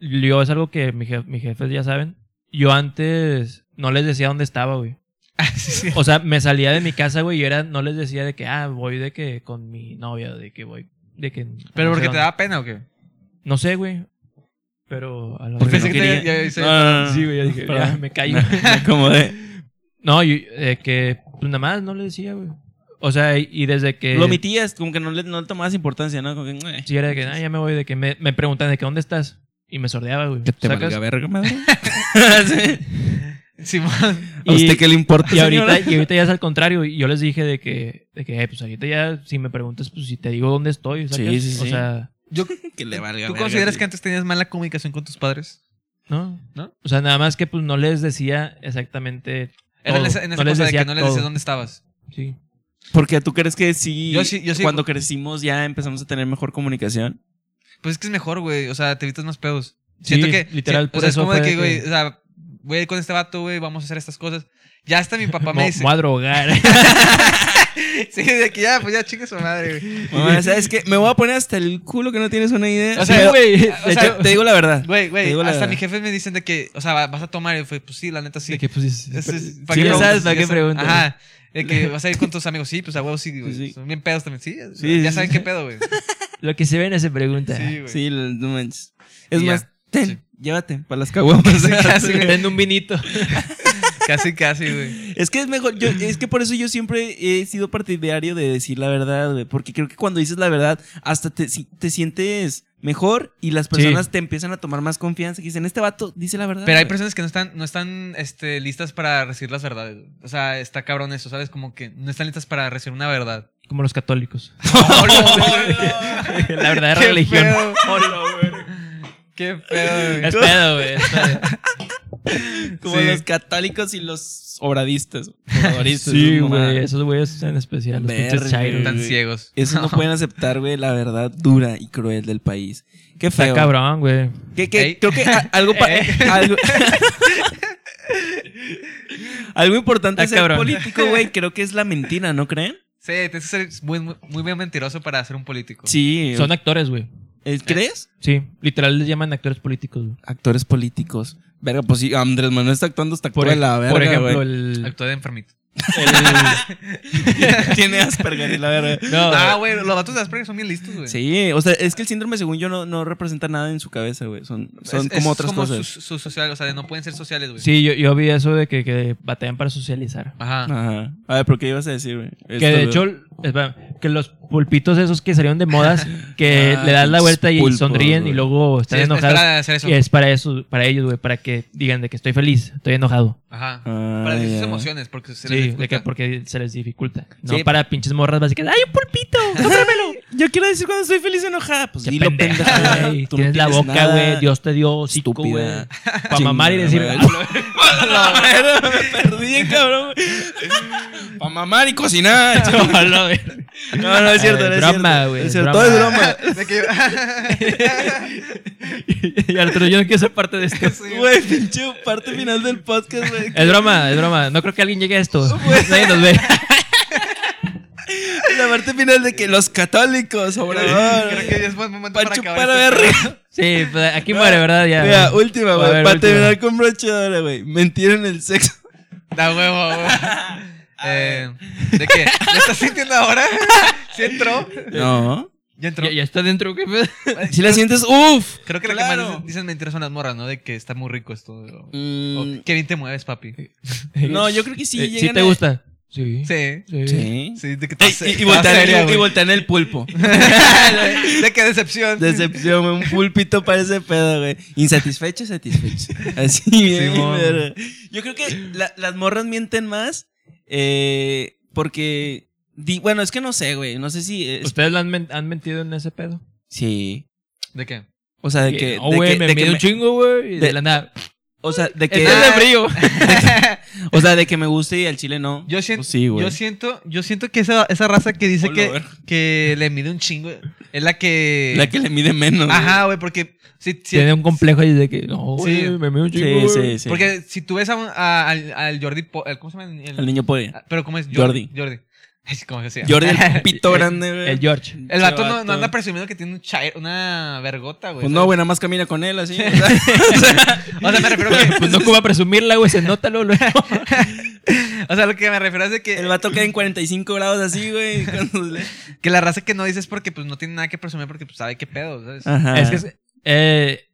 Speaker 3: yo es algo que mi jef- mis jefes ya saben. Yo antes no les decía dónde estaba, güey.
Speaker 2: Ah,
Speaker 3: O sea, me salía de mi casa, güey, y era, no les decía de que, ah, voy de que con mi novia, de que voy, de que...
Speaker 2: Pero
Speaker 3: no
Speaker 2: porque
Speaker 3: sé
Speaker 2: te
Speaker 3: dónde.
Speaker 2: daba pena o qué?
Speaker 3: No sé, güey. Pero... A la
Speaker 4: Porque
Speaker 2: Pensé
Speaker 3: verga.
Speaker 2: que te-
Speaker 4: quería-
Speaker 2: ya- ya- ya-
Speaker 4: No, no, no, no.
Speaker 3: Sí, güey, ya dije, ya,
Speaker 4: Perdón.
Speaker 3: me callo.
Speaker 4: Me acomodé.
Speaker 3: no, yo, eh, que pues, nada más no le decía, güey. O sea, y, y desde que...
Speaker 4: Lo omitías, como que no le, no le tomabas importancia, ¿no? Como que, eh,
Speaker 3: Sí, era de que, ah, ya me voy, de que me, me preguntan de que dónde estás. Y me sordeaba, güey.
Speaker 4: que te
Speaker 3: ¿Sacas?
Speaker 4: valga verga, madre.
Speaker 2: Simón.
Speaker 4: ¿A
Speaker 3: Y-
Speaker 4: usted qué le importa,
Speaker 3: Y ahorita,
Speaker 4: señora?
Speaker 3: y ahorita ya es al contrario. Y yo les dije de que, de que eh, pues ahorita ya, si me preguntas, pues si te digo dónde estoy. ¿sacas?
Speaker 4: Sí, sí,
Speaker 3: O
Speaker 4: sí.
Speaker 3: sea,
Speaker 2: Yo-
Speaker 4: Que le valga
Speaker 2: ¿Tú
Speaker 4: verga,
Speaker 2: consideras
Speaker 4: sí.
Speaker 2: que antes tenías mala comunicación con tus padres?
Speaker 3: ¿no?
Speaker 2: ¿No?
Speaker 3: O sea, nada más que pues no les decía exactamente.
Speaker 2: Era en
Speaker 3: todo.
Speaker 2: esa, en esa
Speaker 3: No les
Speaker 2: cosa de
Speaker 3: decía
Speaker 2: que no les decías
Speaker 3: todo.
Speaker 2: dónde estabas.
Speaker 3: Sí.
Speaker 4: Porque tú crees que sí,
Speaker 2: Yo sí- yo sí-
Speaker 4: cuando crecimos ya empezamos a tener mejor comunicación.
Speaker 2: Pues es que es mejor, güey. O sea, te evitas más pedos.
Speaker 3: Sí,
Speaker 2: Siento que.
Speaker 3: literal,
Speaker 2: sí,
Speaker 3: por
Speaker 2: o sea,
Speaker 3: eso
Speaker 2: es como de
Speaker 3: fue
Speaker 2: que,
Speaker 3: que-
Speaker 2: güey, o sea, voy a ir con este vato, güey, vamos a hacer estas cosas. Ya hasta mi papá
Speaker 3: Mo-
Speaker 2: me dice.
Speaker 3: mo a drogar.
Speaker 2: sí, de que ya, pues ya chingue su madre, güey.
Speaker 4: Mamá, ¿sabes qué? Me voy a poner hasta el culo que no tienes una idea.
Speaker 2: O sea,
Speaker 4: Pero-
Speaker 3: güey. de
Speaker 2: o sea,
Speaker 3: hecho,
Speaker 4: te digo la verdad.
Speaker 2: Güey,
Speaker 4: Te
Speaker 2: güey,
Speaker 4: digo la
Speaker 2: hasta
Speaker 4: verdad.
Speaker 2: mis jefes me dicen de que, o sea, va- vas a tomar. Y fue, pues sí, la neta sí.
Speaker 3: de que, pues, dices,
Speaker 2: Es- es-
Speaker 3: sí,
Speaker 2: ¿para qué
Speaker 3: ya
Speaker 2: preguntas?
Speaker 3: sabes, ¿para qué
Speaker 2: Ya sabes.
Speaker 3: preguntas?
Speaker 2: Ajá. De que vas a ir con tus amigos, sí, pues a huevos sí, güey.
Speaker 4: Sí.
Speaker 2: Son bien pedos también, sí.
Speaker 4: Sí,
Speaker 2: ya
Speaker 4: sí,
Speaker 2: saben
Speaker 4: sí.
Speaker 2: qué pedo, güey.
Speaker 3: Lo que se ven se pregunta.
Speaker 2: Sí, güey.
Speaker 4: Sí, la- no manches. Es
Speaker 2: Y ya.
Speaker 4: más, ten,
Speaker 2: Sí. pues,
Speaker 4: llévate para las caguamas.
Speaker 2: Casi,
Speaker 3: Vende un vinito.
Speaker 2: Casi, casi, güey.
Speaker 4: Es que es mejor, yo- es que por eso yo siempre he sido partidario de decir la verdad, güey, porque creo que cuando dices la verdad, hasta te, si- te sientes mejor y las personas te empiezan a tomar más confianza, que dicen, este vato dice la verdad.
Speaker 2: Pero hay
Speaker 4: güey".
Speaker 2: personas que no están, no están este, listas para recibir las verdades. güey. O sea, está cabrón eso, ¿sabes? Como que no están listas para recibir una verdad.
Speaker 3: Como los católicos.
Speaker 2: ¡Hola,
Speaker 3: La verdadera
Speaker 2: Qué
Speaker 3: religión.
Speaker 2: pedo. ¡Qué pedo,
Speaker 3: Es
Speaker 2: güey!
Speaker 3: pedo, güey. es pedo.
Speaker 4: como
Speaker 2: sí.
Speaker 4: los católicos y los obradistas, güey, obradoristas,
Speaker 3: Sí,
Speaker 4: esas mamadas.
Speaker 3: güey. Esos güeyes en especial. Los
Speaker 4: Verga,
Speaker 3: pinches chairos.
Speaker 2: Están
Speaker 4: güey.
Speaker 2: ciegos.
Speaker 4: Esos no pueden aceptar, güey, la verdad dura y cruel del país. Qué feo.
Speaker 3: Está cabrón, güey.
Speaker 4: Que, que
Speaker 2: Ey.
Speaker 4: creo que a- algo, pa-
Speaker 2: Ey.
Speaker 4: algo Algo importante
Speaker 3: Está
Speaker 4: es ser
Speaker 3: cabrón.
Speaker 4: político, güey, creo que es la mentira, ¿no creen?
Speaker 2: Sí, tienes que ser muy, muy, muy bien mentiroso para ser un político.
Speaker 4: Sí.
Speaker 3: Son actores, güey.
Speaker 4: Eh, ¿Crees?
Speaker 3: Sí. Literal les llaman actores políticos, güey.
Speaker 4: Actores políticos. Verga, pues sí, Andrés Manuel está actuando hasta
Speaker 3: Por,
Speaker 4: por la
Speaker 3: ej-
Speaker 4: verga,
Speaker 3: por ejemplo,
Speaker 4: güey.
Speaker 3: el,
Speaker 2: Actúa de enfermito.
Speaker 4: Tiene Asperger y la verga.
Speaker 3: No, eh,
Speaker 2: Ah, güey, los vatos de Asperger son bien listos, güey.
Speaker 4: Sí, o sea, es que el síndrome, según yo, no, no representa nada en su cabeza, güey. Son, son
Speaker 2: Es-
Speaker 4: como
Speaker 2: es
Speaker 4: otras cosas.
Speaker 2: Su, su social, o sea, no pueden ser sociales, güey.
Speaker 3: Sí, yo, yo vi eso de que, que batallan para socializar.
Speaker 2: Ajá.
Speaker 4: Ajá. A ver, ¿pero qué ibas a decir, güey?
Speaker 3: Que de hecho, espérame, que los pulpitos esos que salieron de modas, que
Speaker 4: Ah,
Speaker 3: le das la vuelta y
Speaker 4: pulpos,
Speaker 3: sonríen
Speaker 4: güey.
Speaker 3: y luego
Speaker 2: Sí,
Speaker 3: están
Speaker 2: es- es
Speaker 3: enojados.
Speaker 2: para hacer eso.
Speaker 3: Y es para eso, para ellos, güey, para que digan de que estoy feliz, estoy enojado.
Speaker 2: Ajá.
Speaker 4: Ah,
Speaker 2: para decir
Speaker 4: ya.
Speaker 2: sus emociones, porque se les
Speaker 3: sí, de
Speaker 2: dificulta.
Speaker 3: que porque se les dificulta. No
Speaker 4: Sí.
Speaker 3: para pinches morras básicas, ¡ay, un pulpito! ¡Cómpramelo!
Speaker 4: Yo quiero decir cuando estoy feliz enojada. Pues
Speaker 3: Qué
Speaker 4: dilo,
Speaker 3: pendeja,
Speaker 4: pendeja,
Speaker 3: güey.
Speaker 4: güey. Tú no
Speaker 3: Tienes la boca,
Speaker 4: nada.
Speaker 3: güey. Dios te dio hocico, güey.
Speaker 4: Estúpida.
Speaker 3: Para mamar y decir,
Speaker 4: Chingada,
Speaker 3: "Ah,
Speaker 4: güey. La verga, me perdí, cabrón. Para mamar y cocinar.
Speaker 3: no, la verga".
Speaker 4: No, no, es cierto,
Speaker 3: Eh,
Speaker 4: no es
Speaker 3: broma,
Speaker 4: cierto.
Speaker 3: güey,
Speaker 4: Es cierto,
Speaker 3: broma.
Speaker 4: todo es broma.
Speaker 2: De que-
Speaker 3: Y al otro, yo no quiero ser parte de esto.
Speaker 4: Güey, pinche parte final del podcast, güey.
Speaker 3: Es broma, es broma. No creo que alguien llegue a esto. Nadie nos ve.
Speaker 4: La parte final de que los católicos, obrador.
Speaker 2: Creo que ya es buen momento
Speaker 4: Pancho
Speaker 2: para
Speaker 4: para
Speaker 2: acabar. este esto.
Speaker 4: ver.
Speaker 3: Sí, pues, aquí muere, ¿verdad? Ya.
Speaker 4: Mira, última,
Speaker 3: A
Speaker 4: güey.
Speaker 3: ver,
Speaker 4: Para
Speaker 3: última.
Speaker 4: terminar con broche de oro, güey. Mentir en el sexo.
Speaker 2: Da huevo, huevo. Eh, ¿De qué? ¿Lo estás sintiendo ahora? ¿Sí entró?
Speaker 4: No.
Speaker 2: Ya entró.
Speaker 3: Ya, ya está dentro, ¿qué pedo?
Speaker 4: Si la sientes, uff.
Speaker 2: Creo que lo que
Speaker 4: Claro.
Speaker 2: más dicen mentiras son las morras, ¿no? De que está muy rico esto. O,
Speaker 4: Mm,
Speaker 2: Qué bien te mueves, papi.
Speaker 4: No, yo creo que sí.
Speaker 3: Eh,
Speaker 4: llegan
Speaker 3: ¿Sí te
Speaker 4: a-
Speaker 3: gusta? Sí.
Speaker 2: Sí.
Speaker 3: Sí.
Speaker 4: Sí.
Speaker 2: Sí, de que
Speaker 4: Ey,
Speaker 2: estás-
Speaker 4: y, y
Speaker 2: estás
Speaker 4: voltean,
Speaker 2: seria,
Speaker 4: y- y
Speaker 2: güey.
Speaker 4: voltean el pulpo.
Speaker 2: De qué decepción.
Speaker 4: Decepción, güey, un pulpito para ese pedo, güey. Insatisfecho, satisfecho. Así bien,
Speaker 2: mon.
Speaker 4: verga. Yo creo que la- las morras mienten más eh, porque... di- bueno, es que no sé, güey. No sé si... es-
Speaker 3: ¿Ustedes la han, men- han mentido en ese pedo?
Speaker 4: sí.
Speaker 2: ¿De qué?
Speaker 4: O sea, de que...
Speaker 3: No,
Speaker 4: de
Speaker 3: güey,
Speaker 4: que-
Speaker 3: me
Speaker 4: de que
Speaker 3: mide un
Speaker 4: me-
Speaker 3: chingo, güey. Y de,
Speaker 4: de-
Speaker 3: la nada.
Speaker 4: O sea, de que... Ah,
Speaker 3: Estás de frío.
Speaker 4: O sea, de que me guste y al chile no.
Speaker 2: Yo siento,
Speaker 4: Pues sí, güey.
Speaker 2: yo siento, yo siento que esa, esa raza que dice
Speaker 4: Hola, a
Speaker 2: que,
Speaker 4: ver.
Speaker 2: que le mide un chingo es la que.
Speaker 4: La que le mide menos. güey.
Speaker 2: Ajá, güey, porque si, si-
Speaker 3: Tiene un complejo ahí de que, no,
Speaker 2: Sí.
Speaker 3: güey, me mide un
Speaker 4: Sí,
Speaker 3: chingo.
Speaker 4: sí, sí.
Speaker 2: porque si tú ves a, un- a- al, al Jordi, Po- al- ¿cómo se llama? El-
Speaker 4: El niño puede.
Speaker 2: Ah, Pero cómo es
Speaker 4: Jordi.
Speaker 2: Jordi. Es como que se llama.
Speaker 4: Jordi el pito
Speaker 3: El-
Speaker 4: grande, güey.
Speaker 3: El George.
Speaker 2: El vato no, no
Speaker 4: Vato.
Speaker 2: anda presumiendo que tiene un chai- una vergota, güey.
Speaker 4: Pues no,
Speaker 2: ¿sabes?
Speaker 4: güey, nada más camina con él así. o sea.
Speaker 2: O sea, me refiero a que-
Speaker 3: Pues no como presumirla, güey, se nota luego. luego.
Speaker 2: o sea, lo que me refiero es de que,
Speaker 4: El vato queda en 45 grados así, güey. cuando le-
Speaker 2: que la raza que no dice es porque pues no tiene nada que presumir porque pues sabe qué pedo, ¿sabes?
Speaker 4: Ajá.
Speaker 3: Es que es, eh,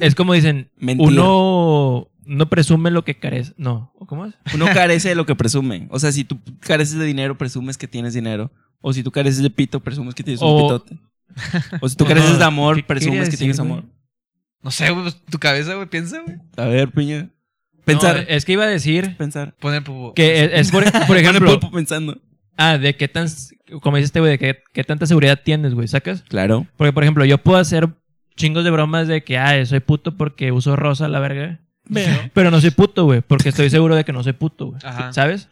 Speaker 3: es como dicen,
Speaker 4: Mentira.
Speaker 3: uno no presume lo que carece. No, ¿cómo es?
Speaker 4: uno carece de lo que presume. O sea, si tú careces de dinero, presumes que tienes dinero. O si tú careces de pito, presumes que tienes
Speaker 3: O-
Speaker 4: un pitote. O si tú careces de amor,
Speaker 3: ¿Qué
Speaker 4: presumes
Speaker 3: quería
Speaker 4: que
Speaker 3: decir,
Speaker 4: tienes
Speaker 3: güey?
Speaker 4: amor.
Speaker 2: No sé, güey, pues, tu cabeza, güey, piensa, güey.
Speaker 4: A ver, piña. Pensar,
Speaker 3: No, es que iba a decir
Speaker 4: pensar.
Speaker 2: Poner pupo.
Speaker 3: que es, es por, por
Speaker 4: Con el
Speaker 3: ejemplo,
Speaker 4: pulpo pensando.
Speaker 3: ah, de qué tan, como dices, este, güey, de qué, qué tanta seguridad tienes, güey, ¿sacas?
Speaker 4: Claro.
Speaker 3: Porque, por ejemplo, yo puedo hacer chingos de bromas de que, ah, soy puto porque uso rosa, la verga. Pero no soy puto, güey, porque estoy seguro de que no soy puto, güey.
Speaker 2: Ajá.
Speaker 3: ¿Sabes?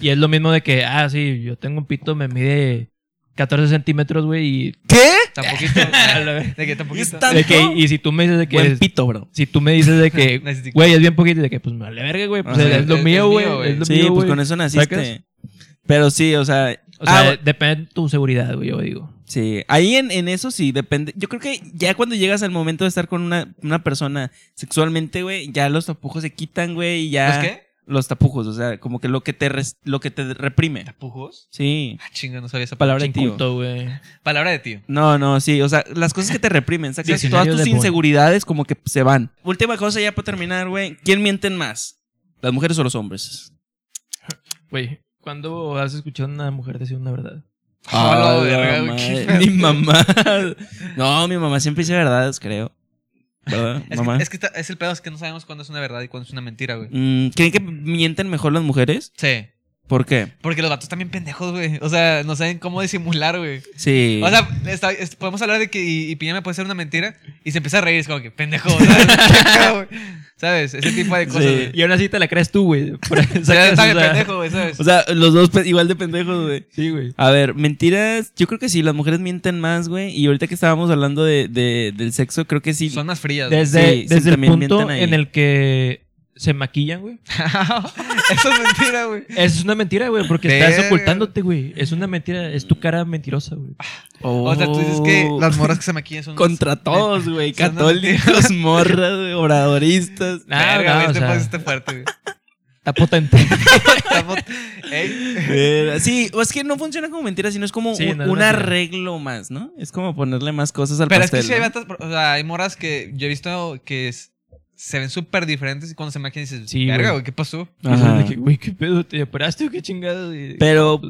Speaker 3: Y es lo mismo de que, ah, sí, yo tengo un pito, me mide 14 centímetros, güey, y...
Speaker 4: ¿Qué?
Speaker 2: Tampoquito.
Speaker 3: A la verga.
Speaker 2: de que tampoquito.
Speaker 4: Está-
Speaker 3: De que- y si tú me dices de que...
Speaker 4: Buen
Speaker 3: eres-
Speaker 4: pito, bro.
Speaker 3: si tú me dices de que,
Speaker 2: Necesito-
Speaker 3: güey, es bien poquito, y de que, pues, me vale verga, güey, pues,
Speaker 4: Ajá.
Speaker 3: es, lo
Speaker 2: Es- es
Speaker 3: mío,
Speaker 2: mío,
Speaker 3: güey,
Speaker 2: güey.
Speaker 3: es lo
Speaker 4: Sí,
Speaker 3: mío,
Speaker 4: pues
Speaker 3: güey.
Speaker 4: con eso naciste.
Speaker 3: ¿Sacas?
Speaker 4: Pero sí, o sea.
Speaker 3: O sea,
Speaker 4: ah,
Speaker 3: de- depende de tu seguridad, güey, yo digo.
Speaker 4: Sí, ahí en, en eso sí depende. Yo creo que ya cuando llegas al momento de estar con una, una persona sexualmente, güey, ya los tapujos se quitan, güey, y ya.
Speaker 2: ¿Los qué?
Speaker 4: Los tapujos, o sea, como que lo que te, res- lo que te reprime.
Speaker 2: ¿Tapujos?
Speaker 4: Sí.
Speaker 2: Ah, chinga, no sabía esa palabra.
Speaker 4: Palabra de tío.
Speaker 3: Inculto, güey.
Speaker 2: Palabra de tío.
Speaker 4: No, no, sí, o sea, las cosas que te reprimen, sacas todas
Speaker 3: Diccionario
Speaker 4: tus
Speaker 3: de Bonn.
Speaker 4: inseguridades como que se van. Última cosa ya para terminar, güey. ¿Quién mienten más? ¿Las mujeres o los hombres?
Speaker 3: Güey, ¿cuándo has escuchado a una mujer decir una verdad?
Speaker 2: A la
Speaker 4: A Ah, la
Speaker 2: verga, güey,
Speaker 4: madre.
Speaker 2: qué
Speaker 4: Mi mamá. No, mi mamá siempre dice verdades, creo. ¿Verdad,
Speaker 2: Es,
Speaker 4: mamá?
Speaker 2: que, es, que está- es el pedo, es que no sabemos cuándo es una verdad y cuándo es una mentira, güey.
Speaker 4: Mm, ¿Creen que mienten mejor las mujeres?
Speaker 2: Sí.
Speaker 4: ¿Por qué?
Speaker 2: Porque los vatos también pendejos, güey. O sea, no saben cómo disimular, güey.
Speaker 4: Sí.
Speaker 2: O sea, está- es- podemos hablar de que y, y Piña me puede hacer una mentira y se empieza a reír. Es como que pendejo, ¿sabes? Qué pedo, güey. ¿Sabes? Ese tipo de cosas.
Speaker 4: Sí.
Speaker 2: güey.
Speaker 3: Y aún así te la crees tú, güey. Por-
Speaker 2: O sea,
Speaker 3: sacas,
Speaker 2: está
Speaker 3: o
Speaker 2: bien
Speaker 3: sea,
Speaker 2: pendejo, güey, ¿sabes?
Speaker 4: o sea, los dos pe- igual de pendejos, güey.
Speaker 3: Sí, güey.
Speaker 4: A ver, mentiras. Yo creo que sí, las mujeres mienten más, güey. Y ahorita que estábamos hablando de, de- del sexo, creo que sí.
Speaker 2: Son más frías. güey.
Speaker 3: Desde,
Speaker 4: sí,
Speaker 3: desde el
Speaker 4: también
Speaker 3: punto
Speaker 4: mienten ahí.
Speaker 3: en el que se maquillan, güey.
Speaker 2: Eso es mentira, güey.
Speaker 3: Es una mentira, güey, porque
Speaker 2: Verga.
Speaker 3: estás ocultándote, güey. Es una mentira, es tu cara mentirosa, güey.
Speaker 2: O sea, tú dices que las morras que se maquillan son.
Speaker 4: Oh. Contra todos, güey.
Speaker 2: Son unas
Speaker 4: Católicos, morras, güey, obradoristas.
Speaker 3: No,
Speaker 2: Verga,
Speaker 3: no,
Speaker 2: güey,
Speaker 3: o
Speaker 2: este
Speaker 3: sea,
Speaker 2: paso está fuerte, güey.
Speaker 3: está potente.
Speaker 2: Estamos- Ey.
Speaker 4: Verga. Sí, o es que no funciona como mentira, sino es como
Speaker 3: Sí,
Speaker 4: un,
Speaker 3: no es
Speaker 4: un
Speaker 3: mentira.
Speaker 4: arreglo más, ¿no? Es como ponerle más cosas al
Speaker 2: Pero es
Speaker 4: pastel.
Speaker 2: que sí hay
Speaker 4: ¿no?
Speaker 2: vatos, o sea, hay morras que yo he visto que es- se ven súper diferentes y cuando se maquillan dices,
Speaker 3: Sí,
Speaker 2: verga,
Speaker 3: güey.
Speaker 2: güey, ¿qué pasó?
Speaker 3: Y son
Speaker 4: Ajá.
Speaker 3: de que, Güey, qué pedo, ¿te operaste o qué chingado? Y-
Speaker 4: Pero,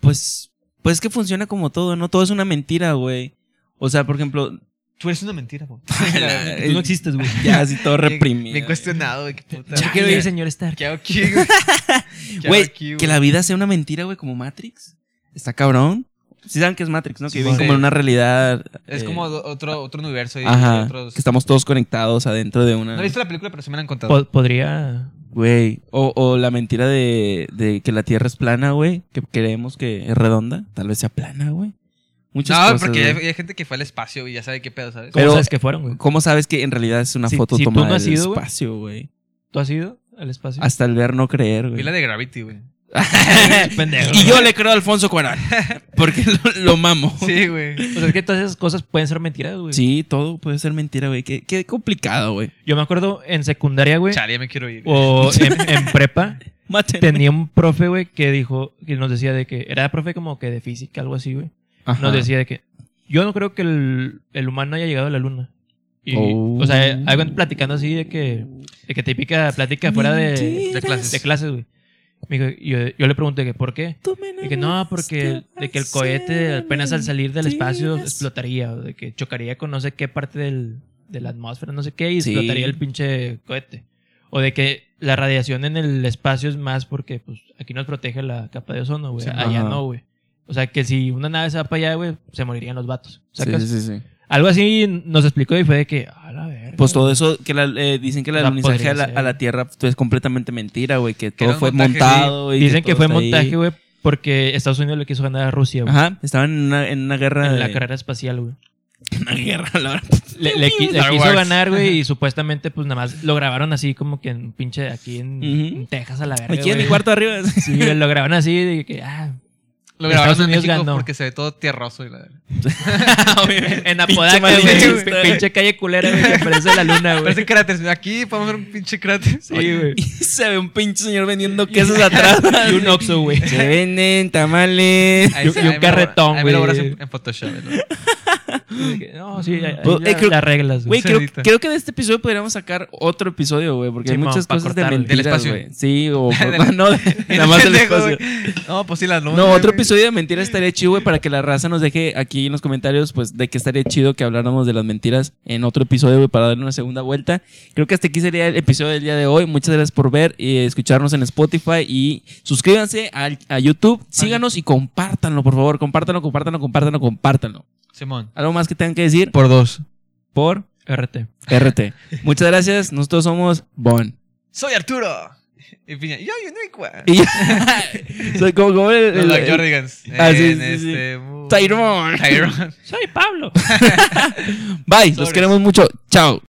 Speaker 4: pues, pues es que funciona como todo, ¿no? Todo es una mentira, güey. O sea, por ejemplo,
Speaker 2: Tú eres una mentira, po.
Speaker 3: Tú no existes, güey.
Speaker 4: ya así todo reprimido.
Speaker 2: Bien, bien cuestionado, güey, qué puta.
Speaker 3: Yo quiero
Speaker 2: Chale.
Speaker 3: ir, señor Stark.
Speaker 2: ¿Qué hago aquí, güey? ¿Qué hago
Speaker 4: Güey,
Speaker 2: aquí,
Speaker 4: que la vida sea una mentira, güey, como Matrix. Está cabrón. Sí saben que es Matrix, ¿no? Que viven
Speaker 2: Sí.
Speaker 4: como en una realidad.
Speaker 2: Es
Speaker 4: eh,
Speaker 2: como do- otro, otro universo y
Speaker 4: Ajá.
Speaker 2: otros...
Speaker 4: Que estamos todos conectados adentro de una.
Speaker 2: No he visto la película, pero sí me la han
Speaker 4: Pues,
Speaker 2: contado.
Speaker 3: Po- podría.
Speaker 4: Güey. O, o la mentira de, de que la Tierra es plana, güey. Que creemos que es redonda. Tal vez sea plana, güey. Muchas
Speaker 2: no,
Speaker 4: cosas.
Speaker 2: porque hay,
Speaker 4: güey.
Speaker 2: hay gente que fue al espacio y ya sabe qué pedo, ¿sabes?
Speaker 3: ¿Cómo
Speaker 4: Pero-
Speaker 3: sabes que fueron, güey?
Speaker 4: ¿Cómo sabes que en realidad es una
Speaker 3: Si-
Speaker 4: foto
Speaker 3: si tú no
Speaker 4: tomada
Speaker 3: has
Speaker 4: del
Speaker 3: ido, güey.
Speaker 4: espacio, güey?
Speaker 3: ¿Tú has ido al espacio?
Speaker 4: Hasta el ver no creer,
Speaker 2: Vi
Speaker 4: güey.
Speaker 2: la de Gravity, güey.
Speaker 3: Pendejo.
Speaker 4: Y yo le creo a Alfonso Cuarón. Porque lo, lo mamo.
Speaker 2: Sí, güey.
Speaker 3: O sea, es que todas esas cosas pueden ser mentiras, güey.
Speaker 4: Sí, todo puede ser mentira, güey. Qué, qué complicado, güey.
Speaker 3: Yo me acuerdo en secundaria, güey,
Speaker 2: Chale, ya me quiero ir.
Speaker 3: o en, en prepa,
Speaker 4: Maten.
Speaker 3: tenía un profe, güey, que dijo, que nos decía de que, era profe como que de física, algo así, güey. Nos decía de que, yo no creo que el, el humano haya llegado a la luna. Y,
Speaker 4: Oh.
Speaker 3: O sea, algo platicando así de que, de que típica plática fuera de,
Speaker 2: De clases.
Speaker 3: de clases, güey. Me dijo- y yo, yo le pregunté que, ¿por qué? De que no, porque de que el cohete apenas al salir del espacio explotaría, o de que chocaría con no sé qué parte del, de la atmósfera, no sé qué, y
Speaker 4: Sí.
Speaker 3: explotaría el pinche cohete. O de que la radiación en el espacio es más porque pues aquí nos protege la capa de ozono, güey.
Speaker 4: Sí,
Speaker 3: allá
Speaker 4: ajá.
Speaker 3: no, güey. O sea, que si una nave se va para allá, güey, se morirían los vatos. ¿Sacas?
Speaker 4: Sí, sí, sí, sí.
Speaker 3: Algo así nos explicó y fue de que, a la verga.
Speaker 4: Pues todo eso que la- eh, dicen que el
Speaker 3: O sea,
Speaker 4: alunizaje a la,
Speaker 3: podría ser.
Speaker 4: a la Tierra pues, es completamente mentira, güey. Que todo
Speaker 2: era un
Speaker 4: fue
Speaker 2: montaje,
Speaker 4: montado. y
Speaker 3: Dicen que,
Speaker 4: todo
Speaker 3: fue
Speaker 4: está ahí.
Speaker 3: montaje, güey, porque Estados Unidos le quiso ganar a Rusia, güey.
Speaker 4: Ajá, estaban en una, en una guerra.
Speaker 3: En la
Speaker 4: de-
Speaker 3: carrera espacial, güey.
Speaker 4: Una guerra, la verdad.
Speaker 3: Le, le qui- le
Speaker 2: Star
Speaker 3: quiso
Speaker 2: Wars.
Speaker 3: ganar, güey, y supuestamente, pues nada más lo grabaron así como que en pinche aquí en,
Speaker 4: Ujú.
Speaker 3: en Texas a la verga.
Speaker 4: Aquí en
Speaker 3: güey.
Speaker 4: mi cuarto arriba.
Speaker 3: Sí, güey, lo grabaron así de que, ah,
Speaker 2: Lo grabaron
Speaker 3: Estados
Speaker 2: en
Speaker 3: Unidos
Speaker 2: México
Speaker 3: ganó.
Speaker 2: porque se ve todo tierroso. Y la...
Speaker 3: en
Speaker 4: Pinche
Speaker 3: Apodaca, güey,
Speaker 4: malinchista.
Speaker 3: pi- pinche calle culera, güey, que parece la luna, güey.
Speaker 2: Parece cráteres. mira, Aquí podemos ver un pinche cráter.
Speaker 3: Sí, güey.
Speaker 4: y se ve un pinche señor vendiendo quesos atrás.
Speaker 3: Y un oxo, güey.
Speaker 4: Se venden tamales.
Speaker 2: Ahí
Speaker 3: Y-
Speaker 2: se-
Speaker 3: y
Speaker 2: ahí
Speaker 3: un
Speaker 2: me lo-
Speaker 3: carretón,
Speaker 2: ahí me lo
Speaker 3: güey.
Speaker 2: borras en, en Photoshop. ¿no?
Speaker 3: De que, No, sí, ahí- ahí
Speaker 4: Pues,
Speaker 3: la-
Speaker 4: eh, creo-
Speaker 3: las reglas,
Speaker 4: Güey,
Speaker 3: güey.
Speaker 4: creo,
Speaker 2: Cerrita.
Speaker 4: creo que de este episodio podríamos sacar otro episodio, güey, porque hay
Speaker 3: Sí, mo,
Speaker 4: muchas
Speaker 3: pa'
Speaker 4: cosas de
Speaker 3: cortarle.
Speaker 4: mentiras,
Speaker 2: Del espacio.
Speaker 4: güey. Sí, o
Speaker 2: Del-
Speaker 4: no, de- nada más del
Speaker 2: Pendejo,
Speaker 4: espacio.
Speaker 2: güey. No, pues sí, la luna.
Speaker 4: No, otro
Speaker 2: güey.
Speaker 4: episodio de mentiras estaría chido, güey, para que la raza nos deje aquí en los comentarios, pues, de que estaría chido que habláramos de las mentiras en otro episodio, güey, para darle una segunda vuelta. Creo que hasta aquí sería el episodio del día de hoy. Muchas gracias por ver y escucharnos en Spotify y suscríbanse al- a, YouTube, síganos y compártanlo, por favor, compártanlo, compártanlo, compártanlo, compártanlo.
Speaker 2: Simón.
Speaker 4: Algo más que tengan que decir
Speaker 2: Por dos.
Speaker 4: por
Speaker 3: RT.
Speaker 4: RT. Muchas gracias, nosotros somos Bon.
Speaker 2: Soy Arturo. Y piña. Yo, yo no hay cua.
Speaker 4: Y soy como, como el,
Speaker 2: Los
Speaker 4: el-
Speaker 2: Black
Speaker 4: el-
Speaker 2: Jordigans.
Speaker 4: Ah, sí,
Speaker 2: En
Speaker 4: sí, sí.
Speaker 2: este mu-
Speaker 4: Tyrone.
Speaker 2: Tyrone.
Speaker 3: Soy Pablo.
Speaker 4: Bye, los queremos mucho. Chao.